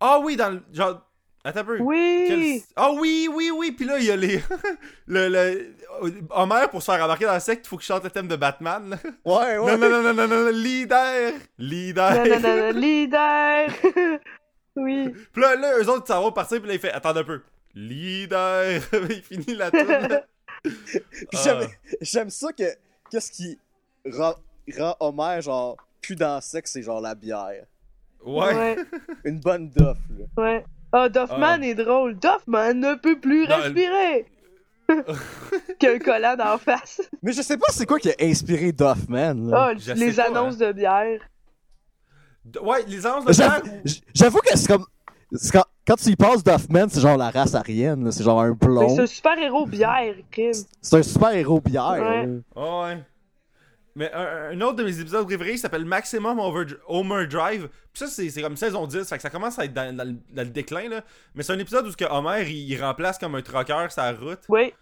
[SPEAKER 1] Ah oui, dans le. Genre. Attends un peu. Quel-
[SPEAKER 2] Oui!
[SPEAKER 1] Ah oui, oui, oui. Puis là, il y a les. le, le... Homer, pour se faire embarquer dans la secte, il faut qu'il chante le thème de Batman. là.
[SPEAKER 3] Ouais, ouais.
[SPEAKER 1] Non, non, non, non, non, non, non, leader. Leader.
[SPEAKER 2] Nanana, leader! oui.
[SPEAKER 1] Puis là, là, eux autres, ça va partir. Puis là, il fait Attends un peu. Leader. il finit la Euh, tune. là.
[SPEAKER 3] Puis j'aime- J'aime ça que. Qu'est-ce qui rend, rend Homer, genre, plus dans le sexe, c'est genre la bière.
[SPEAKER 1] Ouais.
[SPEAKER 2] Ouais.
[SPEAKER 3] Une bonne doff, là.
[SPEAKER 2] ouais. Ah, Doffman
[SPEAKER 1] Ah.
[SPEAKER 2] est drôle. Doffman ne peut plus
[SPEAKER 1] Non,
[SPEAKER 2] respirer! Qu'un collant d'en face.
[SPEAKER 3] Mais je sais pas c'est quoi qui a inspiré Duffman, là.
[SPEAKER 2] Ah,
[SPEAKER 1] Je sais
[SPEAKER 2] les
[SPEAKER 1] pas, hein.
[SPEAKER 2] annonces de bière.
[SPEAKER 1] D- Ouais, les anges
[SPEAKER 2] Ah,
[SPEAKER 1] de
[SPEAKER 3] J'avoue-
[SPEAKER 1] terre.
[SPEAKER 3] j- J'avoue que c'est comme. c'est Quand, quand tu y penses, Duffman, c'est genre la race aryenne, là, c'est genre un
[SPEAKER 2] Mais
[SPEAKER 3] blond.
[SPEAKER 2] C'est un super-héros bière, Kim.
[SPEAKER 3] C'est un super héros bière.
[SPEAKER 2] Ouais.
[SPEAKER 3] là.
[SPEAKER 1] Ah ouais. Mais un, un autre de mes épisodes préférés il s'appelle Maximum Overdri- Overdrive. Puis ça, c'est c'est comme saison 10. Fait que ça commence à être dans, dans le, dans le déclin. là. Mais c'est un épisode où ce que Homer, il, il remplace comme un trucker sa route. Puis
[SPEAKER 2] Oui.
[SPEAKER 1] là,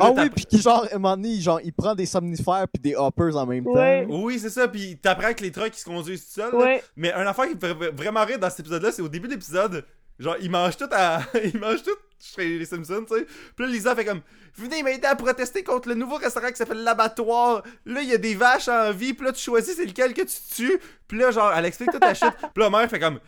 [SPEAKER 3] Ah oui,
[SPEAKER 1] t'appr-
[SPEAKER 3] puis qui genre, à un moment donné, genre, il prend des somnifères puis des hoppers en même
[SPEAKER 2] Ouais.
[SPEAKER 3] temps.
[SPEAKER 1] Oui, c'est ça. Puis t'apprends que les trucks, ils se conduisent tout seuls. là.
[SPEAKER 2] Ouais.
[SPEAKER 1] Mais un affaire qui me fait vra- vraiment rire dans cet épisode-là, c'est au début de l'épisode, genre, ils mangent tout à. ils mangent tout chez les Simpsons, tu sais. Puis là, Lisa fait comme Venez m'aider à protester contre le nouveau restaurant qui s'appelle L'Abattoir. Là, il y a des vaches en vie. Puis là, tu choisis c'est lequel que tu tues. Puis là, genre, elle explique toute la shit. Puis là, mère fait comme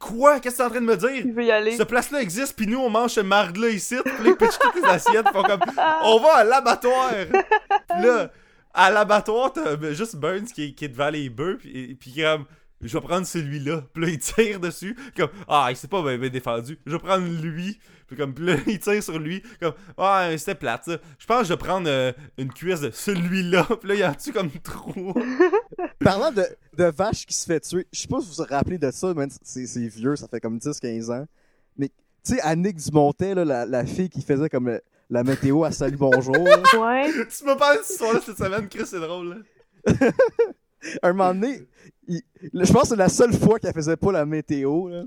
[SPEAKER 1] Quoi Qu'est-ce que t'es en train de me dire
[SPEAKER 2] Il veut y aller.
[SPEAKER 1] ce place-là existe, puis nous on mange ce marde-là ici, puis là ils pitchent toutes les assiettes, ils font comme on va à l'abattoir! Puis là, à l'abattoir, t'as euh, juste Burns qui, est- qui est devant les bœufs, puis, puis qui est comme, je vais prendre celui-là. Puis là, il tire dessus, comme, ah, il s'est pas bien bien défendu, je vais prendre lui. Puis comme, puis là, il tire sur lui, comme, ah, c'était plate, ça. Je pense que je vais prendre euh, une cuisse de celui-là. Puis là, il y en tue comme trois.
[SPEAKER 3] Parlant de, de vache qui se fait tuer, je sais pas si vous vous rappelez de ça, man, c'est c'est vieux, ça fait comme 10-15 ans. Mais, tu sais, Annick Dumontet, là, la, la fille qui faisait comme le- la météo à Salut Bonjour, là.
[SPEAKER 2] Ouais.
[SPEAKER 1] tu me parles de ce soir-là cette semaine, Chris, c'est drôle, là.
[SPEAKER 3] un moment donné, il- le- je pense que c'est la seule fois qu'elle faisait pas la météo. Là.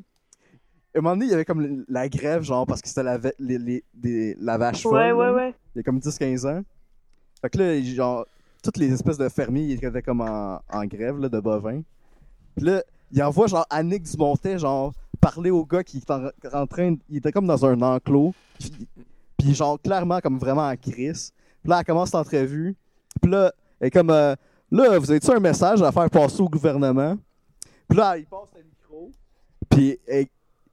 [SPEAKER 3] Un moment donné, il y avait comme le- la grève, genre, parce que c'était la, va- les- les- des- la vache folle.
[SPEAKER 2] Ouais, ouais,
[SPEAKER 3] là.
[SPEAKER 2] ouais.
[SPEAKER 3] Il y a comme 10-15 ans. Fait que là, il- genre, toutes les espèces de fermiers, ils étaient comme en, en grève, là, de bovins. Puis là, il envoie, genre, Annick Dumontet, genre, parler au gars qui est en, en train... Il était comme dans un enclos. Puis, puis genre, clairement, comme vraiment en crise. Puis là, elle commence l'entrevue. Puis là, elle est comme... euh, là, vous avez-tu un message à faire passer au gouvernement? Puis là, il passe le micro. Puis elle-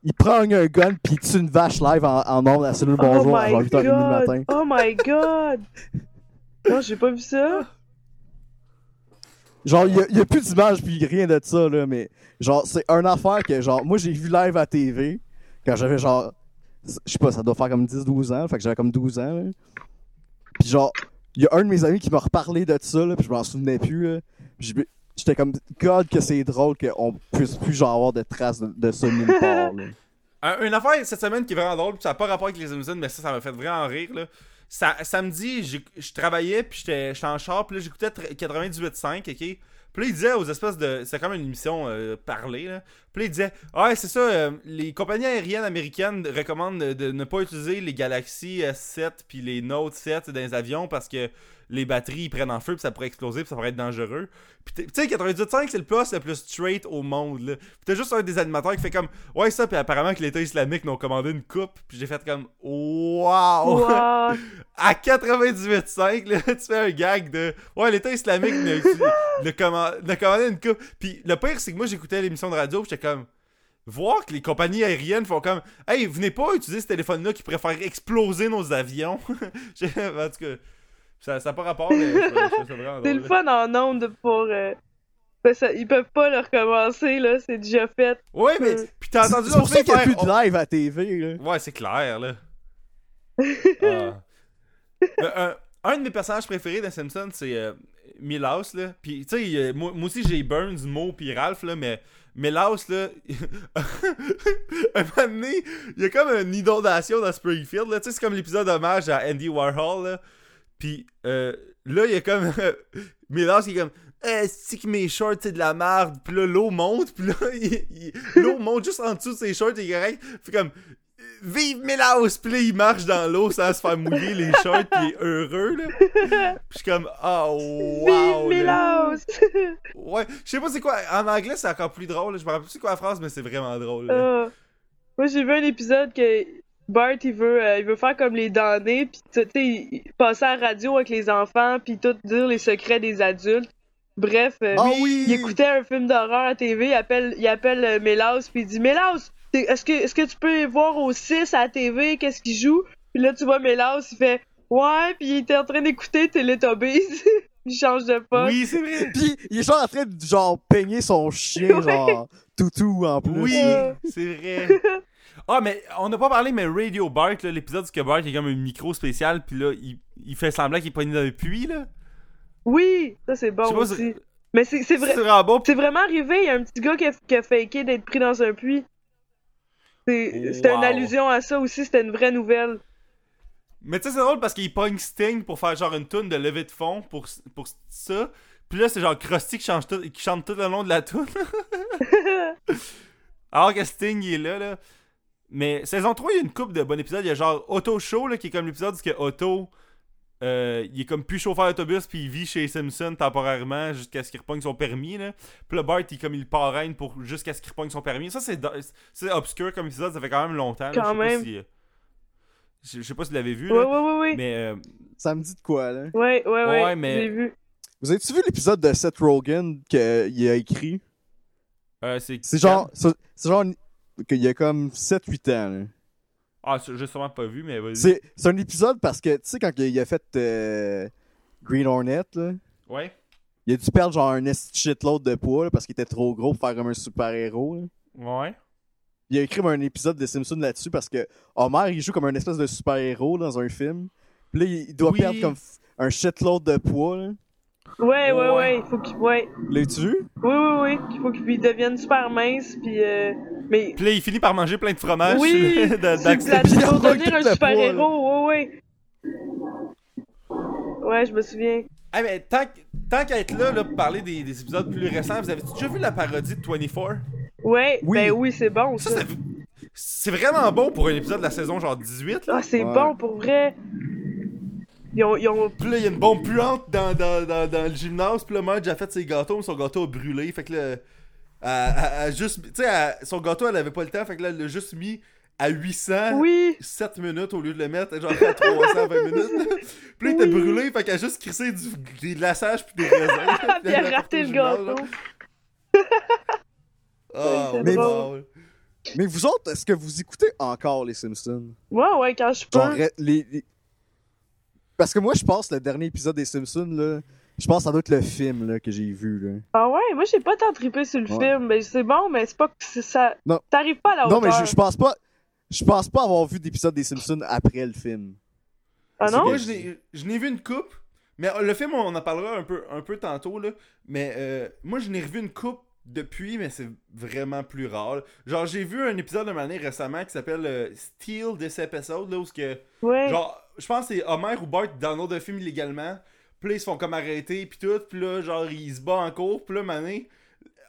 [SPEAKER 3] il prend un gun, puis il tue une vache live en, en ondes à Cellule Bonjour à genre 8h30
[SPEAKER 2] god.
[SPEAKER 3] du matin.
[SPEAKER 2] Oh my god. Non, j'ai pas vu ça.
[SPEAKER 3] Genre, il n'y a, plus d'image puis rien de ça, là, mais genre, c'est un affaire que, genre, moi, j'ai vu live à TV quand j'avais, genre, je sais pas, ça doit faire comme 10-12 ans, fait que j'avais comme 12 ans, là. Puis genre, il y a un de mes amis qui m'a reparlé de ça, là, puis je m'en souvenais plus, là. Puis j'ai- j'étais comme, God, que c'est drôle qu'on puisse plus, genre, avoir de traces de, de ça nulle part, là.
[SPEAKER 1] Un- Euh, une affaire cette semaine qui est vraiment drôle, puis ça n'a pas rapport avec les Simpsons, mais ça, ça m'a fait vraiment rire. Là. Ça, samedi, j'ai- je travaillais, puis j'étais j'étais en char, puis là, j'écoutais tr- 98.5, ok? Puis là, il disait aux espèces de. C'est quand même une émission euh, parlée, là. Puis là, il disait Ouais, c'est ça, euh, les compagnies aériennes américaines recommandent de, de ne pas utiliser les Galaxy S7 puis les Note 7 dans les avions parce que les batteries ils prennent en feu, puis ça pourrait exploser, puis ça pourrait être dangereux. Puis t'es- tu sais, 98.5, c'est le poste le plus straight au monde, là. Puis t'as juste un des animateurs qui fait comme Ouais, ça, puis apparemment que l'État islamique nous ont commandé une coupe. Puis j'ai fait comme Waouh!
[SPEAKER 2] Wow.
[SPEAKER 1] À 98.5, là, tu fais un gag de Ouais, l'État islamique ne, ne, comman- ne commandait une coupe. Puis le pire, c'est que moi, j'écoutais l'émission de radio, puis j'étais comme Voir que les compagnies aériennes font comme Hey, venez pas utiliser ce téléphone-là qui préfère exploser nos avions. J'ai- en tout cas, ça n'a pas rapport, mais je- je trouve ça vraiment
[SPEAKER 2] C'est le
[SPEAKER 1] drôle.
[SPEAKER 2] fun en ondes pour. euh, ben, ça- ils peuvent pas le recommencer, là. C'est déjà fait.
[SPEAKER 1] Ouais, mais. Puis t'as entendu
[SPEAKER 3] C'est pour
[SPEAKER 1] l'autre
[SPEAKER 3] ça qu'il n'y a
[SPEAKER 1] faire- Euh,
[SPEAKER 3] plus de live à TV, là.
[SPEAKER 1] Ouais, c'est clair, là. Ah. Ben, un, un de mes personnages préférés de Simpson, c'est euh, Milhouse, là. Puis, tu sais, euh, moi, moi aussi, j'ai Burns, Mo, puis Ralph, là, mais Milhouse, là, un moment donné, il y a comme une inondation dans Springfield, là. Tu sais, c'est comme l'épisode hommage à Andy Warhol, là. Puis, euh, là, il y a comme... Milhouse qui est comme... Eh, c'est que mes shorts, c'est de la merde. Puis là, l'eau monte. Puis là, il- il- l'eau monte juste en dessous de ses shorts. Il est correct. Fait comme, Vive Milhouse! Puis là, il marche dans l'eau sans se faire mouiller les shorts, puis il est heureux, là. Puis je suis comme, oh, wow!
[SPEAKER 2] Vive
[SPEAKER 1] là.
[SPEAKER 2] Milhouse!
[SPEAKER 1] Ouais, je sais pas c'est quoi, en anglais, c'est encore plus drôle, là. je me rappelle plus c'est quoi la phrase, mais c'est vraiment drôle. là.
[SPEAKER 2] Ah. Moi, j'ai vu un épisode que Bart, il veut, euh, il veut faire comme les damnés, puis tu sais, il il passait à la radio avec les enfants, puis tout dire les secrets des adultes. Bref, euh,
[SPEAKER 1] Oh,
[SPEAKER 3] Ah
[SPEAKER 2] il
[SPEAKER 3] oui!
[SPEAKER 2] écoutait un film d'horreur à TV, il appelle, il appelle euh, Mélasse, puis il dit Mélasse, t'es- est-ce que, est-ce que tu peux voir au 6 à la TV qu'est-ce qu'il joue Puis là, tu vois Mélasse, il fait Ouais, puis il était en train d'écouter Teletubbies. il change de poste.
[SPEAKER 1] oui, c'est vrai!
[SPEAKER 3] Puis il est genre en train de, genre, peigner son chien,
[SPEAKER 2] Ouais.
[SPEAKER 3] genre, toutou en plus.
[SPEAKER 1] Oui,
[SPEAKER 2] Euh.
[SPEAKER 1] c'est vrai. Ah, mais on n'a pas parlé, mais Radio Bart, là, l'épisode où que Bart il a comme un micro spécial, puis là, il, il fait semblant qu'il est pogné dans le puits, là.
[SPEAKER 2] Oui, ça c'est bon
[SPEAKER 1] Je sais pas si-
[SPEAKER 2] aussi. Mais c'est c'est vrai.
[SPEAKER 1] C'est vraiment bon.
[SPEAKER 2] C'est vraiment arrivé, il y a un petit gars qui a, qui a faké d'être pris dans un puits. C'est- C'était
[SPEAKER 1] Wow.
[SPEAKER 2] une allusion à ça aussi, c'était une vraie nouvelle.
[SPEAKER 1] Mais tu sais, c'est drôle parce qu'il pogne Sting pour faire genre une tune de levée de fond pour, pour ça. Puis là, c'est genre Krusty qui, change tout- qui chante tout le long de la tune. Alors que Sting, il est là, là. Mais saison 3, il y a une coupe de bons épisodes. Il y a genre Auto Show, là, qui est comme l'épisode où ce que Auto, euh, il est comme plus chauffeur d'autobus, puis il vit chez Simpson temporairement jusqu'à ce qu'il repogne son permis, là. Puis là, Bart, il, comme il le parraine pour jusqu'à ce qu'il repogne son permis. Ça, c'est do- c'est obscur comme épisode, ça fait quand même longtemps. là.
[SPEAKER 2] Quand
[SPEAKER 1] Je sais pas
[SPEAKER 2] même.
[SPEAKER 1] si, euh, je- je sais pas si vous l'avez vu,
[SPEAKER 2] Ouais, ouais,
[SPEAKER 1] là.
[SPEAKER 2] ouais, ouais.
[SPEAKER 1] Mais euh,
[SPEAKER 3] Ça me dit de quoi, là?
[SPEAKER 2] Ouais, ouais, ouais.
[SPEAKER 1] Ouais, mais-
[SPEAKER 2] J'ai vu.
[SPEAKER 3] Vous avez-tu vu l'épisode de Seth Rogen qu'il a écrit?
[SPEAKER 1] euh, c'est.
[SPEAKER 3] C'est genre. C'est c'est genre. une- Qu'il y a comme 7-8 ans. là.
[SPEAKER 1] Ah, c'est- j'ai sûrement pas vu, mais vas-y.
[SPEAKER 3] C'est c'est un épisode parce que, tu sais, quand il a fait euh, Green Hornet, là,
[SPEAKER 1] Ouais.
[SPEAKER 3] Il a dû perdre genre un esti de shitload de poids là, parce qu'il était trop gros pour faire comme un super-héros. là.
[SPEAKER 1] Ouais.
[SPEAKER 3] Il a écrit un épisode de Simpson là-dessus parce que Homer, il joue comme un espèce de super-héros dans un film. Puis là, il il doit
[SPEAKER 1] Oui.
[SPEAKER 3] perdre comme f- un shitload de poids. Là,
[SPEAKER 2] Ouais, ouais,
[SPEAKER 1] Ouais.
[SPEAKER 2] ouais, il faut qu'il. Ouais.
[SPEAKER 3] L'as-tu vu?
[SPEAKER 2] Oui, oui, oui. Il faut qu'il devienne super mince, puis. euh, Mais.
[SPEAKER 1] Puis là, il finit par manger plein de fromage.
[SPEAKER 2] Oui,
[SPEAKER 1] de-
[SPEAKER 2] Sur le
[SPEAKER 1] d'accès-
[SPEAKER 2] plateau
[SPEAKER 3] Puis il
[SPEAKER 2] pour
[SPEAKER 3] envoie
[SPEAKER 2] devenir
[SPEAKER 3] toute
[SPEAKER 2] un
[SPEAKER 3] la poids, là.
[SPEAKER 2] super-héros, ouais, ouais. Ouais, je me souviens.
[SPEAKER 1] Ah, mais tant, qu- tant qu'à être là, là, pour parler des, des épisodes plus récents, vous avez déjà vu la parodie de 24?
[SPEAKER 2] Ouais,
[SPEAKER 3] Oui.
[SPEAKER 2] ben oui, c'est bon, ça.
[SPEAKER 1] Ça, ça- c'est vraiment bon pour un épisode de la saison genre 18. Là.
[SPEAKER 2] Ah, c'est
[SPEAKER 3] Ouais.
[SPEAKER 2] bon, pour vrai. Ils ont... Ils ont...
[SPEAKER 1] Puis là, il y a une bombe puante dans, dans, dans, dans le gymnase. Puis là, Marge a fait ses gâteaux, mais son gâteau a brûlé. Fait que là, elle, elle- elle a juste. Tu sais, elle- son gâteau, elle avait pas le temps. Fait que là, elle l'a juste mis à 800.
[SPEAKER 2] Oui!
[SPEAKER 1] 7 minutes au lieu de le mettre genre à 320 minutes. Puis là, il était brûlé, fait qu'elle a juste crissé du, des glaçages puis des raisins.
[SPEAKER 2] Ah, puis
[SPEAKER 1] elle
[SPEAKER 2] elle a
[SPEAKER 1] l'a
[SPEAKER 2] raté le
[SPEAKER 1] porté au gymnase,
[SPEAKER 2] gâteau.
[SPEAKER 1] là. Ah,
[SPEAKER 2] Ouais,
[SPEAKER 3] c'est
[SPEAKER 1] wow.
[SPEAKER 3] Mais vous autres, est-ce que vous écoutez encore les Simpsons?
[SPEAKER 2] Ouais, ouais, quand je
[SPEAKER 3] Genre,
[SPEAKER 2] peux.
[SPEAKER 3] re- les, les- Parce que moi, je pense le dernier épisode des Simpsons, là, je pense que ça doit être le film là, que j'ai vu. Là.
[SPEAKER 2] Ah ouais, moi j'ai pas tant trippé sur le
[SPEAKER 3] Ouais.
[SPEAKER 2] film. Ben c'est bon, mais c'est pas que c'est ça.
[SPEAKER 3] Non.
[SPEAKER 2] T'arrives pas à la
[SPEAKER 3] Non,
[SPEAKER 2] hauteur.
[SPEAKER 3] mais je, je pense pas. Je pense pas avoir vu d'épisode des Simpsons après le film.
[SPEAKER 2] Ah non?
[SPEAKER 1] Moi, je n'ai- je n'ai vu une coupe, mais euh, le film, on en parlera un peu, un peu tantôt, là. Mais euh, moi, je n'ai revu une coupe depuis, mais c'est vraiment plus rare. Genre, j'ai vu un épisode de ma année récemment qui s'appelle euh, Steal This Episode, là, où ce que.
[SPEAKER 2] Ouais.
[SPEAKER 1] Genre, je pense que c'est Homer ou Bart dans l'autre de film illégalement. Puis là, ils se font comme arrêter, puis tout. Puis là, genre, ils se battent en cours. Puis là, Mané,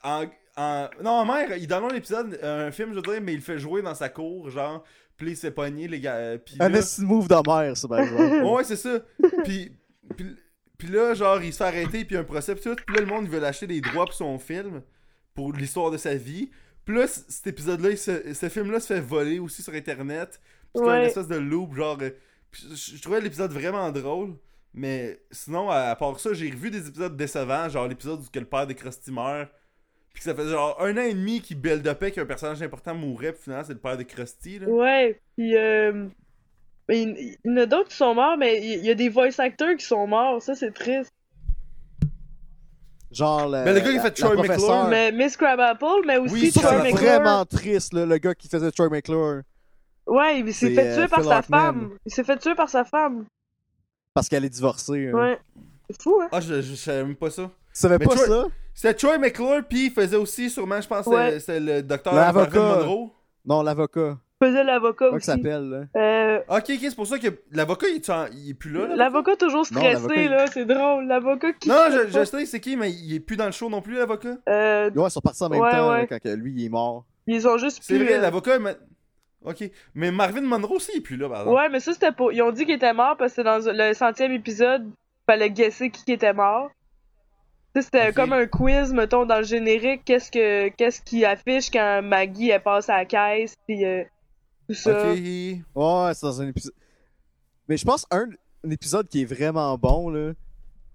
[SPEAKER 1] en, en- Non, Homer, il donne l'épisode, euh, un film, je veux dire, mais il le fait jouer dans sa cour, genre. Puis là, il se fait pogner, les gars. euh, Puis
[SPEAKER 3] Un
[SPEAKER 1] là-
[SPEAKER 3] esti de move de mère, ça, par exemple.
[SPEAKER 1] Ouais, c'est ça. Puis, puis, puis là, genre, il se fait arrêter, puis il y a un procès, puis tout. Puis là, le monde, il veut lâcher des droits pour son film, pour l'histoire de sa vie. Puis là, c- cet épisode-là, il se- ce film-là se fait voler aussi sur Internet. Puis c'est un
[SPEAKER 2] Ouais.
[SPEAKER 1] espèce de loop, genre... euh, puis je, je trouvais l'épisode vraiment drôle. Mais sinon, à, à part ça, j'ai revu des épisodes décevants, genre l'épisode où que le père de Krusty meurt. Puis que ça fait genre un an et demi qu'il build-upait qu'un personnage important mourrait, puis finalement, c'est le père de Krusty, là.
[SPEAKER 2] Ouais. Puis euh... mais il, il y en a d'autres qui sont morts, mais il il y a des voice actors qui sont morts. Ça c'est triste.
[SPEAKER 3] Genre, la,
[SPEAKER 1] Ben, le gars qui
[SPEAKER 3] la-
[SPEAKER 1] fait
[SPEAKER 3] la
[SPEAKER 1] Troy
[SPEAKER 3] professeure.
[SPEAKER 1] McClure.
[SPEAKER 2] Mais Miss Crabapple, mais aussi
[SPEAKER 1] Oui,
[SPEAKER 3] Ça,
[SPEAKER 2] Troy
[SPEAKER 1] Troy
[SPEAKER 3] c'est
[SPEAKER 2] McClure.
[SPEAKER 3] vraiment triste, là, le gars qui faisait Troy McClure.
[SPEAKER 2] Ouais, il s'est
[SPEAKER 3] C'est,
[SPEAKER 2] fait
[SPEAKER 3] euh,
[SPEAKER 2] tuer par
[SPEAKER 3] Phil
[SPEAKER 2] sa
[SPEAKER 3] Hartman.
[SPEAKER 2] femme. Il s'est fait tuer par sa femme.
[SPEAKER 3] Parce qu'elle est divorcée. hein.
[SPEAKER 2] Ouais. C'est fou, hein?
[SPEAKER 1] Ah, je, je savais même pas ça.
[SPEAKER 3] Tu savais
[SPEAKER 1] Mais
[SPEAKER 3] pas
[SPEAKER 1] Troy-
[SPEAKER 3] ça?
[SPEAKER 1] C'était Troy McClure, puis il faisait aussi, sûrement, je pense, que
[SPEAKER 2] Ouais.
[SPEAKER 1] c'était- c'était le docteur
[SPEAKER 3] L'avocat.
[SPEAKER 1] Marvin Monroe.
[SPEAKER 3] Non, l'avocat.
[SPEAKER 2] Il faisait l'avocat
[SPEAKER 3] Comment il
[SPEAKER 2] aussi.
[SPEAKER 3] s'appelle, là?
[SPEAKER 2] Euh,
[SPEAKER 1] Ah, Ok, ok, c'est pour ça que l'avocat, il, est en- il est plus là. là.
[SPEAKER 2] L'avocat toujours
[SPEAKER 3] Non,
[SPEAKER 2] stressé,
[SPEAKER 3] l'avocat, il-
[SPEAKER 2] là, c'est drôle. L'avocat qui.
[SPEAKER 1] Non, je, je sais c'est qui, mais il est plus dans le show non plus, l'avocat.
[SPEAKER 2] Euh,
[SPEAKER 3] Ouais, ils sont partis en même
[SPEAKER 2] Ouais,
[SPEAKER 3] temps, là,
[SPEAKER 2] ouais.
[SPEAKER 3] quand que lui, il est mort.
[SPEAKER 2] ils ont juste
[SPEAKER 1] C'est
[SPEAKER 2] plus,
[SPEAKER 1] vrai,
[SPEAKER 2] euh,
[SPEAKER 1] l'avocat, ma- ok. Mais Marvin Monroe aussi, il est plus là, par exemple.
[SPEAKER 2] Ouais, mais ça, c'était pour. Ils ont dit qu'il était mort parce que dans le centième épisode, fallait guesser qui était mort. Ça, C'était
[SPEAKER 1] Ok.
[SPEAKER 2] comme un quiz, mettons, dans le générique. Qu'est-ce que qu'est-ce qui affiche quand Maggie elle passe à la caisse, puis euh, tout ça.
[SPEAKER 1] Ok.
[SPEAKER 3] Ouais, c'est dans un épisode. Mais je pense un, un épisode qui est vraiment bon, là,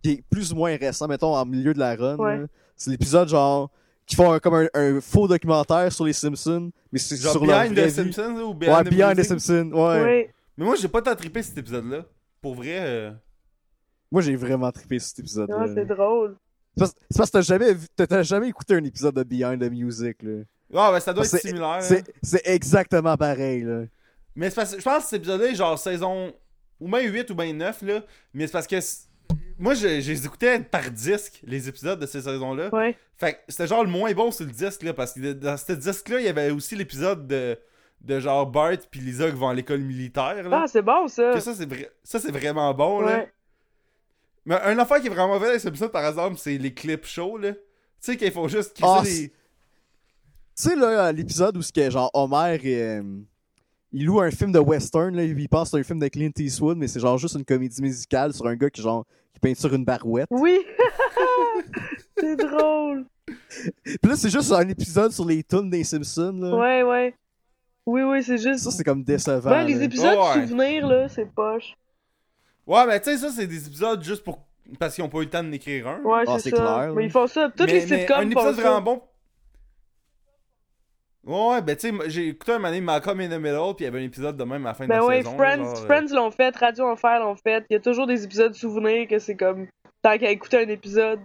[SPEAKER 3] qui est plus ou moins récent, mettons, en milieu de la run,
[SPEAKER 2] Ouais.
[SPEAKER 3] là, c'est l'épisode genre qui font un, comme un, un faux documentaire sur les Simpsons, mais c'est
[SPEAKER 1] Genre
[SPEAKER 3] sur leur
[SPEAKER 1] Behind
[SPEAKER 3] vraie
[SPEAKER 1] the
[SPEAKER 3] vie.
[SPEAKER 1] Simpsons là, ou Behind,
[SPEAKER 3] Ouais,
[SPEAKER 1] the,
[SPEAKER 3] Behind the
[SPEAKER 1] Music.
[SPEAKER 3] Simpsons, ouais.
[SPEAKER 2] Oui.
[SPEAKER 1] Mais moi, j'ai pas tant trippé cet épisode-là. Pour vrai. euh,
[SPEAKER 3] Moi, j'ai vraiment trippé sur cet épisode-là.
[SPEAKER 2] Ah,
[SPEAKER 3] là.
[SPEAKER 2] c'est drôle.
[SPEAKER 3] C'est parce- c'est parce que t'as jamais, vu- t'as- t'as jamais écouté un épisode de Behind the Music, là.
[SPEAKER 1] Ah, ben ça doit
[SPEAKER 3] C'est-
[SPEAKER 1] être similaire. hein.
[SPEAKER 3] C'est c'est exactement pareil, là.
[SPEAKER 1] Mais c'est parce que je pense que cet épisode-là est genre saison ou bien 8 ou bien 9 là, mais c'est parce que c'est- moi je, je les écoutais par disque les épisodes de ces saisons-là.
[SPEAKER 2] Ouais.
[SPEAKER 1] Fait que c'était genre le moins bon sur le disque là parce que de- dans ce disque là, il y avait aussi l'épisode de de genre Bart puis Lisa qui vont à l'école militaire là.
[SPEAKER 2] Ah, c'est bon, ça.
[SPEAKER 1] Que ça c'est vrai- ça c'est vraiment bon là.
[SPEAKER 2] Ouais.
[SPEAKER 1] Mais un affaire qui est vraiment mauvaise avec cet épisode par exemple, c'est les clips shows là. Tu sais qu'ils font juste
[SPEAKER 3] Ah,
[SPEAKER 1] crisser des-
[SPEAKER 3] Tu sais, là, l'épisode où ce que, genre, Homer, euh, il loue un film de western, là, il pense que c'est un film de Clint Eastwood, mais c'est genre juste une comédie musicale sur un gars qui, genre, qui peint sur une barouette.
[SPEAKER 2] Oui. c'est drôle.
[SPEAKER 3] Puis là, c'est juste un épisode sur les tunes des Simpsons, là.
[SPEAKER 2] Ouais, ouais. Oui, oui, c'est juste.
[SPEAKER 3] Ça, c'est comme décevant.
[SPEAKER 2] Ouais, les
[SPEAKER 3] là.
[SPEAKER 2] épisodes
[SPEAKER 1] Ouais.
[SPEAKER 2] souvenirs, là, c'est poche.
[SPEAKER 1] Ouais, mais tu sais ça c'est des épisodes juste pour parce qu'ils ont pas eu le temps de d'écrire un.
[SPEAKER 2] Ouais,
[SPEAKER 3] Ah,
[SPEAKER 2] c'est
[SPEAKER 3] c'est
[SPEAKER 2] ça.
[SPEAKER 3] clair, là.
[SPEAKER 2] mais ils font ça. Toutes
[SPEAKER 1] Mais-
[SPEAKER 2] les
[SPEAKER 1] mais
[SPEAKER 2] sitcoms
[SPEAKER 1] Un
[SPEAKER 2] font
[SPEAKER 1] épisode
[SPEAKER 2] ça.
[SPEAKER 1] vraiment bon. Ouais, ben tu sais, moi, j'ai écouté un moment donné Malcolm in the Middle, puis il y avait un épisode de même à la fin
[SPEAKER 2] Ben
[SPEAKER 1] de la
[SPEAKER 2] ouais,
[SPEAKER 1] saison.
[SPEAKER 2] Friends,
[SPEAKER 1] genre, euh,
[SPEAKER 2] Friends l'ont fait, Radio Enfer l'ont fait. Il y a toujours des épisodes souvenirs que c'est comme tant qu'à écouter un épisode.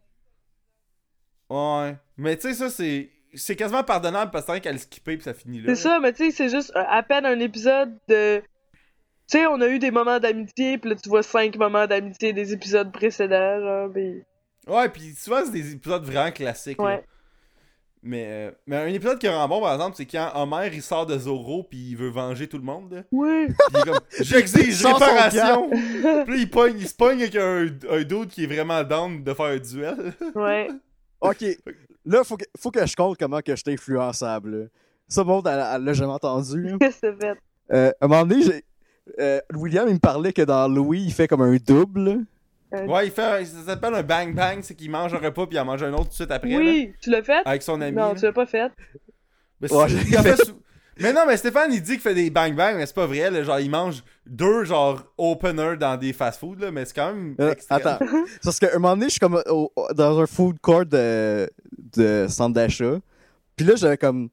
[SPEAKER 1] Ouais. Mais tu sais, ça, c'est. C'est quasiment pardonnable parce que tant qu'à le skipper puis ça finit là.
[SPEAKER 2] C'est ça, mais tu sais, c'est juste euh, à peine un épisode de. Tu sais, on a eu des moments d'amitié, puis là, tu vois cinq moments d'amitié des épisodes précédents, genre, pis...
[SPEAKER 1] Ouais, puis souvent, c'est des épisodes vraiment classiques. là.
[SPEAKER 2] Ouais.
[SPEAKER 1] Mais, euh, mais un épisode qui rend bon, par exemple, c'est quand Homer il sort de Zoro puis il veut venger tout le monde. Là.
[SPEAKER 2] Oui!
[SPEAKER 1] Puis il est comme J'exige
[SPEAKER 3] Sans son
[SPEAKER 1] réparation! puis là, il, pogne, il se pogne avec un, un dude qui est vraiment down de faire un duel.
[SPEAKER 2] Ouais.
[SPEAKER 3] Ok, là, faut que, faut que je compte comment que je suis influençable. là. Ça, bon, elle, elle l'a jamais entendu. là.
[SPEAKER 2] Qu'est-ce que ça fait?
[SPEAKER 3] Euh, à un moment donné, j'ai- euh, William, il me parlait que dans Louis, il fait comme un double.
[SPEAKER 1] Ouais, il fait un- ça s'appelle un bang bang, c'est qu'il mange un repas puis il en mange un autre tout de suite après. là,
[SPEAKER 2] Oui! Tu l'as fait?
[SPEAKER 1] avec son ami.
[SPEAKER 2] non,
[SPEAKER 1] là.
[SPEAKER 2] tu l'as pas fait.
[SPEAKER 1] Mais,
[SPEAKER 3] Ouais,
[SPEAKER 1] c'est-
[SPEAKER 3] j'ai
[SPEAKER 1] il en fait sou- mais non, mais Stéphane, il dit qu'il fait des bang bang, mais c'est pas vrai. Là, genre, il mange deux, genre, openers dans des fast food, là, mais c'est quand même.
[SPEAKER 3] Euh,
[SPEAKER 1] extrême.
[SPEAKER 3] attends,
[SPEAKER 2] Uh-huh.
[SPEAKER 3] C'est parce qu'à un moment donné, je suis comme au- au- dans un food court de, de centre d'achat. Puis là, j'avais comme.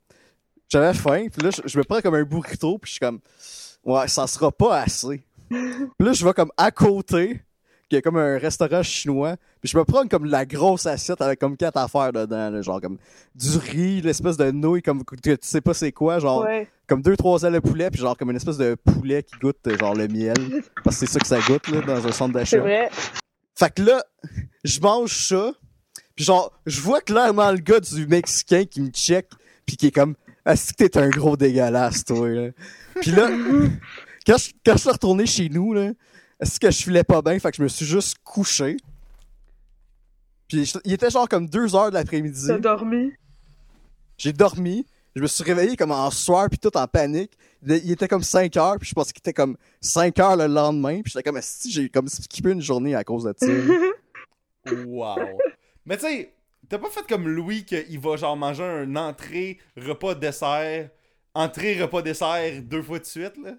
[SPEAKER 3] J'avais faim, puis là, je, je me prends comme un burrito, puis je suis comme. Ouais, ça sera pas assez. puis là, je vais comme à côté, qui est comme un restaurant chinois, puis je me prends comme la grosse assiette avec comme quatre affaires dedans, là, genre comme du riz, l'espèce de nouilles, comme que tu sais pas c'est quoi, genre
[SPEAKER 2] Ouais.
[SPEAKER 3] comme deux trois ailes de poulet puis genre comme une espèce de poulet qui goûte euh, genre le miel parce que c'est ça que ça goûte là dans un centre
[SPEAKER 2] C'est
[SPEAKER 3] d'achat.
[SPEAKER 2] vrai.
[SPEAKER 3] Fait que là je mange ça puis genre je vois clairement le gars du mexicain qui me check puis qui est comme est-ce que t'es un gros dégueulasse toi là? Puis là quand je, quand je suis retourné chez nous là est-ce que je filais pas bien fait que je me suis juste couché. Puis je- il était genre comme deux heures de l'après-midi.
[SPEAKER 2] T'as dormi.
[SPEAKER 3] J'ai dormi. Je me suis réveillé comme en soir, puis tout en panique. Il il était comme 5 heures, puis je pensais qu'il était comme 5 heures le lendemain. Puis j'étais comme, si j'ai comme skippé une journée à cause de ça.
[SPEAKER 1] Wow. Mais tu sais, t'as pas fait comme Louis qu'il va genre manger un entrée, repas, dessert, entrée, repas, dessert deux fois de suite là.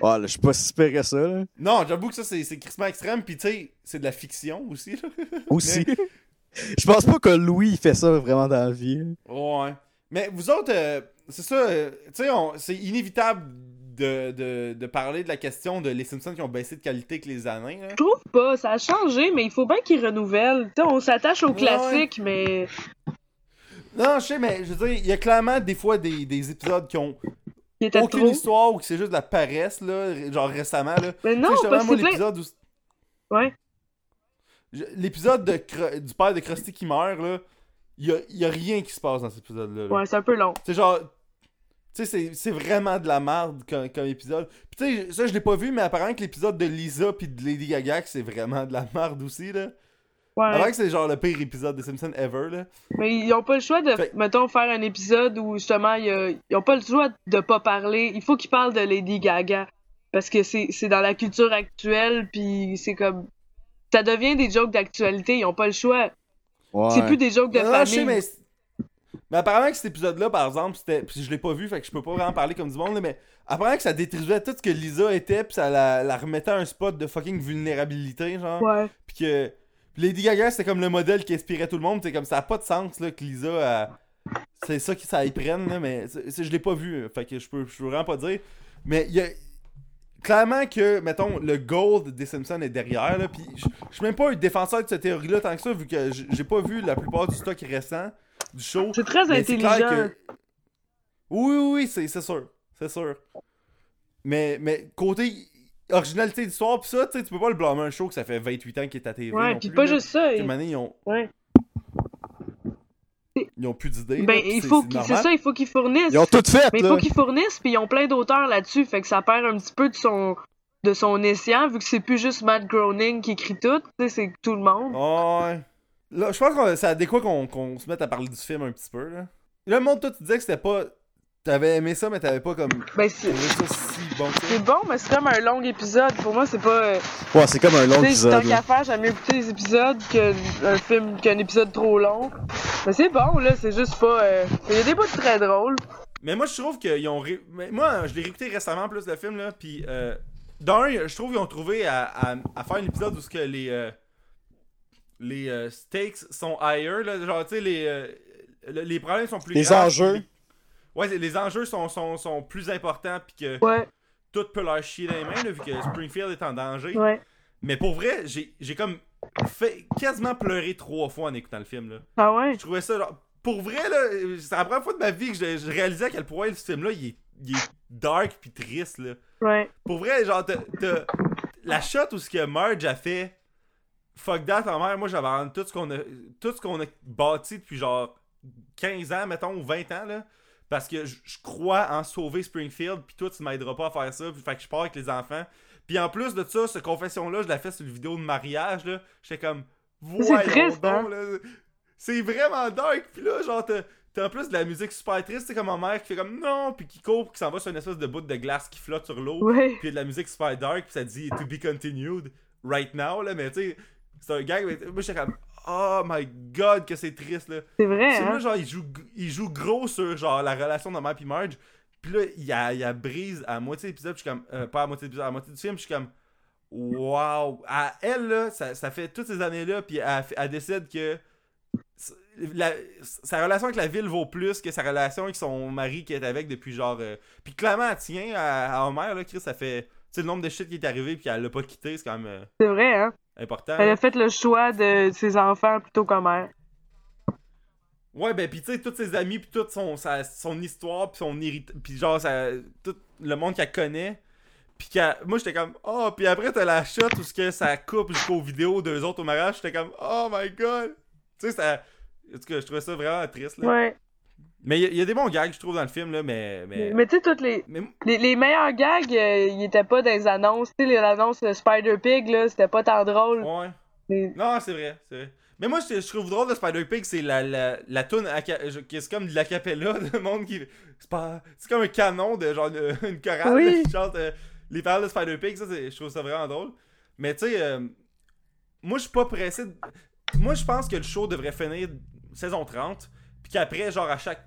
[SPEAKER 3] oh, là, je suis pas si pire que ça, là.
[SPEAKER 1] Non, j'avoue que ça c'est c'est crissement extrême, puis tu sais, c'est de la fiction aussi là.
[SPEAKER 3] Aussi. Je pense pas que Louis il fait ça vraiment dans la vie. là.
[SPEAKER 1] Ouais. Mais vous autres, euh, c'est ça, euh, tu sais, on- c'est inévitable de, de, de parler de la question de les Simpsons qui ont baissé de qualité avec les années. Là.
[SPEAKER 2] Je trouve pas, ça a changé, mais il faut bien qu'ils renouvellent. Tu sais, on s'attache aux
[SPEAKER 1] Ouais.
[SPEAKER 2] classiques, mais.
[SPEAKER 1] Non, je sais, mais je veux dire, il y a clairement des fois des, des épisodes qui ont
[SPEAKER 2] Il était
[SPEAKER 1] aucune
[SPEAKER 2] trop.
[SPEAKER 1] histoire ou que c'est juste de la paresse, là, genre récemment, là.
[SPEAKER 2] Mais non,
[SPEAKER 1] Tu sais, justement,
[SPEAKER 2] parce que
[SPEAKER 1] moi,
[SPEAKER 2] c'est plein.
[SPEAKER 1] l'épisode où-
[SPEAKER 2] Ouais.
[SPEAKER 1] Je- L'épisode de Cro- du père de Krusty qui meurt, là, il y a, y a rien qui se passe dans cet épisode-là. là.
[SPEAKER 2] Ouais, c'est un peu long.
[SPEAKER 1] C'est genre. Tu sais, c'est- c'est vraiment de la merde comme, comme épisode. Puis tu sais, ça, je l'ai pas vu, mais apparemment que l'épisode de Lisa puis de Lady Gaga, que c'est vraiment de la merde aussi, là.
[SPEAKER 2] Ouais.
[SPEAKER 1] Apparemment que c'est genre le pire épisode des Simpsons ever, là.
[SPEAKER 2] Mais ils ont pas le choix de,
[SPEAKER 1] Fait-
[SPEAKER 2] mettons, faire un épisode où justement, il y a- ils ont pas le choix de pas parler. Il faut qu'ils parlent de Lady Gaga. Parce que c'est c'est dans la culture actuelle, puis c'est comme. Ça devient des jokes d'actualité, ils ont pas le choix.
[SPEAKER 3] Ouais.
[SPEAKER 2] C'est plus des jokes de
[SPEAKER 1] Non, non, je sais,
[SPEAKER 2] famille.
[SPEAKER 1] mais... c'est- mais apparemment que cet épisode-là, par exemple, c'était. Puis je l'ai pas vu, fait que je peux pas vraiment parler comme du monde, là, mais apparemment que ça détruisait tout ce que Lisa était, puis ça la, la remettait à un spot de fucking vulnérabilité, genre.
[SPEAKER 2] Ouais.
[SPEAKER 1] Puis que. puis Lady Gaga, c'était comme le modèle qui inspirait tout le monde. C'est comme ça a pas de sens là, que Lisa. elle- C'est ça qui ça y prenne, là, mais c'est- c'est- je l'ai pas vu. euh, Fait que je peux, je peux vraiment pas dire. Mais il y a. Clairement que, mettons, le gold des Simpsons est derrière. Là, puis je je suis même pas un défenseur de cette théorie-là tant que ça, vu que j- j'ai pas vu la plupart du stock récent du show.
[SPEAKER 2] C'est très
[SPEAKER 1] Mais c'est
[SPEAKER 2] intelligent.
[SPEAKER 1] clair que- Oui, oui, oui, c'est c'est sûr. C'est sûr. Mais, mais côté originalité d'histoire, pis ça, tu sais, tu peux pas le blâmer un show que ça fait 28 ans qu'il est à TV.
[SPEAKER 2] Ouais,
[SPEAKER 1] non
[SPEAKER 2] puis
[SPEAKER 1] plus,
[SPEAKER 2] pas
[SPEAKER 1] là.
[SPEAKER 2] juste ça.
[SPEAKER 1] Tu sais,
[SPEAKER 2] il-
[SPEAKER 1] mané, ils ont.
[SPEAKER 2] Ouais.
[SPEAKER 1] Ils ont plus d'idées.
[SPEAKER 2] Ben,
[SPEAKER 1] là, pis
[SPEAKER 2] il
[SPEAKER 1] c'est-
[SPEAKER 2] faut
[SPEAKER 1] c'est
[SPEAKER 2] qu'ils- c'est
[SPEAKER 1] normal.
[SPEAKER 2] ça, il faut qu'ils fournissent.
[SPEAKER 3] Ils ont tout fait,
[SPEAKER 2] Mais il
[SPEAKER 3] là.
[SPEAKER 2] faut qu'ils fournissent, puis ils ont plein d'auteurs là-dessus, fait que ça perd un petit peu de son de son escient, vu que c'est plus juste Matt Groening qui écrit tout, tu sais, c'est tout le monde.
[SPEAKER 1] Ah, Ouais. Là, je pense que c'est adéquat qu'on qu'on se mette à parler du film un petit peu, là. Là, le monde, toi, tu disais que c'était pas. T'avais aimé ça, mais t'avais pas comme.
[SPEAKER 2] Ben, c'est
[SPEAKER 1] trouvé ça si bon que ça.
[SPEAKER 2] c'est bon, mais c'est comme un long épisode. Pour moi, c'est pas... euh,
[SPEAKER 3] Ouais, c'est comme un long
[SPEAKER 2] tu sais, tant
[SPEAKER 3] épisode. là.
[SPEAKER 2] qu'à faire, j'aime mieux écouter les épisodes qu'un film, qu'un épisode trop long. Mais c'est bon, là, c'est juste pas... euh, Il y a des bouts très drôles.
[SPEAKER 1] Mais moi, je trouve qu'ils ont. ré- mais Moi, je l'ai réécouté récemment, plus le film, là. Puis, euh, d'un, je trouve qu'ils ont trouvé à, à- à faire un épisode où ce que les. euh, les euh, stakes sont higher, là. Genre, tu sais, les. euh, le- les problèmes sont plus
[SPEAKER 3] Les
[SPEAKER 1] graves,
[SPEAKER 3] enjeux.
[SPEAKER 1] puis les- Ouais, c'est- les enjeux sont, sont, sont plus importants, puis que
[SPEAKER 2] Ouais,
[SPEAKER 1] tout peut leur chier dans les mains, là, vu que Springfield est en danger.
[SPEAKER 2] ouais.
[SPEAKER 1] Mais pour vrai, j'ai j'ai comme fait quasiment pleurer trois fois en écoutant le film. Là.
[SPEAKER 2] Ah ouais?
[SPEAKER 1] Je trouvais ça genre. Pour vrai, là, c'est la première fois de ma vie que je, je réalisais à quel point ce film-là, il est, il est dark puis triste. Là.
[SPEAKER 2] Ouais.
[SPEAKER 1] Pour vrai, genre, t'as- t'as- la shot où ce que Merge a fait Fuck that, ta mère, moi j'avais tout ce qu'on a tout ce qu'on a bâti depuis genre 15 ans, mettons, ou 20 ans, là. Parce que j- je crois en sauver Springfield, puis toi tu m'aideras pas à faire ça, puis fait que je pars avec les enfants. Puis en plus de ça, cette confession-là, je la fais sur une vidéo de mariage, là. J'étais comme, voyons
[SPEAKER 2] triste, hein?
[SPEAKER 1] donc, là. C'est vraiment dark, puis là, genre, t'as- T'as en plus de la musique super triste, c'est comme ma mère qui fait comme non, puis qui court, puis qui s'en va sur une espèce de bout de glace qui flotte sur l'eau.
[SPEAKER 2] Ouais.
[SPEAKER 1] Puis il y a de la musique super dark, puis ça dit to be continued right now, là, mais tu sais, c'est un gag, mais moi j'étais comme oh my god, que c'est triste, là.
[SPEAKER 2] C'est vrai,
[SPEAKER 1] C'est là,
[SPEAKER 2] hein?
[SPEAKER 1] genre, il joue, il joue gros sur genre la relation de mère puis Merge, puis là, il y a, il y a brise à moitié de l'épisode, puis je suis comme, euh, pas à moitié de l'épisode, à moitié du film, je suis comme, waouh, à elle, là, ça, ça fait toutes ces années-là, puis elle, elle décide que. la- sa relation avec la ville vaut plus que sa relation avec son mari qui est avec depuis genre euh, puis clairement, elle tient à, à Homer, là, Chris, ça fait. Tu sais, le nombre de shit qui est arrivé, puis elle l'a pas quitté, c'est quand même euh,
[SPEAKER 2] C'est vrai, hein?
[SPEAKER 1] important.
[SPEAKER 2] Elle
[SPEAKER 1] là.
[SPEAKER 2] a fait le choix de ses enfants plutôt qu'en mère.
[SPEAKER 1] Ouais, ben, puis tu sais, tous ses amis, puis toute son, sa- son histoire, puis son irrit... Puis genre, ça, tout le monde qu'elle connaît. Puis qu'elle- moi, j'étais comme, oh, puis après, t'as la shot où ce que ça coupe jusqu'aux vidéos d'eux autres au mariage, j'étais comme, oh my god! Tu sais, ça. En tout cas, je trouvais ça vraiment triste, là.
[SPEAKER 2] Ouais.
[SPEAKER 1] Mais il y, a des bons gags, je trouve, dans le film, là, mais. Mais.
[SPEAKER 2] Mais tu sais, toutes les,
[SPEAKER 1] mais...
[SPEAKER 2] les, les meilleurs gags, euh, ils étaient pas dans les annonces. Tu sais, les annonces de Spider-Pig, là, c'était pas tant drôle.
[SPEAKER 1] Ouais.
[SPEAKER 2] Mais-
[SPEAKER 1] Non, c'est vrai, c'est vrai. Mais moi, je, je trouve drôle de Spider Pig, c'est la, la, la toune à ca- je- qui est comme de l'acapella, le monde qui. C'est pas. C'est comme un canon de genre euh, une chorale
[SPEAKER 2] Oui.
[SPEAKER 1] là, qui chante euh, les paroles de Spider Pig, ça, c'est- je trouve ça vraiment drôle. Mais tu sais, euh, moi, je suis pas pressé. de- Moi, je pense que le show devrait finir saison 30, puis qu'après, genre à chaque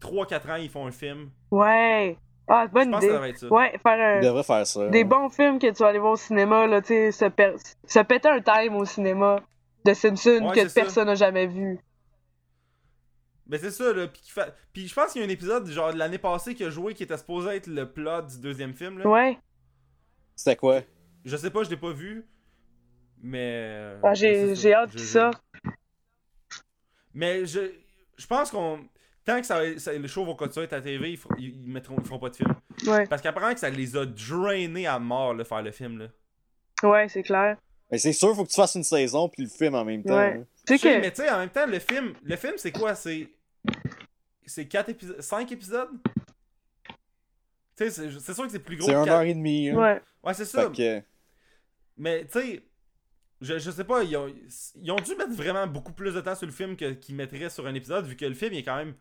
[SPEAKER 1] 3-4 ans, ils font un film.
[SPEAKER 2] Ouais. Ah,
[SPEAKER 1] Je
[SPEAKER 2] bonne
[SPEAKER 1] pense que ça
[SPEAKER 2] idée.
[SPEAKER 1] devrait être ça.
[SPEAKER 2] Ouais, faire un.
[SPEAKER 3] Il devrait faire ça.
[SPEAKER 2] Des bons films que tu vas aller voir au cinéma, là, tu sais, se, per- se péter un time au cinéma de Simpson
[SPEAKER 1] Ouais, c'est
[SPEAKER 2] que
[SPEAKER 1] ça.
[SPEAKER 2] personne n'a jamais vu.
[SPEAKER 1] Ben c'est ça, là. Puis, qu'il fa- puis je pense qu'il y a un épisode, genre de l'année passée, qui a joué, qui était supposé être le plot du deuxième film, là.
[SPEAKER 2] Ouais.
[SPEAKER 3] C'était quoi?
[SPEAKER 1] Je sais pas, je l'ai pas vu. Mais. euh,
[SPEAKER 2] Ah,
[SPEAKER 1] mais
[SPEAKER 2] j'ai
[SPEAKER 1] c'est
[SPEAKER 2] j'ai hâte
[SPEAKER 1] Je-
[SPEAKER 2] qu'il
[SPEAKER 1] je-
[SPEAKER 2] sorte.
[SPEAKER 1] Mais je, je pense qu'on. Tant que ça, ça- le show va continuer à être à la TV, ils, feront- ils, ils mettront, ils feront pas de film.
[SPEAKER 2] Ouais,
[SPEAKER 1] Parce qu'apparemment que ça les a drainés à mort, là, faire le film. Là.
[SPEAKER 2] ouais c'est clair.
[SPEAKER 3] Mais c'est sûr, faut que tu fasses une saison puis le film en même temps.
[SPEAKER 2] Ouais.
[SPEAKER 3] hein.
[SPEAKER 2] Tu
[SPEAKER 1] Je sais,
[SPEAKER 2] sais
[SPEAKER 1] Mais
[SPEAKER 2] que.
[SPEAKER 1] tu sais, en même temps, le film, le film c'est quoi C'est. C'est 4 épisodes 5 épisodes Tu sais, c'est c'est sûr que c'est plus gros.
[SPEAKER 3] C'est
[SPEAKER 1] que
[SPEAKER 3] 1
[SPEAKER 1] quatre-
[SPEAKER 3] heure et demie. hein.
[SPEAKER 2] Ouais.
[SPEAKER 1] Ouais, c'est ça.
[SPEAKER 3] Fait que,
[SPEAKER 1] Mais tu sais, je, je sais pas, ils ont, ils ont dû mettre vraiment beaucoup plus de temps sur le film que- qu'ils mettraient sur un épisode, vu que le film il est quand même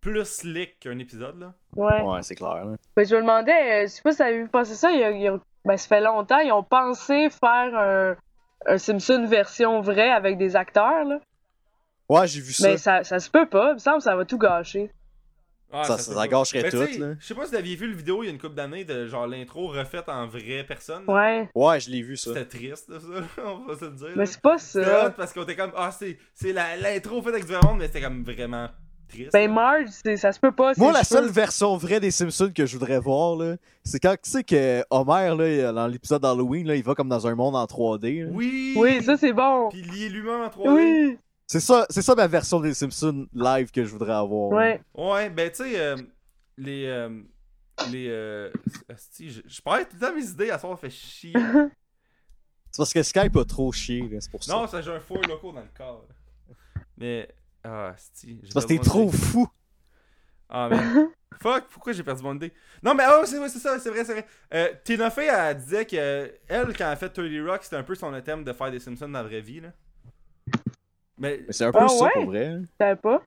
[SPEAKER 1] plus slick qu'un épisode. Là.
[SPEAKER 2] Ouais.
[SPEAKER 3] ouais, c'est clair. là.
[SPEAKER 2] Ben, je me demandais, euh, je sais pas si vous avez vu passer ça, il y a- il y a- ben, ça fait longtemps, ils ont pensé faire un, un Simpson version vraie avec des acteurs, là.
[SPEAKER 3] Ouais, j'ai vu ça.
[SPEAKER 2] Mais ça, ça se peut pas, il me semble que ça va tout gâcher.
[SPEAKER 1] Ah,
[SPEAKER 3] Ça, ça,
[SPEAKER 1] se
[SPEAKER 3] ça
[SPEAKER 1] peut.
[SPEAKER 3] gâcherait
[SPEAKER 1] Ben,
[SPEAKER 3] tout,
[SPEAKER 1] tu sais,
[SPEAKER 3] là.
[SPEAKER 1] Je sais pas si vous aviez vu le vidéo il y a une couple d'années de genre l'intro refaite en vraie personne.
[SPEAKER 2] Ouais,
[SPEAKER 3] Ouais, je l'ai vu ça.
[SPEAKER 1] C'était triste, ça, on va se le dire. là.
[SPEAKER 2] mais c'est pas
[SPEAKER 1] C'était hot
[SPEAKER 2] ça.
[SPEAKER 1] parce qu'on était comme, ah, c'est c'est la- l'intro faite avec du vrai monde, mais c'était comme vraiment triste.
[SPEAKER 2] Ben Marge, c'est- ça se peut pas. ses
[SPEAKER 3] Moi, la
[SPEAKER 2] cheveux.
[SPEAKER 3] seule version vraie des Simpsons que je voudrais voir, là, c'est quand tu sais que Homer, là, dans l'épisode d'Halloween, là, il va comme dans un monde en 3D. là.
[SPEAKER 1] oui!
[SPEAKER 2] Oui, ça c'est bon.
[SPEAKER 1] Puis lier l'humain en 3D.
[SPEAKER 2] Oui,
[SPEAKER 3] C'est ça, c'est ça ma version des Simpsons live que je voudrais avoir. là.
[SPEAKER 2] ouais.
[SPEAKER 1] Ouais, ben tu sais, euh, les. euh, les. euh, asti, je, je perds tout le temps mes idées à soir, ça fait chier.
[SPEAKER 3] C'est parce que Skype a trop chié, là, c'est pour ça.
[SPEAKER 1] non, ça, j'ai un four loco dans le corps. Mais. Ah, asti, j'ai
[SPEAKER 3] C'est parce que
[SPEAKER 1] perdu
[SPEAKER 3] t'es
[SPEAKER 1] mon
[SPEAKER 3] trop
[SPEAKER 1] idée.
[SPEAKER 3] fou.
[SPEAKER 1] Ah, man. Fuck, pourquoi j'ai perdu mon idée? Non, mais oh, c'est ouais, c'est ça, c'est vrai, c'est vrai. Euh, Tina Fey, elle disait que. euh, Elle, quand elle a fait 30 Rock, c'était un peu son thème de faire des Simpsons dans la vraie vie, là. Mais.
[SPEAKER 3] Mais c'est un peu
[SPEAKER 2] Ah
[SPEAKER 3] ça
[SPEAKER 2] ouais?
[SPEAKER 3] pour vrai. hein.
[SPEAKER 2] Je savais pas.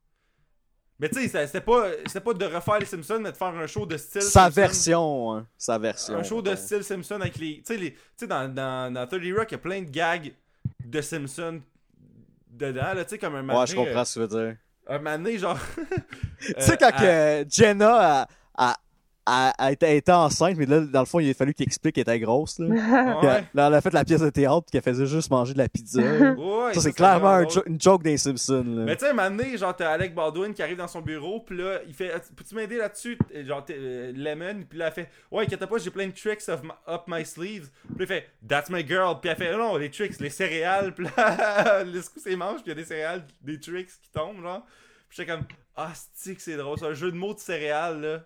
[SPEAKER 1] Mais tu sais, ça- c'était pas, c'était pas de refaire les Simpsons, mais de faire un show de style.
[SPEAKER 3] Sa
[SPEAKER 1] Simpsons.
[SPEAKER 3] version, hein, sa version.
[SPEAKER 1] Un show de
[SPEAKER 3] mettons.
[SPEAKER 1] style Simpson avec les. Tu sais, les, tu sais, dans, dans, dans 30 Rock, il y a plein de gags de Simpson dedans, là, tu sais, comme un euh, moment
[SPEAKER 3] Ouais, je
[SPEAKER 1] donné,
[SPEAKER 3] comprends ce que tu veux dire.
[SPEAKER 1] euh, Un moment donné, genre.
[SPEAKER 3] tu sais, quand que Jenna, elle, elle- elle, elle était- elle était enceinte, mais là, dans le fond, il a fallu qu'elle explique qu'elle était grosse. Là. Puis
[SPEAKER 1] Ouais.
[SPEAKER 3] elle- là, elle a fait la pièce de théâtre puis qu'elle faisait juste manger de la pizza.
[SPEAKER 1] Ouais,
[SPEAKER 3] ça, c'est
[SPEAKER 1] c'était
[SPEAKER 3] clairement
[SPEAKER 1] vraiment
[SPEAKER 3] un
[SPEAKER 1] drôle.
[SPEAKER 3] jo- une joke des Simpsons. là.
[SPEAKER 1] Mais tu sais, un moment donné, genre, t'as Alec Baldwin qui arrive dans son bureau, pis là, il fait Ah, Peux-tu m'aider là-dessus Et Genre, t'es, euh, Lemon, pis là, elle fait Ouais, inquiète pas, j'ai plein de tricks of my- up my sleeves. Pis là, il fait That's my girl. Pis elle fait Non, les tricks, les céréales. Pis là, elle secoue ses manches, pis il y a des céréales, des tricks qui tombent, genre. Pis j'étais comme Ah, c'est que c'est drôle, c'est un jeu de mots de céréales, là.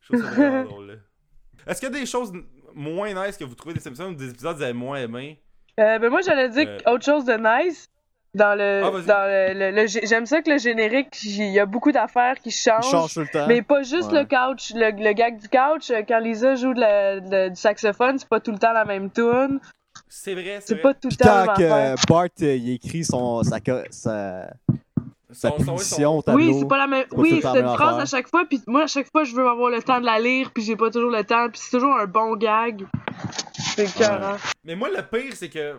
[SPEAKER 1] Je trouve ça vraiment drôle, là. Est-ce qu'il y a des choses n- moins nice que vous trouvez des Simpsons ou des épisodes que vous avez moins aimés
[SPEAKER 2] Euh, ben moi, j'allais dire
[SPEAKER 1] Euh.
[SPEAKER 2] autre chose de nice. Dans le,
[SPEAKER 1] Ah, vas-y.
[SPEAKER 2] dans le, le- le gé- j'aime ça que le générique, il y a beaucoup d'affaires qui
[SPEAKER 3] Il
[SPEAKER 2] changent.
[SPEAKER 3] change tout le temps.
[SPEAKER 2] Mais pas juste
[SPEAKER 3] Ouais.
[SPEAKER 2] le couch, le, le gag du couch. euh, Quand Lisa joue de la- de- du saxophone, c'est pas tout le temps la même tune.
[SPEAKER 1] C'est vrai, c'est
[SPEAKER 2] C'est
[SPEAKER 1] vrai.
[SPEAKER 2] pas tout le
[SPEAKER 3] Puis
[SPEAKER 2] temps la
[SPEAKER 3] quand
[SPEAKER 2] même
[SPEAKER 3] que
[SPEAKER 2] affaire.
[SPEAKER 3] euh, Bart euh, il écrit son, sa, co- sa, sa
[SPEAKER 1] Son- son- son-
[SPEAKER 3] punition au euh, tableau.
[SPEAKER 2] Oui, c'est pas la même.
[SPEAKER 3] pas tout
[SPEAKER 2] Oui,
[SPEAKER 3] le temps
[SPEAKER 2] c'est
[SPEAKER 3] la
[SPEAKER 2] une
[SPEAKER 3] même
[SPEAKER 2] phrase
[SPEAKER 3] affaire.
[SPEAKER 2] à chaque fois. Puis moi, à chaque fois, je veux avoir le temps de la lire. Puis j'ai pas toujours le temps. Puis c'est toujours un bon gag. C'est écœurant.
[SPEAKER 1] Mais moi, le pire, c'est que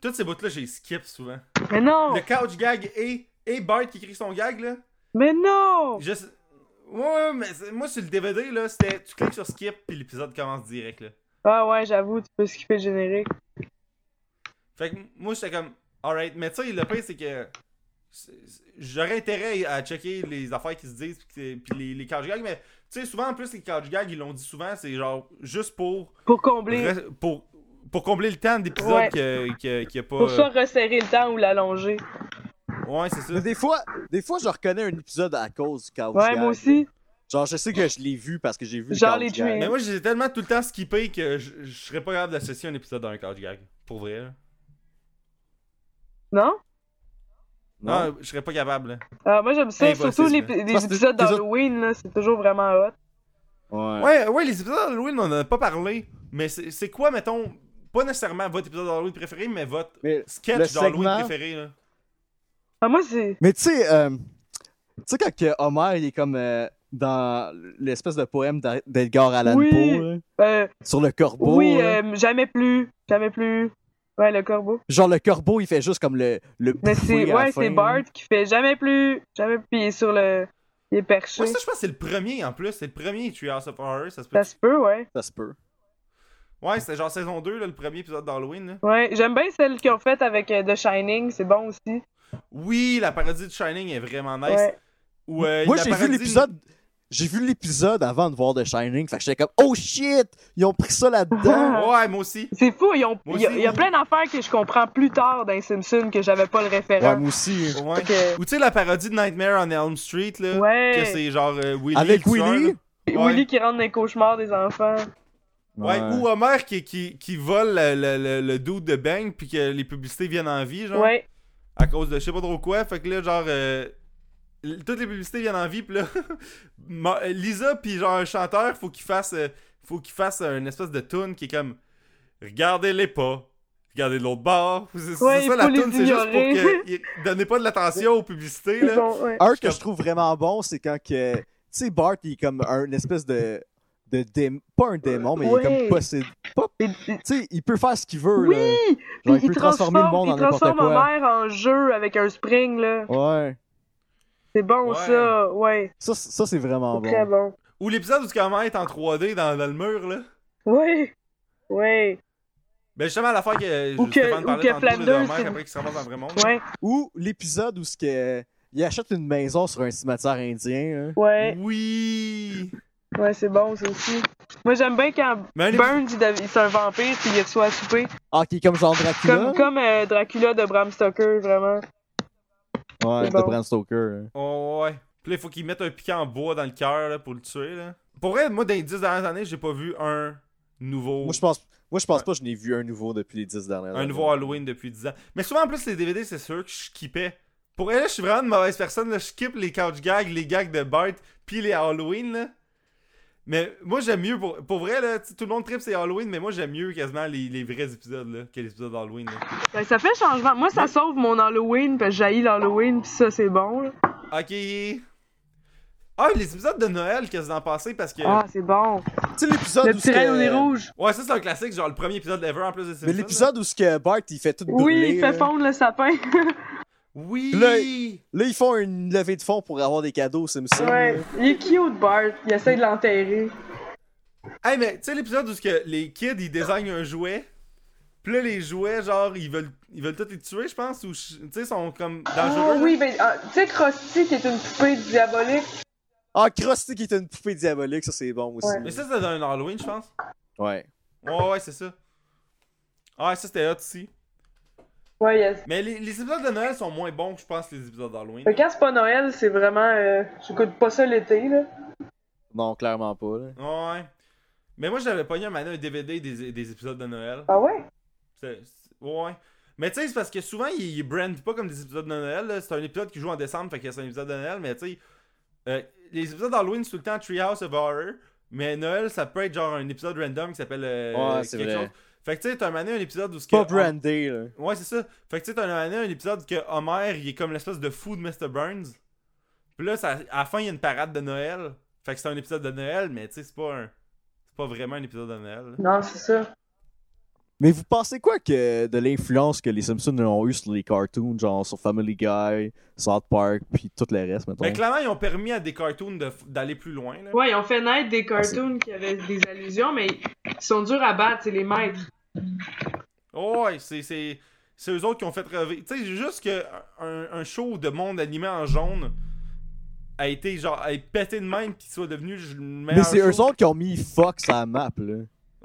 [SPEAKER 1] toutes ces bouts-là, j'ai skip souvent.
[SPEAKER 2] Mais non!
[SPEAKER 1] Le couch gag et, et Bart qui crie son gag, là.
[SPEAKER 2] Mais non!
[SPEAKER 1] Je... sais- Ouais, mais c'est- moi, sur le DVD, là, c'était tu cliques sur skip, puis l'épisode commence direct, là.
[SPEAKER 2] Ah ouais, j'avoue, tu peux skipper le générique.
[SPEAKER 1] Fait que moi, j'étais comme, alright. Mais tu sais, le pire, c'est que c'est- c'est- j'aurais intérêt à checker les affaires qui se disent, puis que- puis les, les couch gags, mais tu sais, souvent, en plus, les couch gags, ils l'ont dit souvent, c'est genre juste pour.
[SPEAKER 2] Pour combler.
[SPEAKER 1] re- Pour, pour combler le temps d'épisode
[SPEAKER 2] Ouais.
[SPEAKER 1] que, que, qu'il y a pas.
[SPEAKER 2] Pour soit
[SPEAKER 1] euh,
[SPEAKER 2] resserrer le temps ou l'allonger.
[SPEAKER 1] Ouais, c'est ça.
[SPEAKER 3] Mais des fois, des fois, je reconnais un épisode à cause du couch
[SPEAKER 2] Ouais,
[SPEAKER 3] gag.
[SPEAKER 2] moi aussi.
[SPEAKER 3] Genre, je sais que je l'ai vu parce que j'ai vu le
[SPEAKER 2] Genre
[SPEAKER 3] couch
[SPEAKER 2] les
[SPEAKER 3] gag.
[SPEAKER 2] Dreams.
[SPEAKER 1] Mais moi, j'ai tellement tout le temps skippé que je, je serais pas capable d'associer un épisode dans un couch gag. Pour vrai. là.
[SPEAKER 2] Non?
[SPEAKER 1] Non,
[SPEAKER 3] Non.
[SPEAKER 1] je serais pas capable. là.
[SPEAKER 2] Ah, moi, j'aime ça.
[SPEAKER 1] Impossible.
[SPEAKER 2] Surtout les, les
[SPEAKER 3] Parce que
[SPEAKER 2] épisodes
[SPEAKER 3] les autres-
[SPEAKER 2] d'Halloween, là. C'est toujours vraiment hot.
[SPEAKER 3] Ouais.
[SPEAKER 1] Ouais, ouais, les épisodes d'Halloween, on en a pas parlé. Mais c'est c'est quoi, mettons, pas nécessairement votre épisode d'Halloween préféré, mais votre
[SPEAKER 3] Mais, le
[SPEAKER 1] sketch d'Halloween
[SPEAKER 3] segment-
[SPEAKER 1] préféré. Là.
[SPEAKER 2] Ah, moi, c'est.
[SPEAKER 3] mais tu sais, euh, tu sais, quand que Homer, il est comme euh, dans l'espèce de poème d'A- d'Edgar Allan
[SPEAKER 2] Oui.
[SPEAKER 3] Poe, là,
[SPEAKER 2] euh,
[SPEAKER 3] sur le corbeau.
[SPEAKER 2] oui,
[SPEAKER 3] là.
[SPEAKER 2] euh, jamais plus. Jamais plus. Ouais, le corbeau.
[SPEAKER 3] Genre, le corbeau, il fait juste comme le. le
[SPEAKER 2] Mais
[SPEAKER 3] bouffer
[SPEAKER 2] c'est.
[SPEAKER 3] à la
[SPEAKER 2] Ouais,
[SPEAKER 3] fin,
[SPEAKER 2] c'est
[SPEAKER 3] là.
[SPEAKER 2] Bart qui fait jamais plus. Jamais plus. Il est sur le. Il est perché.
[SPEAKER 1] Ouais, ça, je pense que c'est le premier en plus. C'est le premier Treehouse of Horror. Ça se peut.
[SPEAKER 2] ça se peut, ouais.
[SPEAKER 3] Ça se peut.
[SPEAKER 1] Ouais, c'était genre saison 2, là, le premier épisode d'Halloween. là.
[SPEAKER 2] Ouais, j'aime bien celle qu'ils ont faite avec euh, The Shining, c'est bon aussi.
[SPEAKER 1] Oui, la parodie de Shining est vraiment nice.
[SPEAKER 2] Ouais.
[SPEAKER 1] Ou, euh,
[SPEAKER 3] Moi,
[SPEAKER 1] la
[SPEAKER 3] j'ai vu
[SPEAKER 1] parodie-
[SPEAKER 3] l'épisode. J'ai vu l'épisode avant de voir The Shining. Fait que j'étais comme, oh shit! Ils ont pris ça là-dedans.
[SPEAKER 1] Ouais, moi aussi.
[SPEAKER 2] C'est fou, ils ont-
[SPEAKER 1] Moi
[SPEAKER 2] il y, a-
[SPEAKER 1] aussi.
[SPEAKER 2] il y a plein d'affaires que je comprends plus tard dans les Simpsons que j'avais pas le référent.
[SPEAKER 3] ouais, moi aussi.
[SPEAKER 1] Ouais.
[SPEAKER 2] Fait
[SPEAKER 1] Ou tu sais, la parodie de Nightmare on Elm Street, là.
[SPEAKER 2] Ouais.
[SPEAKER 1] Que c'est genre euh, Willy.
[SPEAKER 3] Avec
[SPEAKER 1] le tueur,
[SPEAKER 3] Willy?
[SPEAKER 1] là.
[SPEAKER 2] que
[SPEAKER 1] Ouais.
[SPEAKER 2] Willy qui rentre dans les cauchemars des enfants.
[SPEAKER 1] Ouais, ou Homer qui, qui, qui vole le, le, le, le dude de Bang puis que les publicités viennent en vie, genre.
[SPEAKER 2] Ouais.
[SPEAKER 1] À cause de je sais pas trop quoi. Fait que là, genre. euh, l- toutes les publicités viennent en vie pis là. Ma- Lisa puis genre un chanteur, faut qu'il fasse. euh, faut qu'il fasse une espèce de tune qui est comme. Regardez-les pas. Regardez de l'autre bord. C'est c'est
[SPEAKER 2] Ouais, il
[SPEAKER 1] ça la
[SPEAKER 2] faut les
[SPEAKER 1] tune, c'est juste pour
[SPEAKER 2] ignorer.
[SPEAKER 1] que. y- Donnez pas de l'attention aux publicités,
[SPEAKER 2] Ils
[SPEAKER 1] là.
[SPEAKER 2] sont- ouais.
[SPEAKER 3] Un que je trouve vraiment bon, c'est quand que. Tu sais, Bart, il est comme un une espèce de. de dé- Pas un démon, mais il est
[SPEAKER 2] Ouais.
[SPEAKER 3] comme possédé. Pas...
[SPEAKER 2] Il- il-
[SPEAKER 3] Tu sais, il peut faire ce qu'il veut,
[SPEAKER 2] Oui!
[SPEAKER 3] là. Genre,
[SPEAKER 2] Puis
[SPEAKER 3] il peut transformer le monde
[SPEAKER 2] il
[SPEAKER 3] en n'importe
[SPEAKER 2] transforme
[SPEAKER 3] quoi.
[SPEAKER 2] Homer en jeu avec un spring, là.
[SPEAKER 3] Ouais.
[SPEAKER 2] C'est bon,
[SPEAKER 1] Ouais.
[SPEAKER 2] ça. Ouais,
[SPEAKER 3] Ça, c- ça c'est
[SPEAKER 2] c'est
[SPEAKER 3] vraiment
[SPEAKER 2] très
[SPEAKER 3] Ah, bon.
[SPEAKER 2] bon.
[SPEAKER 1] Ou l'épisode où tu commences en 3D dans, dans le mur, là.
[SPEAKER 2] Ouais. Ouais.
[SPEAKER 1] Ben justement, l'affaire que.
[SPEAKER 2] Ou que-
[SPEAKER 1] Stéphane
[SPEAKER 2] ou
[SPEAKER 1] parlait
[SPEAKER 2] que
[SPEAKER 1] tantôt, là, de
[SPEAKER 2] Flanders,
[SPEAKER 1] Homer
[SPEAKER 2] c'est-
[SPEAKER 1] après qu'il se ramasse dans le vrai monde.
[SPEAKER 2] Ouais.
[SPEAKER 3] Ou l'épisode où ce que. Il achète une maison sur un cimetière indien. hein.
[SPEAKER 2] Ouais.
[SPEAKER 1] Oui!
[SPEAKER 2] Ouais, c'est bon, ça aussi. Moi, j'aime bien quand
[SPEAKER 1] Mais un épi-
[SPEAKER 2] Burns, il dev- c'est un vampire, puis il reçoit à souper.
[SPEAKER 3] Ah, qui est comme genre Dracula.
[SPEAKER 2] Comme, comme euh, Dracula de Bram Stoker, vraiment.
[SPEAKER 3] Ouais,
[SPEAKER 2] c'est
[SPEAKER 3] de
[SPEAKER 2] bon.
[SPEAKER 3] Bram Stoker. hein.
[SPEAKER 1] Oh, ouais. Puis là, il faut qu'il mette un piquant en bois dans le cœur là, pour le tuer. Là. Pour vrai, moi, dans les 10 dernières années, j'ai pas vu un nouveau.
[SPEAKER 3] Moi, je pense. Moi, je pense pas que je n'ai vu un nouveau depuis les 10 dernières
[SPEAKER 1] Un
[SPEAKER 3] années.
[SPEAKER 1] nouveau Halloween depuis 10 ans. Mais souvent, en plus, les DVD, c'est sûr que je skippais. Pour vrai, là, je suis vraiment une mauvaise personne. Là. Je skip les couch gags, les gags de Bart, puis les Halloween. Là. Mais moi, j'aime mieux. Pour, pour vrai, là, tu sais, tout le monde tripe c'est Halloween, mais moi, j'aime mieux quasiment les, les vrais épisodes là, que les épisodes d'Halloween. là.
[SPEAKER 2] Ben, ça fait changement. Moi, ça sauve mon Halloween, parce que j'haïs l'Halloween, puis ça, c'est bon. là.
[SPEAKER 1] Ok. Ah, les épisodes de Noël que vous en passez parce que.
[SPEAKER 2] Ah, c'est bon.
[SPEAKER 3] Tu sais, l'épisode
[SPEAKER 2] Le
[SPEAKER 3] où. ce
[SPEAKER 2] petit
[SPEAKER 3] que-
[SPEAKER 2] rayon des
[SPEAKER 1] euh,
[SPEAKER 2] rouges.
[SPEAKER 1] Ouais, ça c'est un classique, genre le premier épisode ever en plus de Simpsons.
[SPEAKER 3] Mais l'épisode où ce que Bart, il fait tout brûler.
[SPEAKER 2] Oui, il fait
[SPEAKER 3] là.
[SPEAKER 2] fondre le sapin.
[SPEAKER 1] Oui!
[SPEAKER 3] Là, ils font une levée de fonds pour avoir des cadeaux aux Simpsons.
[SPEAKER 2] ouais. Il est cute, Bart. Il essaie de l'enterrer.
[SPEAKER 1] Hey, mais tu sais l'épisode où ce que les kids ils désignent un jouet, puis là les jouets genre ils veulent ils veulent tous les tuer je pense ou je- tu sais sont comme
[SPEAKER 2] Ah
[SPEAKER 1] dangereux.
[SPEAKER 2] oui, ben, ah, tu sais, Krusty qui est une poupée diabolique.
[SPEAKER 3] Ah, Krusty qui est une poupée diabolique, ça c'est bon aussi.
[SPEAKER 2] Ouais.
[SPEAKER 1] Mais ça c'est dans un Halloween je pense.
[SPEAKER 3] Ouais.
[SPEAKER 1] Ouais ouais c'est ça. Ah ça c'était hot aussi.
[SPEAKER 2] Ouais, yes.
[SPEAKER 1] Mais les, les épisodes de Noël sont moins bons que je pense que les épisodes d'Halloween.
[SPEAKER 2] Mais quand c'est pas Noël, c'est vraiment. Euh, J'écoute pas ça l'été, là.
[SPEAKER 3] Non, clairement pas. Là.
[SPEAKER 1] Ouais. Mais moi j'avais pogné un matin un DVD des, des épisodes de Noël.
[SPEAKER 2] Ah ouais?
[SPEAKER 1] C'est- c'est- Ouais. Mais tu sais, c'est parce que souvent, ils, ils brandent pas comme des épisodes de Noël. là. C'est un épisode qui joue en décembre, fait que c'est un épisode de Noël. Mais tu sais, euh, les épisodes d'Halloween, c'est tout le temps Treehouse of Horror. Mais Noël, ça peut être genre un épisode random qui s'appelle euh,
[SPEAKER 3] Ouais, c'est vrai.
[SPEAKER 1] Fait que tu sais, t'as un mané un épisode où. ce
[SPEAKER 3] Pas
[SPEAKER 1] que-
[SPEAKER 3] brandé, là.
[SPEAKER 1] Ouais, c'est ça. Fait que tu sais, t'as un mané un épisode que Homer, il est comme l'espèce de fou de Mr. Burns. Puis là, ça- à la fin, il y a une parade de Noël. Fait que c'est un épisode de Noël, mais tu sais, c'est pas un. C'est pas vraiment un épisode de Noël. là.
[SPEAKER 2] Non, c'est ça.
[SPEAKER 3] Mais vous pensez quoi que de l'influence que les Simpsons ont eu sur les cartoons, genre sur Family Guy, South Park, puis tout le reste, mettons?
[SPEAKER 1] Mais clairement, ils ont permis à des cartoons de f- d'aller plus loin. Là.
[SPEAKER 2] Ouais, ils ont fait naître des cartoons qui avaient des allusions, mais ils sont durs à battre, c'est les maîtres.
[SPEAKER 1] Oh, ouais, c'est, c'est, c'est eux autres qui ont fait rêver. Tu sais, juste que un, un show de monde animé en jaune a été genre a pété de même puis soit devenu le meilleur.
[SPEAKER 3] Mais c'est eux
[SPEAKER 1] show.
[SPEAKER 3] autres qui ont mis Fox à la map, là.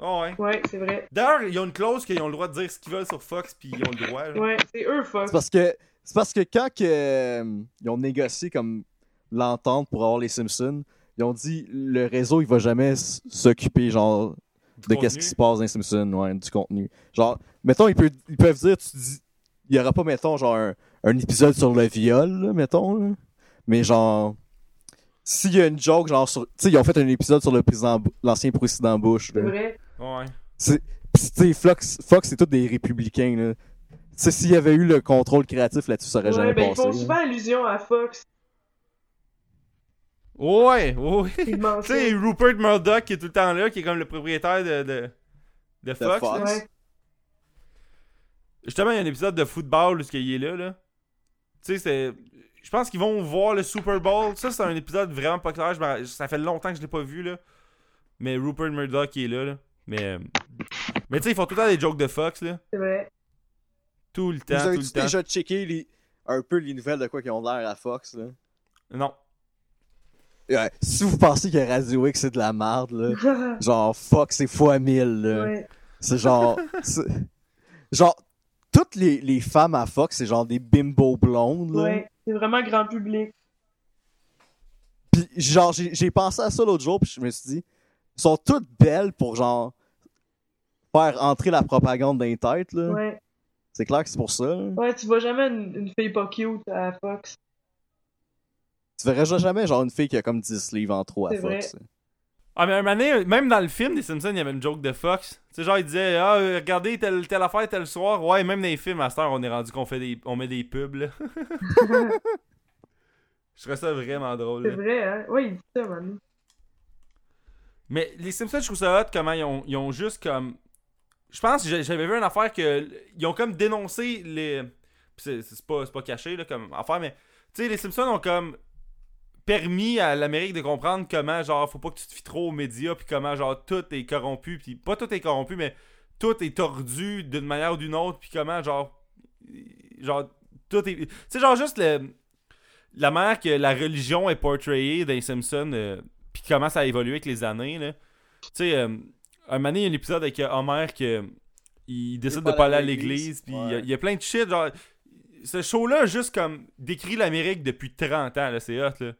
[SPEAKER 1] Oh, ouais.
[SPEAKER 2] Ouais, c'est vrai.
[SPEAKER 1] D'ailleurs, ils ont une clause qu'ils ont le droit de dire ce qu'ils veulent sur Fox puis ils ont le droit. là.
[SPEAKER 2] Ouais, c'est eux, fuck.
[SPEAKER 3] C'est parce que c'est parce que quand que, euh, ils ont négocié comme l'entente pour avoir les Simpsons, ils ont dit le réseau il va jamais s- s'occuper genre de
[SPEAKER 1] contenu.
[SPEAKER 3] qu'est-ce qui se passe dans les Simpsons, ouais, du contenu. Genre mettons ils, peut- ils peuvent dire tu dis il y aura pas mettons genre un, un épisode sur le viol, là, mettons là. mais genre s'il y a une joke genre sur tu sais ils ont fait un épisode sur le président Bu- l'ancien président Bush.
[SPEAKER 2] C'est
[SPEAKER 3] là.
[SPEAKER 2] vrai.
[SPEAKER 1] Oh, Ouais.
[SPEAKER 3] Pis tu sais, Fox, Fox c'est tous des républicains, là. Tu sais, s'il y avait eu le contrôle créatif là-dessus, ça aurait
[SPEAKER 2] Ouais,
[SPEAKER 3] jamais
[SPEAKER 2] ben ils
[SPEAKER 3] passé.
[SPEAKER 2] font
[SPEAKER 3] là.
[SPEAKER 2] souvent allusion à Fox.
[SPEAKER 1] Oh, Ouais, ouais.
[SPEAKER 2] Ils
[SPEAKER 1] tu sais,
[SPEAKER 2] mentionnent.
[SPEAKER 1] Rupert Murdoch qui est tout le temps là, qui est comme le propriétaire de, de, de Fox.
[SPEAKER 3] Fox.
[SPEAKER 1] là.
[SPEAKER 2] Ouais.
[SPEAKER 1] Justement, il y a un épisode de football où ce qu'il est là, là. Tu sais, c'est. Je pense qu'ils vont voir le Super Bowl. Ça, c'est un épisode vraiment pas clair. Je m'en- Ça fait longtemps que je l'ai pas vu, là. Mais Rupert Murdoch il est là, là. Mais. euh, Mais tu sais, ils font tout le temps des jokes de Fox, là.
[SPEAKER 2] C'est vrai.
[SPEAKER 1] Tout le temps,
[SPEAKER 3] Vous
[SPEAKER 1] tout
[SPEAKER 3] avez
[SPEAKER 1] le temps.
[SPEAKER 3] déjà checké les- un peu les nouvelles de quoi qui ont l'air à Fox, là?
[SPEAKER 1] Non.
[SPEAKER 3] Ouais, si vous pensez que Radio X c'est de la merde, là, genre Fox c'est fois 1000, là.
[SPEAKER 2] ouais.
[SPEAKER 3] C'est genre. c'est- genre, toutes les, les femmes à Fox, c'est genre des bimbo blondes, là.
[SPEAKER 2] Ouais. C'est vraiment grand public.
[SPEAKER 3] Pis genre, j'ai j'ai pensé à ça l'autre jour, puis je me suis dit, ils sont toutes belles pour genre faire entrer la propagande dans les têtes, là.
[SPEAKER 2] Ouais.
[SPEAKER 3] C'est clair que c'est pour ça. là.
[SPEAKER 2] Ouais, tu vois jamais une, une fille pas cute à Fox.
[SPEAKER 3] Tu verrais jamais genre une fille qui a comme 10 livres en trop à
[SPEAKER 2] C'est vrai.
[SPEAKER 3] Fox. là.
[SPEAKER 1] Ah, mais un moment donné, même dans le film des Simpsons, il y avait une joke de Fox. Tu sais, genre, il disait Ah, euh, regardez telle, telle affaire, tel soir. Ouais, même dans les films, à cette heure, on est rendu qu'on fait des... on met des pubs, là. Je trouvais ça vraiment drôle,
[SPEAKER 2] C'est
[SPEAKER 1] là.
[SPEAKER 2] vrai, hein? Ouais, il dit ça, man.
[SPEAKER 1] Mais les Simpsons, je trouve ça hot comment ils ont, ils ont juste comme. Je pense que j'a- j'avais vu une affaire que. l- Ils ont comme dénoncé les. Pis C'est c'est pas, c'est pas caché là, comme affaire, mais. Tu sais, les Simpsons ont comme. Permis à l'Amérique de comprendre comment, genre, faut pas que tu te fies trop aux médias, puis comment, genre, tout est corrompu, puis pas tout est corrompu, mais tout est tordu d'une manière ou d'une autre, puis comment, genre. Genre, tout est. Tu sais, genre, juste le. La manière que la religion est portrayée dans les Simpsons. euh, puis comment ça a évolué avec les années là. Tu sais euh, un moment donné, il y a un épisode avec euh, Homer que il décide de pas aller à l'église puis il y a- il y, a plein de shit genre ce show là juste comme décrit l'Amérique depuis 30 ans là, c'est hot là.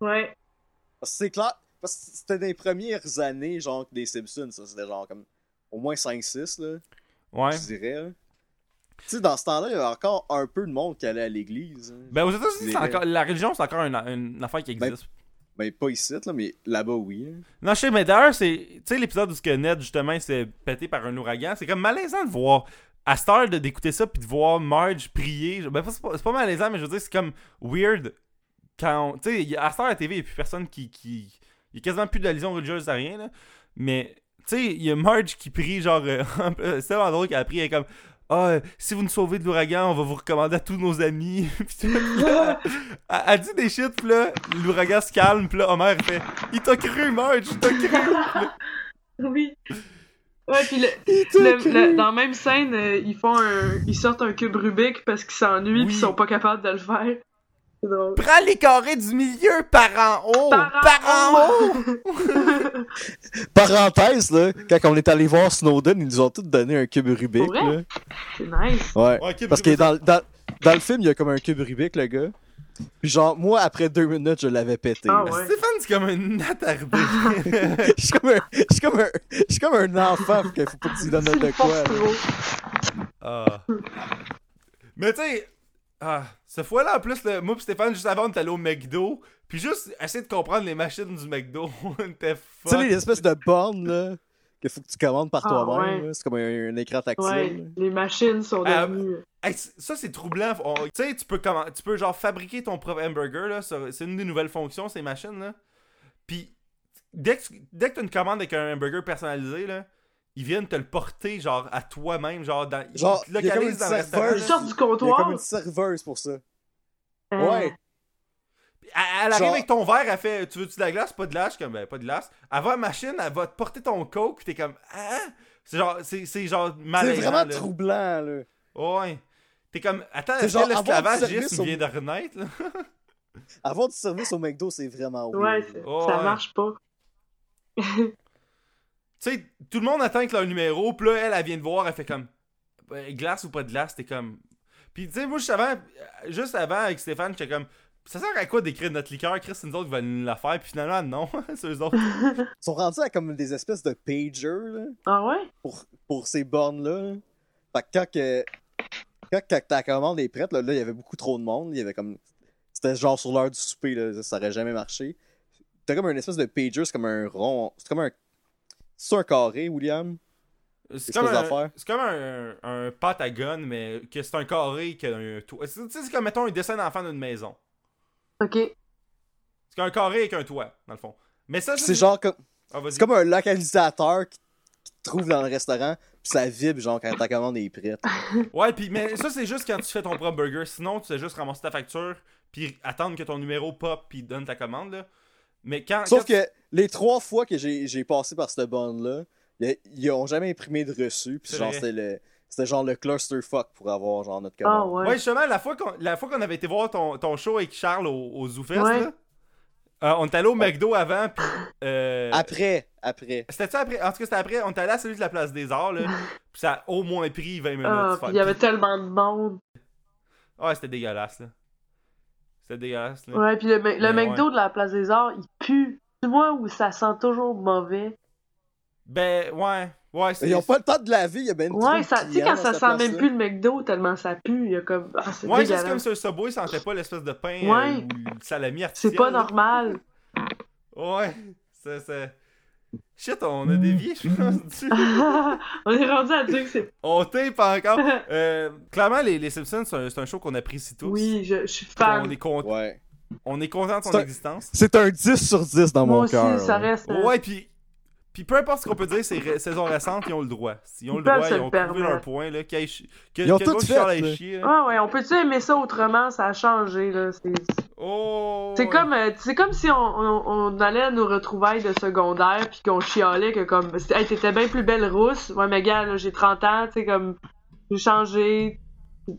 [SPEAKER 2] Ouais.
[SPEAKER 3] Parce que c'est clair. Parce que c'était dans les premières années, genre, des Simpsons, ça. C'était genre comme au moins 5-6, là,
[SPEAKER 1] Ouais.
[SPEAKER 3] je dirais. hein. là. Tu sais, dans ce temps-là, il y avait encore un peu de monde qui allait à l'église. hein.
[SPEAKER 1] Ben aux États-Unis,
[SPEAKER 3] C'est
[SPEAKER 1] c'est
[SPEAKER 3] vrai.
[SPEAKER 1] encore- la religion c'est encore une, une affaire qui
[SPEAKER 3] Ben-
[SPEAKER 1] existe.
[SPEAKER 3] Ben, pas ici, là, mais là-bas, oui. hein.
[SPEAKER 1] Non, je sais, mais d'ailleurs, c'est. Tu sais, l'épisode où ce que Ned, justement, il s'est pété par un ouragan, c'est comme malaisant de voir. À cette heure, de- d'écouter ça puis de voir Marge prier. je- Ben, c'est pas, c'est pas malaisant, mais je veux dire, c'est comme weird. Quand. on- Tu sais, y- à cette heure, à la TV, il y a plus personne qui. qui il y a quasiment plus d'allusion religieuse à rien, là. Mais. Tu sais, il y a Marge qui prie, genre. euh, c'est tellement drôle qu'elle prie, elle est comme. Ah, euh, si vous nous sauvez de l'ouragan, on va vous recommander à tous nos amis. Puis tout, là, elle, elle dit des shit, pis là, l'ouragan se calme, pis là, Homer il fait Il t'a cru, Merge, il t'a cru.
[SPEAKER 2] Oui. Ouais, puis le- le- le- dans la même scène, euh, ils font un, ils sortent un cube Rubik parce qu'ils s'ennuient
[SPEAKER 1] Oui.
[SPEAKER 2] puis ils sont pas capables de le faire. C'est drôle.
[SPEAKER 1] Prends les carrés du milieu par en haut,
[SPEAKER 2] Par en
[SPEAKER 1] haut.
[SPEAKER 3] Parenthèse, là, quand on est allé voir Snowden, ils nous ont tous donné un cube Rubik.
[SPEAKER 2] Pour vrai?
[SPEAKER 3] là.
[SPEAKER 2] C'est nice.
[SPEAKER 3] Ouais.
[SPEAKER 1] Ouais, cube
[SPEAKER 3] Parce que
[SPEAKER 1] Rubik.
[SPEAKER 3] dans, dans, dans le film, il y a comme un cube Rubik, le gars. Puis genre, moi, après deux minutes, je l'avais pété.
[SPEAKER 2] Ah
[SPEAKER 3] là.
[SPEAKER 2] ouais.
[SPEAKER 1] Stéphane, c'est comme un attardé.
[SPEAKER 3] Je suis comme un, je suis comme un, je suis comme un enfant, faut que- faut pas que tu lui donnes
[SPEAKER 2] C'est
[SPEAKER 3] de
[SPEAKER 2] le
[SPEAKER 3] quoi.
[SPEAKER 2] force
[SPEAKER 3] hein? là.
[SPEAKER 2] niveau.
[SPEAKER 1] Ah. Mais tu sais, ah, cette fois-là, en plus, le, moi pis Stéphane, juste avant, on est allé au McDo. Puis juste, essayer de comprendre les machines du McDo, on était
[SPEAKER 3] Tu sais,
[SPEAKER 1] fuck.
[SPEAKER 3] les espèces de bornes, là, qu'il faut que tu commandes par
[SPEAKER 2] Ah,
[SPEAKER 3] toi-même,
[SPEAKER 2] ouais.
[SPEAKER 3] là. c'est comme un, un écran tactile.
[SPEAKER 2] Ouais,
[SPEAKER 3] là.
[SPEAKER 2] les machines sont
[SPEAKER 1] Ah,
[SPEAKER 2] devenues. euh,
[SPEAKER 1] Hey, c- ça, c'est troublant. On- Tu sais, tu peux, comment, tu peux genre fabriquer ton propre hamburger, là. ça- C'est une des nouvelles fonctions, ces machines, là. Puis, dès que tu dès que t'as une commande avec un hamburger personnalisé, là, ils viennent te le porter, genre, à toi-même, genre, dans, ils
[SPEAKER 3] Genre,
[SPEAKER 1] te
[SPEAKER 3] il y a comme
[SPEAKER 1] localisent
[SPEAKER 3] une
[SPEAKER 1] dans le restaurant.
[SPEAKER 2] Ils
[SPEAKER 3] serveuse.
[SPEAKER 1] là.
[SPEAKER 2] sortent du
[SPEAKER 3] ah, Il y a
[SPEAKER 2] comptoir.
[SPEAKER 3] comme une serveuse pour ça.
[SPEAKER 1] Mm.
[SPEAKER 2] euh,
[SPEAKER 3] Ouais.
[SPEAKER 1] Puis Elle, elle arrive
[SPEAKER 3] Genre-
[SPEAKER 1] avec ton verre, elle fait Tu veux-tu de la glace Pas de glace. Je suis comme, ben, pas de glace. Elle va à la machine, elle va te porter ton coke, pis t'es comme, ah C'est genre, c'est c'est genre
[SPEAKER 3] C'est
[SPEAKER 1] malaisant.
[SPEAKER 3] vraiment
[SPEAKER 1] Ah, là.
[SPEAKER 3] troublant, là.
[SPEAKER 1] Ouais. T'es comme, attends,
[SPEAKER 3] C'est
[SPEAKER 1] est-ce
[SPEAKER 3] genre
[SPEAKER 1] que
[SPEAKER 3] avoir du
[SPEAKER 1] l'esclavage
[SPEAKER 3] service
[SPEAKER 1] juste
[SPEAKER 3] au-
[SPEAKER 1] vient de renaître, là?
[SPEAKER 3] Avoir du service au McDo, c'est vraiment weird.
[SPEAKER 2] Ouais,
[SPEAKER 3] là.
[SPEAKER 2] c'est-
[SPEAKER 1] Oh,
[SPEAKER 2] ça
[SPEAKER 1] ouais.
[SPEAKER 2] marche pas.
[SPEAKER 1] Tu sais, tout le monde attend que leur numéro, pis là, elle, elle vient de voir, elle fait comme, Ben, glace ou pas de glace, t'es comme. Pis tu sais, moi, juste avant, euh, juste avant avec Stéphane, j'étais comme, ça sert à quoi d'écrire notre liqueur? Chris, c'est nous autres qui va nous la faire, pis finalement, non, c'est eux autres.
[SPEAKER 3] Ils sont rendus à comme des espèces de pagers, là,
[SPEAKER 2] Ah ouais?
[SPEAKER 3] pour, pour ces bornes-là. là. Fait que quand, que- quand, que ta commande est prête, là, là, il y avait beaucoup trop de monde. Il y avait comme. C'était genre sur l'heure du souper, là, ça, ça aurait jamais marché. T'as comme une espèce de pager, c'est comme un rond. C'est comme un. C'est un carré, William.
[SPEAKER 1] C'est
[SPEAKER 3] Des
[SPEAKER 1] comme,
[SPEAKER 3] espèces d'affaires.
[SPEAKER 1] un, c'est comme un, un Patagone, mais que c'est un carré qui a un toit. C'est- Tu sais, c'est comme, mettons, un dessin d'enfant d'une maison.
[SPEAKER 2] Ok.
[SPEAKER 1] C'est un carré avec un toit, dans le fond. Mais ça,
[SPEAKER 3] C'est genre comme.
[SPEAKER 1] Ah, vas-y.
[SPEAKER 3] C'est comme un localisateur qui, qui te trouve dans le restaurant, puis ça vibre, genre, quand ta commande est prête.
[SPEAKER 1] Ouais, puis mais ça, c'est juste quand tu fais ton propre burger. Sinon, tu sais juste ramasser ta facture, puis attendre que ton numéro pop, puis donne ta commande, là. Mais quand.
[SPEAKER 3] Sauf
[SPEAKER 1] quand-
[SPEAKER 3] que les trois fois que j'ai j'ai passé par cette bande-là, y a- ils ont jamais imprimé de reçu, puis
[SPEAKER 1] C'est
[SPEAKER 3] genre,
[SPEAKER 1] vrai.
[SPEAKER 3] c'était le. C'était genre le clusterfuck pour avoir genre notre
[SPEAKER 2] Ah
[SPEAKER 3] commande.
[SPEAKER 1] Ouais,
[SPEAKER 2] ouais.
[SPEAKER 1] justement, la fois qu'on la fois qu'on avait été voir ton, ton show avec Charles au, au ZooFest,
[SPEAKER 2] Ouais.
[SPEAKER 1] là, euh, on est allé au McDo avant, puis. euh,
[SPEAKER 3] Après, après.
[SPEAKER 1] C'était-tu après? En tout cas, c'était après. On est allé à celui de la place des arts, là. Puis ça a au moins pris 20 minutes.
[SPEAKER 2] Ah,
[SPEAKER 1] de
[SPEAKER 2] puis
[SPEAKER 1] faire
[SPEAKER 2] il y avait tellement de monde.
[SPEAKER 1] Ouais, c'était dégueulasse, là. C'était dégueulasse, là.
[SPEAKER 2] Ouais, puis le, le
[SPEAKER 1] Mais
[SPEAKER 2] McDo de la Place des Arts, il pue. Tu vois où ça sent toujours mauvais.
[SPEAKER 1] Ben, ouais. Ouais, c'est.
[SPEAKER 3] Ils ont pas le temps de laver, il y a ben trop
[SPEAKER 2] Ouais,
[SPEAKER 3] de
[SPEAKER 2] ça, tu sais,
[SPEAKER 3] clients
[SPEAKER 2] quand
[SPEAKER 3] dans
[SPEAKER 2] ça
[SPEAKER 3] hein. cette
[SPEAKER 2] sent même
[SPEAKER 3] place-là.
[SPEAKER 2] plus le McDo, tellement ça pue, il y a comme. Ah, c'est
[SPEAKER 1] Ouais, c'est comme
[SPEAKER 2] dégueulasse.
[SPEAKER 1] si le Subway sentait pas l'espèce de pain euh,
[SPEAKER 2] Ouais.
[SPEAKER 1] ou de salami artificiel.
[SPEAKER 2] C'est pas
[SPEAKER 1] là.
[SPEAKER 2] normal.
[SPEAKER 1] Ouais. C'est. c'est- Shit, on a dévié, je
[SPEAKER 2] Mm.
[SPEAKER 1] pense. du-
[SPEAKER 2] On est rendu à dire que c'est.
[SPEAKER 1] on tape encore. Euh, clairement, les, les Simpsons, c'est un, c'est un show qu'on apprécie tous.
[SPEAKER 2] Oui, je, je suis
[SPEAKER 1] On
[SPEAKER 2] fan.
[SPEAKER 1] est, con-
[SPEAKER 3] Ouais.
[SPEAKER 1] on est content de son
[SPEAKER 3] C'est un-
[SPEAKER 1] existence.
[SPEAKER 3] C'est un 10 sur 10 dans
[SPEAKER 2] Moi
[SPEAKER 3] mon
[SPEAKER 2] aussi,
[SPEAKER 3] cœur.
[SPEAKER 2] ça
[SPEAKER 3] là.
[SPEAKER 2] reste. euh,
[SPEAKER 1] Ouais, puis puis peu importe ce qu'on peut dire, c'est ré- saison récente, ils ont le droit. Ils ont
[SPEAKER 2] Ils
[SPEAKER 1] le
[SPEAKER 2] peuvent
[SPEAKER 1] droit,
[SPEAKER 2] se
[SPEAKER 1] ils
[SPEAKER 2] le
[SPEAKER 1] ont prouvé
[SPEAKER 2] permettre.
[SPEAKER 1] leur point là, qu'ils aillent chi- que,
[SPEAKER 3] Ils ont
[SPEAKER 1] que
[SPEAKER 3] tout
[SPEAKER 1] le gars qui
[SPEAKER 3] fait,
[SPEAKER 1] parle aille
[SPEAKER 3] là.
[SPEAKER 1] chier, là.
[SPEAKER 2] Ouais, Ah ouais, on peut-tu aimer ça autrement? Ça a changé, là. C'est
[SPEAKER 1] Oh.
[SPEAKER 2] c'est comme, euh, c'est comme si on, on, on allait à nos retrouvailles de secondaire puis qu'on chialait que comme, c'était- hey, t'étais bien plus belle rousse. Ouais, mais gars, là, j'ai 30 ans, tu sais, comme, j'ai changé.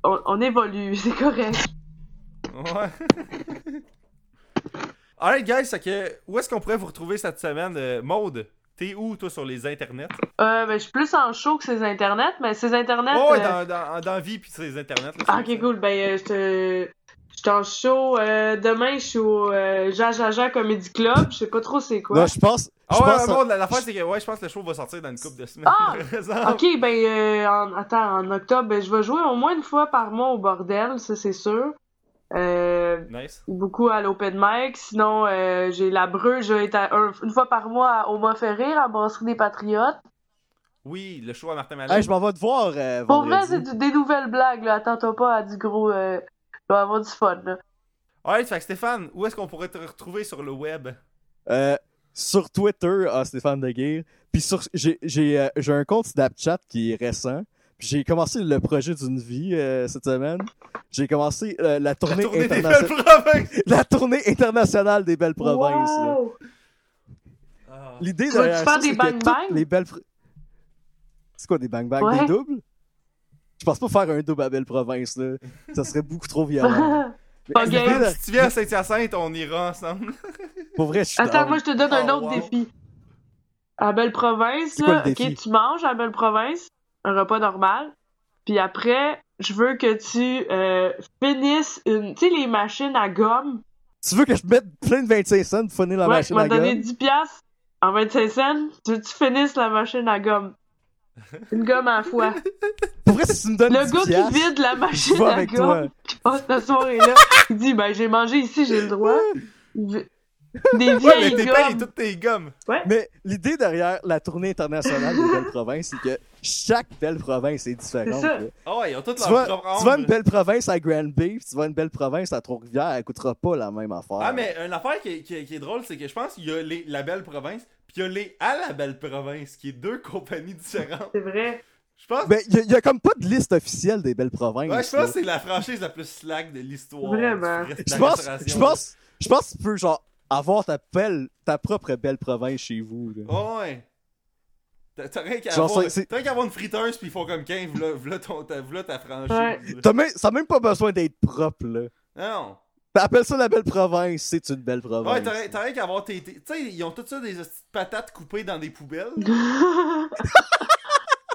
[SPEAKER 2] On, on évolue, c'est correct.
[SPEAKER 1] Ouais. Alright guys, c'est que où est-ce qu'on pourrait vous retrouver cette semaine euh, Maude, t'es où toi sur les internets
[SPEAKER 2] Euh, ben, je suis plus en show que ces internets, mais ces internets.
[SPEAKER 1] Oh,
[SPEAKER 2] euh,
[SPEAKER 1] dans, dans, dans vie puis sur les internets. là,
[SPEAKER 2] Ah,
[SPEAKER 1] c'est
[SPEAKER 2] ok,
[SPEAKER 1] ça.
[SPEAKER 2] cool. Ben, euh, je te. Je suis en show. euh, demain, je suis au euh, Jajaja Comedy Club. Je sais pas trop c'est quoi.
[SPEAKER 3] Non, je pense. Je
[SPEAKER 1] Ah ouais,
[SPEAKER 3] pense
[SPEAKER 1] ouais, Maude, la- l'affaire c'est que ouais, je pense que le show va sortir dans une couple de semaines.
[SPEAKER 2] Ah!
[SPEAKER 1] par exemple.
[SPEAKER 2] Ok, ben, euh, en, attends, en octobre, ben, je vais jouer au moins une fois par mois au bordel, ça c'est sûr. Euh,
[SPEAKER 1] Nice.
[SPEAKER 2] beaucoup à l'open mic. Sinon, euh, j'ai la breuge, je vais être à un- une fois par mois à- au Mont Ferrer, à Brasserie des Patriotes.
[SPEAKER 1] Oui, le show à Martin Malin.
[SPEAKER 3] Hey, je m'en vais te voir. euh,
[SPEAKER 2] Pour vrai,
[SPEAKER 3] vendredi.
[SPEAKER 2] c'est du- des nouvelles blagues, là. Attends-toi pas à du gros. Euh, je vais avoir du fun, là.
[SPEAKER 1] Alright, fait que Stéphane, où est-ce qu'on pourrait te retrouver sur le web
[SPEAKER 3] Euh, sur ah, Twitter, à Stéphane Deguire. Puis sur, j'ai, j'ai, euh, j'ai un compte Snapchat qui est récent. Puis j'ai commencé le projet d'une vie euh, cette semaine. J'ai commencé euh, la
[SPEAKER 1] La
[SPEAKER 3] tournée,
[SPEAKER 1] tournée des belles
[SPEAKER 3] internationale.
[SPEAKER 1] provinces!
[SPEAKER 3] la tournée internationale des belles provinces. là.
[SPEAKER 4] Wow!
[SPEAKER 1] Ah.
[SPEAKER 3] L'idée de
[SPEAKER 2] Vas-tu faire des bang bang?
[SPEAKER 3] les belles fr- C'est quoi des bang bang
[SPEAKER 2] Ouais.
[SPEAKER 3] des doubles Je pense pas faire un double à belle province là, ça serait beaucoup trop violent.
[SPEAKER 2] Attends,
[SPEAKER 3] Mais
[SPEAKER 2] Pas
[SPEAKER 3] l'idée
[SPEAKER 2] game.
[SPEAKER 3] de-
[SPEAKER 1] Si tu viens à Saint-Hyacinthe, on ira ensemble.
[SPEAKER 3] Pour vrai, je suis down.
[SPEAKER 2] moi je te donne un
[SPEAKER 1] Oh,
[SPEAKER 2] autre
[SPEAKER 1] wow.
[SPEAKER 2] défi. À Belle Province,
[SPEAKER 3] C'est quoi
[SPEAKER 2] là,
[SPEAKER 3] le défi?
[SPEAKER 2] ok, tu manges à Belle Province, un repas normal, puis après, je veux que tu euh, finisses une. Tu sais, les machines à gomme.
[SPEAKER 3] Tu veux que je mette plein de 25 cents pour finir la
[SPEAKER 2] ouais, tu
[SPEAKER 3] machine
[SPEAKER 2] m'as
[SPEAKER 3] à
[SPEAKER 2] donné
[SPEAKER 3] gomme?
[SPEAKER 2] 10 piastres en 25 cents. Tu veux que tu finisses la machine à gomme? Une gomme à la fois.
[SPEAKER 3] Pour vrai, si tu me donnes
[SPEAKER 2] Le
[SPEAKER 3] 10
[SPEAKER 2] gars
[SPEAKER 3] piastres,
[SPEAKER 2] qui vide la
[SPEAKER 3] je
[SPEAKER 2] machine
[SPEAKER 3] vais
[SPEAKER 2] à
[SPEAKER 3] avec toi.
[SPEAKER 2] gomme qui passe la soirée là, il dit ben j'ai mangé ici, j'ai le droit. Il vi- Des
[SPEAKER 1] Ouais, mais t'es
[SPEAKER 2] vieilles
[SPEAKER 1] payé
[SPEAKER 2] gommes.
[SPEAKER 1] toutes tes gommes.
[SPEAKER 3] Mais l'idée derrière la tournée internationale des belles provinces, c'est que chaque belle province est différente.
[SPEAKER 2] C'est ça.
[SPEAKER 3] là.
[SPEAKER 1] Ah ouais, ils ont toutes
[SPEAKER 3] Tu
[SPEAKER 1] leur
[SPEAKER 3] vas,
[SPEAKER 1] propre
[SPEAKER 3] tu
[SPEAKER 1] ombre.
[SPEAKER 3] vas à une belle province à Grand Bay, puis tu vas à une belle province à Trois-Rivières, elle coûtera pas la même affaire.
[SPEAKER 1] Ah, mais une affaire qui, est- qui est- qui est drôle, c'est que je pense qu'il y a les, la belle province, puis il y a les à la belle province, qui est deux compagnies différentes.
[SPEAKER 2] C'est vrai.
[SPEAKER 1] Je pense,
[SPEAKER 3] Ben, y, a- y a comme pas de liste officielle des belles provinces.
[SPEAKER 1] ouais, je
[SPEAKER 3] là.
[SPEAKER 1] pense que c'est la franchise la plus slack de l'histoire.
[SPEAKER 2] Vraiment.
[SPEAKER 1] du reste de
[SPEAKER 3] Je
[SPEAKER 1] la
[SPEAKER 3] pense,
[SPEAKER 1] restauration.
[SPEAKER 3] je pense, je pense que tu peux, genre, avoir ta, belle, ta propre belle province chez vous. là.
[SPEAKER 1] Oh, ouais. T'as t'as rien qu'à
[SPEAKER 3] Genre,
[SPEAKER 1] avoir,
[SPEAKER 3] c'est- c'est-
[SPEAKER 1] t'as rien qu'à avoir une friteuse, puis ils font comme 15, v'là, v'là ton- ta, v'là ta franchise.
[SPEAKER 2] Ouais.
[SPEAKER 3] T'as même, ça a même pas besoin d'être propre, là.
[SPEAKER 1] Non.
[SPEAKER 3] T'appelles ça la belle province, Ah, c'est une belle
[SPEAKER 1] Ouais,
[SPEAKER 3] province.
[SPEAKER 1] t'as rien- t'as rien qu'à avoir tes. tes- Tu sais, ils ont tout ça des hosties de patates coupées dans des poubelles.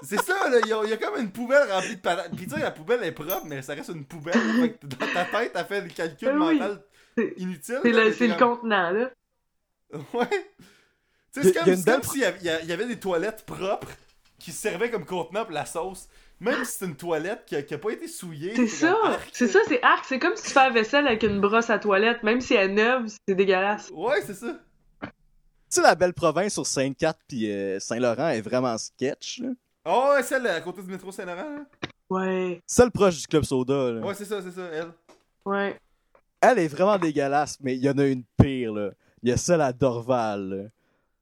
[SPEAKER 1] C'est ça, là, il y, a- il y a comme une poubelle remplie de patates. Puis tu sais, la poubelle est propre, mais ça reste une poubelle. Fait que dans ta tête, t'as fait des calculs
[SPEAKER 2] Ben oui.
[SPEAKER 1] mentaux
[SPEAKER 2] C'est-
[SPEAKER 1] inutiles.
[SPEAKER 2] C'est
[SPEAKER 1] là,
[SPEAKER 2] le,
[SPEAKER 1] mais
[SPEAKER 2] c'est le
[SPEAKER 1] comme-
[SPEAKER 2] contenant, là.
[SPEAKER 1] Ouais. Tu
[SPEAKER 3] Y a-
[SPEAKER 1] sais,
[SPEAKER 3] y
[SPEAKER 1] c'est
[SPEAKER 3] a
[SPEAKER 1] comme,
[SPEAKER 3] une
[SPEAKER 1] c'est
[SPEAKER 3] belle
[SPEAKER 1] comme s'il y avait- il y, a- il y avait des toilettes propres qui servaient comme contenant pour la sauce. Même si c'est une toilette qui a, qui a pas été souillée.
[SPEAKER 2] C'est
[SPEAKER 1] t'es
[SPEAKER 2] ça.
[SPEAKER 1] comme, Arc.
[SPEAKER 2] C'est ça, c'est arc. C'est comme si tu fais la vaisselle avec une brosse à toilette, même si elle est neuve, c'est dégueulasse.
[SPEAKER 1] ah, Ouais, c'est ça.
[SPEAKER 3] Tu sais, la belle province sur Sainte-Cathe puis euh, Saint-Laurent est vraiment sketch, là.
[SPEAKER 1] Oh, ouais, celle à côté du métro Saint-Laurent. là.
[SPEAKER 2] Ouais,
[SPEAKER 3] Celle proche du Club Soda, là.
[SPEAKER 1] Ouais, c'est ça, c'est ça, elle.
[SPEAKER 2] ouais.
[SPEAKER 3] Elle est vraiment dégueulasse, mais il y en a une pire, là. Il y a celle à Dorval, là.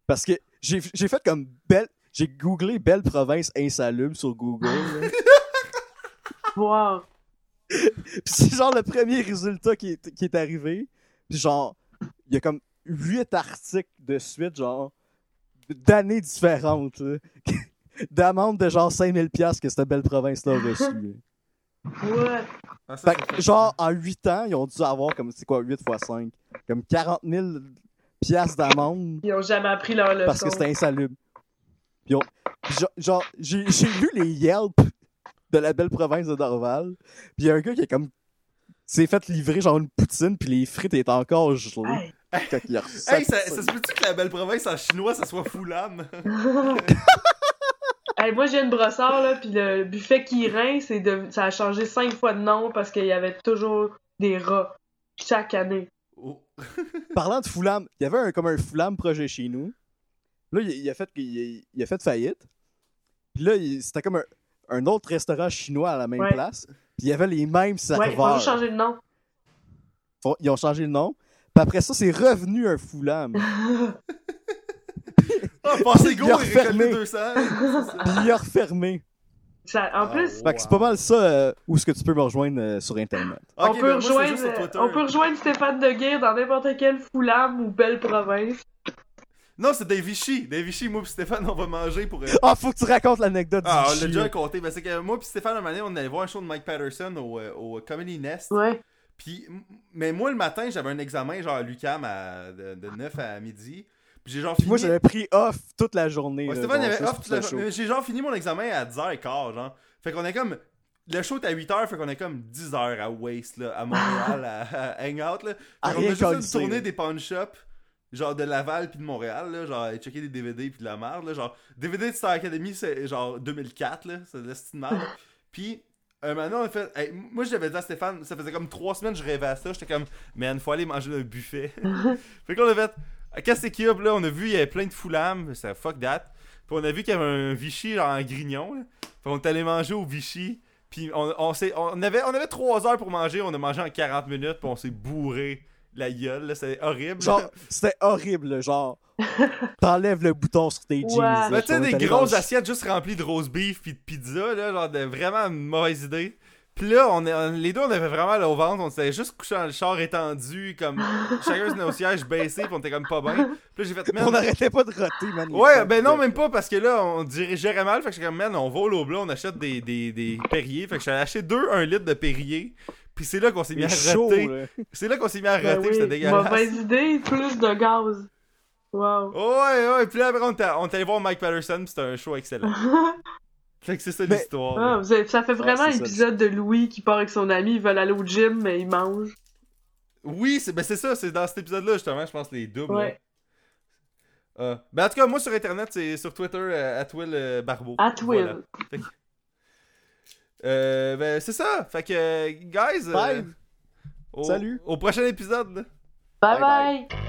[SPEAKER 3] Parce que j'ai j'ai fait comme belle... J'ai googlé belle province insalubre sur Google,
[SPEAKER 2] Ah.
[SPEAKER 3] là.
[SPEAKER 2] Voir.
[SPEAKER 3] Puis c'est genre le premier résultat qui est, qui est arrivé. Puis genre, il y a comme huit articles de suite, genre, d'années différentes. là. D'amende de genre 5000$ que cette belle province-là a reçue.
[SPEAKER 2] Ouais.
[SPEAKER 1] Ah, ça,
[SPEAKER 3] Fait
[SPEAKER 1] c'est
[SPEAKER 3] que,
[SPEAKER 1] fait.
[SPEAKER 3] genre, en 8 ans, ils ont dû avoir comme, c'est quoi, 8 x 5? Comme 40 000$ d'amende
[SPEAKER 2] Ils ont jamais appris leur leçon.
[SPEAKER 3] parce que c'était insalubre. Puis on- puis genre- genre, j'ai j'ai lu les Yelp de la belle province de Dorval. Puis il y a un gars qui est comme s'est fait livrer genre une poutine puis les frites étaient encore gelées
[SPEAKER 2] Hey.
[SPEAKER 3] quand il a reçu
[SPEAKER 1] Hey,
[SPEAKER 3] sa
[SPEAKER 1] ça,
[SPEAKER 3] poutine.
[SPEAKER 1] ça se peut-tu que la belle province en chinois, ça soit Fulham?
[SPEAKER 2] Hey, moi, j'ai une brossard, là, puis le buffet qui rince, c'est de... ça a changé cinq fois de nom parce qu'il y avait toujours des rats chaque année.
[SPEAKER 1] Oh.
[SPEAKER 3] Parlant de Foulam, il y avait un, comme un Foulam projet chez nous. Là, il, il a, fait, il, il a fait faillite. Puis là, il- c'était comme un, un autre restaurant chinois à la même
[SPEAKER 2] Ouais.
[SPEAKER 3] place. Puis il y avait les
[SPEAKER 2] Ouais,
[SPEAKER 3] mêmes
[SPEAKER 2] ils ont
[SPEAKER 3] serveurs.
[SPEAKER 2] juste changé de nom.
[SPEAKER 3] Font- ils ont changé le nom. Puis après ça, c'est revenu un Foulam.
[SPEAKER 1] Ah, passez go
[SPEAKER 3] Il
[SPEAKER 1] et
[SPEAKER 3] a
[SPEAKER 1] récoltez
[SPEAKER 3] refermé.
[SPEAKER 1] 200. C'est ça.
[SPEAKER 3] Puis il a refermé.
[SPEAKER 2] Ça- En
[SPEAKER 1] Ah,
[SPEAKER 2] plus,
[SPEAKER 1] ouais.
[SPEAKER 3] Fait que c'est pas mal ça euh, où ce que tu peux me rejoindre euh, sur internet.
[SPEAKER 1] Ok,
[SPEAKER 2] on, peut
[SPEAKER 1] ben, moi, c'est
[SPEAKER 2] rejoindre,
[SPEAKER 1] juste sur Twitter.
[SPEAKER 2] on peut rejoindre Stéphane Deguerre dans n'importe quelle foulame ou belle province.
[SPEAKER 1] Non, c'est des Vichy. Des Vichy, moi pis Stéphane, on va manger pour. euh,
[SPEAKER 3] Ah, faut que tu racontes l'anecdote
[SPEAKER 1] Ah, on
[SPEAKER 3] du
[SPEAKER 1] l'a
[SPEAKER 3] chien.
[SPEAKER 1] déjà compté. Ben, c'est que moi pis Stéphane, un moment donné, on allait voir un show de Mike Patterson au, euh, au Comedy Nest.
[SPEAKER 2] Ouais.
[SPEAKER 1] Puis, m- mais moi, le matin, j'avais un examen, genre à l'UCAM, à- de, de 9 à midi. Puis j'ai genre
[SPEAKER 3] Puis
[SPEAKER 1] fini.
[SPEAKER 3] moi, j'avais pris off toute la journée.
[SPEAKER 1] Ouais,
[SPEAKER 3] là,
[SPEAKER 1] Stéphane, il
[SPEAKER 3] genre,
[SPEAKER 1] avait
[SPEAKER 3] juste
[SPEAKER 1] off
[SPEAKER 3] pour
[SPEAKER 1] toute la
[SPEAKER 3] ce show.
[SPEAKER 1] journée. J'ai genre fini mon examen à 10h15, genre. Fait qu'on est comme. Le show était à 8h, fait qu'on est comme 10h à Waste, là, à Montréal, à, à Hangout, là.
[SPEAKER 3] À
[SPEAKER 1] Fait qu'on
[SPEAKER 3] rien
[SPEAKER 1] a juste fait une
[SPEAKER 3] colisser, là.
[SPEAKER 1] tournée des pawn shops, genre de Laval puis de Montréal, là, genre, aller checker des DVD puis de la merde, là, genre, DVD de Star Academy, c'est genre 2004, là, c'est de la style de merde, là. Puis, euh, maintenant, on a fait, hey, moi, j'avais dit à Stéphane, ça faisait comme trois semaines, je rêvais à ça, j'étais comme, man, faut aller manger dans un buffet. fait qu'on a fait, à Casté Cube, là, on a vu, il y avait plein de foulames, ça fuck that. Puis on a vu qu'il y avait un Vichy, genre, en grignon, là. Fait qu'on est allé manger au Vichy. Puis on, on, s'est- on, avait, on avait 3 heures pour manger, on a mangé en 40 minutes, puis on s'est bourré la gueule, là, c'est horrible.
[SPEAKER 3] Genre, c'était horrible, là, genre. T'enlèves le bouton sur tes jeans.
[SPEAKER 5] Ouais.
[SPEAKER 3] là,
[SPEAKER 1] Mais tu
[SPEAKER 3] on
[SPEAKER 1] sais,
[SPEAKER 3] est
[SPEAKER 1] des
[SPEAKER 3] allé
[SPEAKER 1] grosses
[SPEAKER 3] dans-
[SPEAKER 1] assiettes juste remplies de roast beef pis de pizza, là, genre de vraiment une mauvaise idée. Pis là, on est, on- les deux, on avait vraiment le au ventre, on s'était juste couché dans le char étendu, comme chacun se tenait au siège baissé pis on était comme pas bien. Pis là, j'ai fait, man,
[SPEAKER 3] On arrêtait pas de roter, man. les
[SPEAKER 1] Ouais,
[SPEAKER 3] fans,
[SPEAKER 1] ben non,
[SPEAKER 3] là.
[SPEAKER 1] même pas, parce que là, on dirigeait mal. Fait que j'étais comme, man, on va au Loblaw, on achète des, des, des Perrier. Fait que j'allais acheter deux, un litre de Perrier. Puis c'est là qu'on s'est mis
[SPEAKER 3] Il
[SPEAKER 1] à
[SPEAKER 3] est chaud,
[SPEAKER 1] roter.
[SPEAKER 3] là.
[SPEAKER 1] C'est là qu'on s'est mis à roter,
[SPEAKER 5] Ben
[SPEAKER 1] pis c'était
[SPEAKER 5] oui,
[SPEAKER 1] dégueulasse.
[SPEAKER 5] mauvaise idée, plus de gaz. Wow.
[SPEAKER 1] Ouais, ouais, puis là, après, on t'a- on est allé voir Mike Patterson, pis c'était un show excellent. fait que c'est ça
[SPEAKER 3] Mais-
[SPEAKER 1] l'histoire.
[SPEAKER 5] Ah, vous avez- ça fait vraiment
[SPEAKER 3] c'est ça.
[SPEAKER 5] l'épisode de Louis qui part avec son ami, ils veulent aller au gym, mais ils mangent.
[SPEAKER 1] Oui, c'est ben c'est ça, c'est dans cet épisode-là, justement, je pense, les doubles.
[SPEAKER 5] Ouais.
[SPEAKER 1] là. Ah. ben en tout cas, moi sur internet, c'est sur Twitter, euh, at Will euh, Barbeau.
[SPEAKER 5] At Will.
[SPEAKER 1] Voilà. Fait que- Euh, ben c'est ça, fait que, euh, guys. euh,
[SPEAKER 3] Bye.
[SPEAKER 1] au-
[SPEAKER 3] Salut.
[SPEAKER 1] Au prochain épisode. là.
[SPEAKER 5] Bye
[SPEAKER 3] Bye bye.
[SPEAKER 5] bye.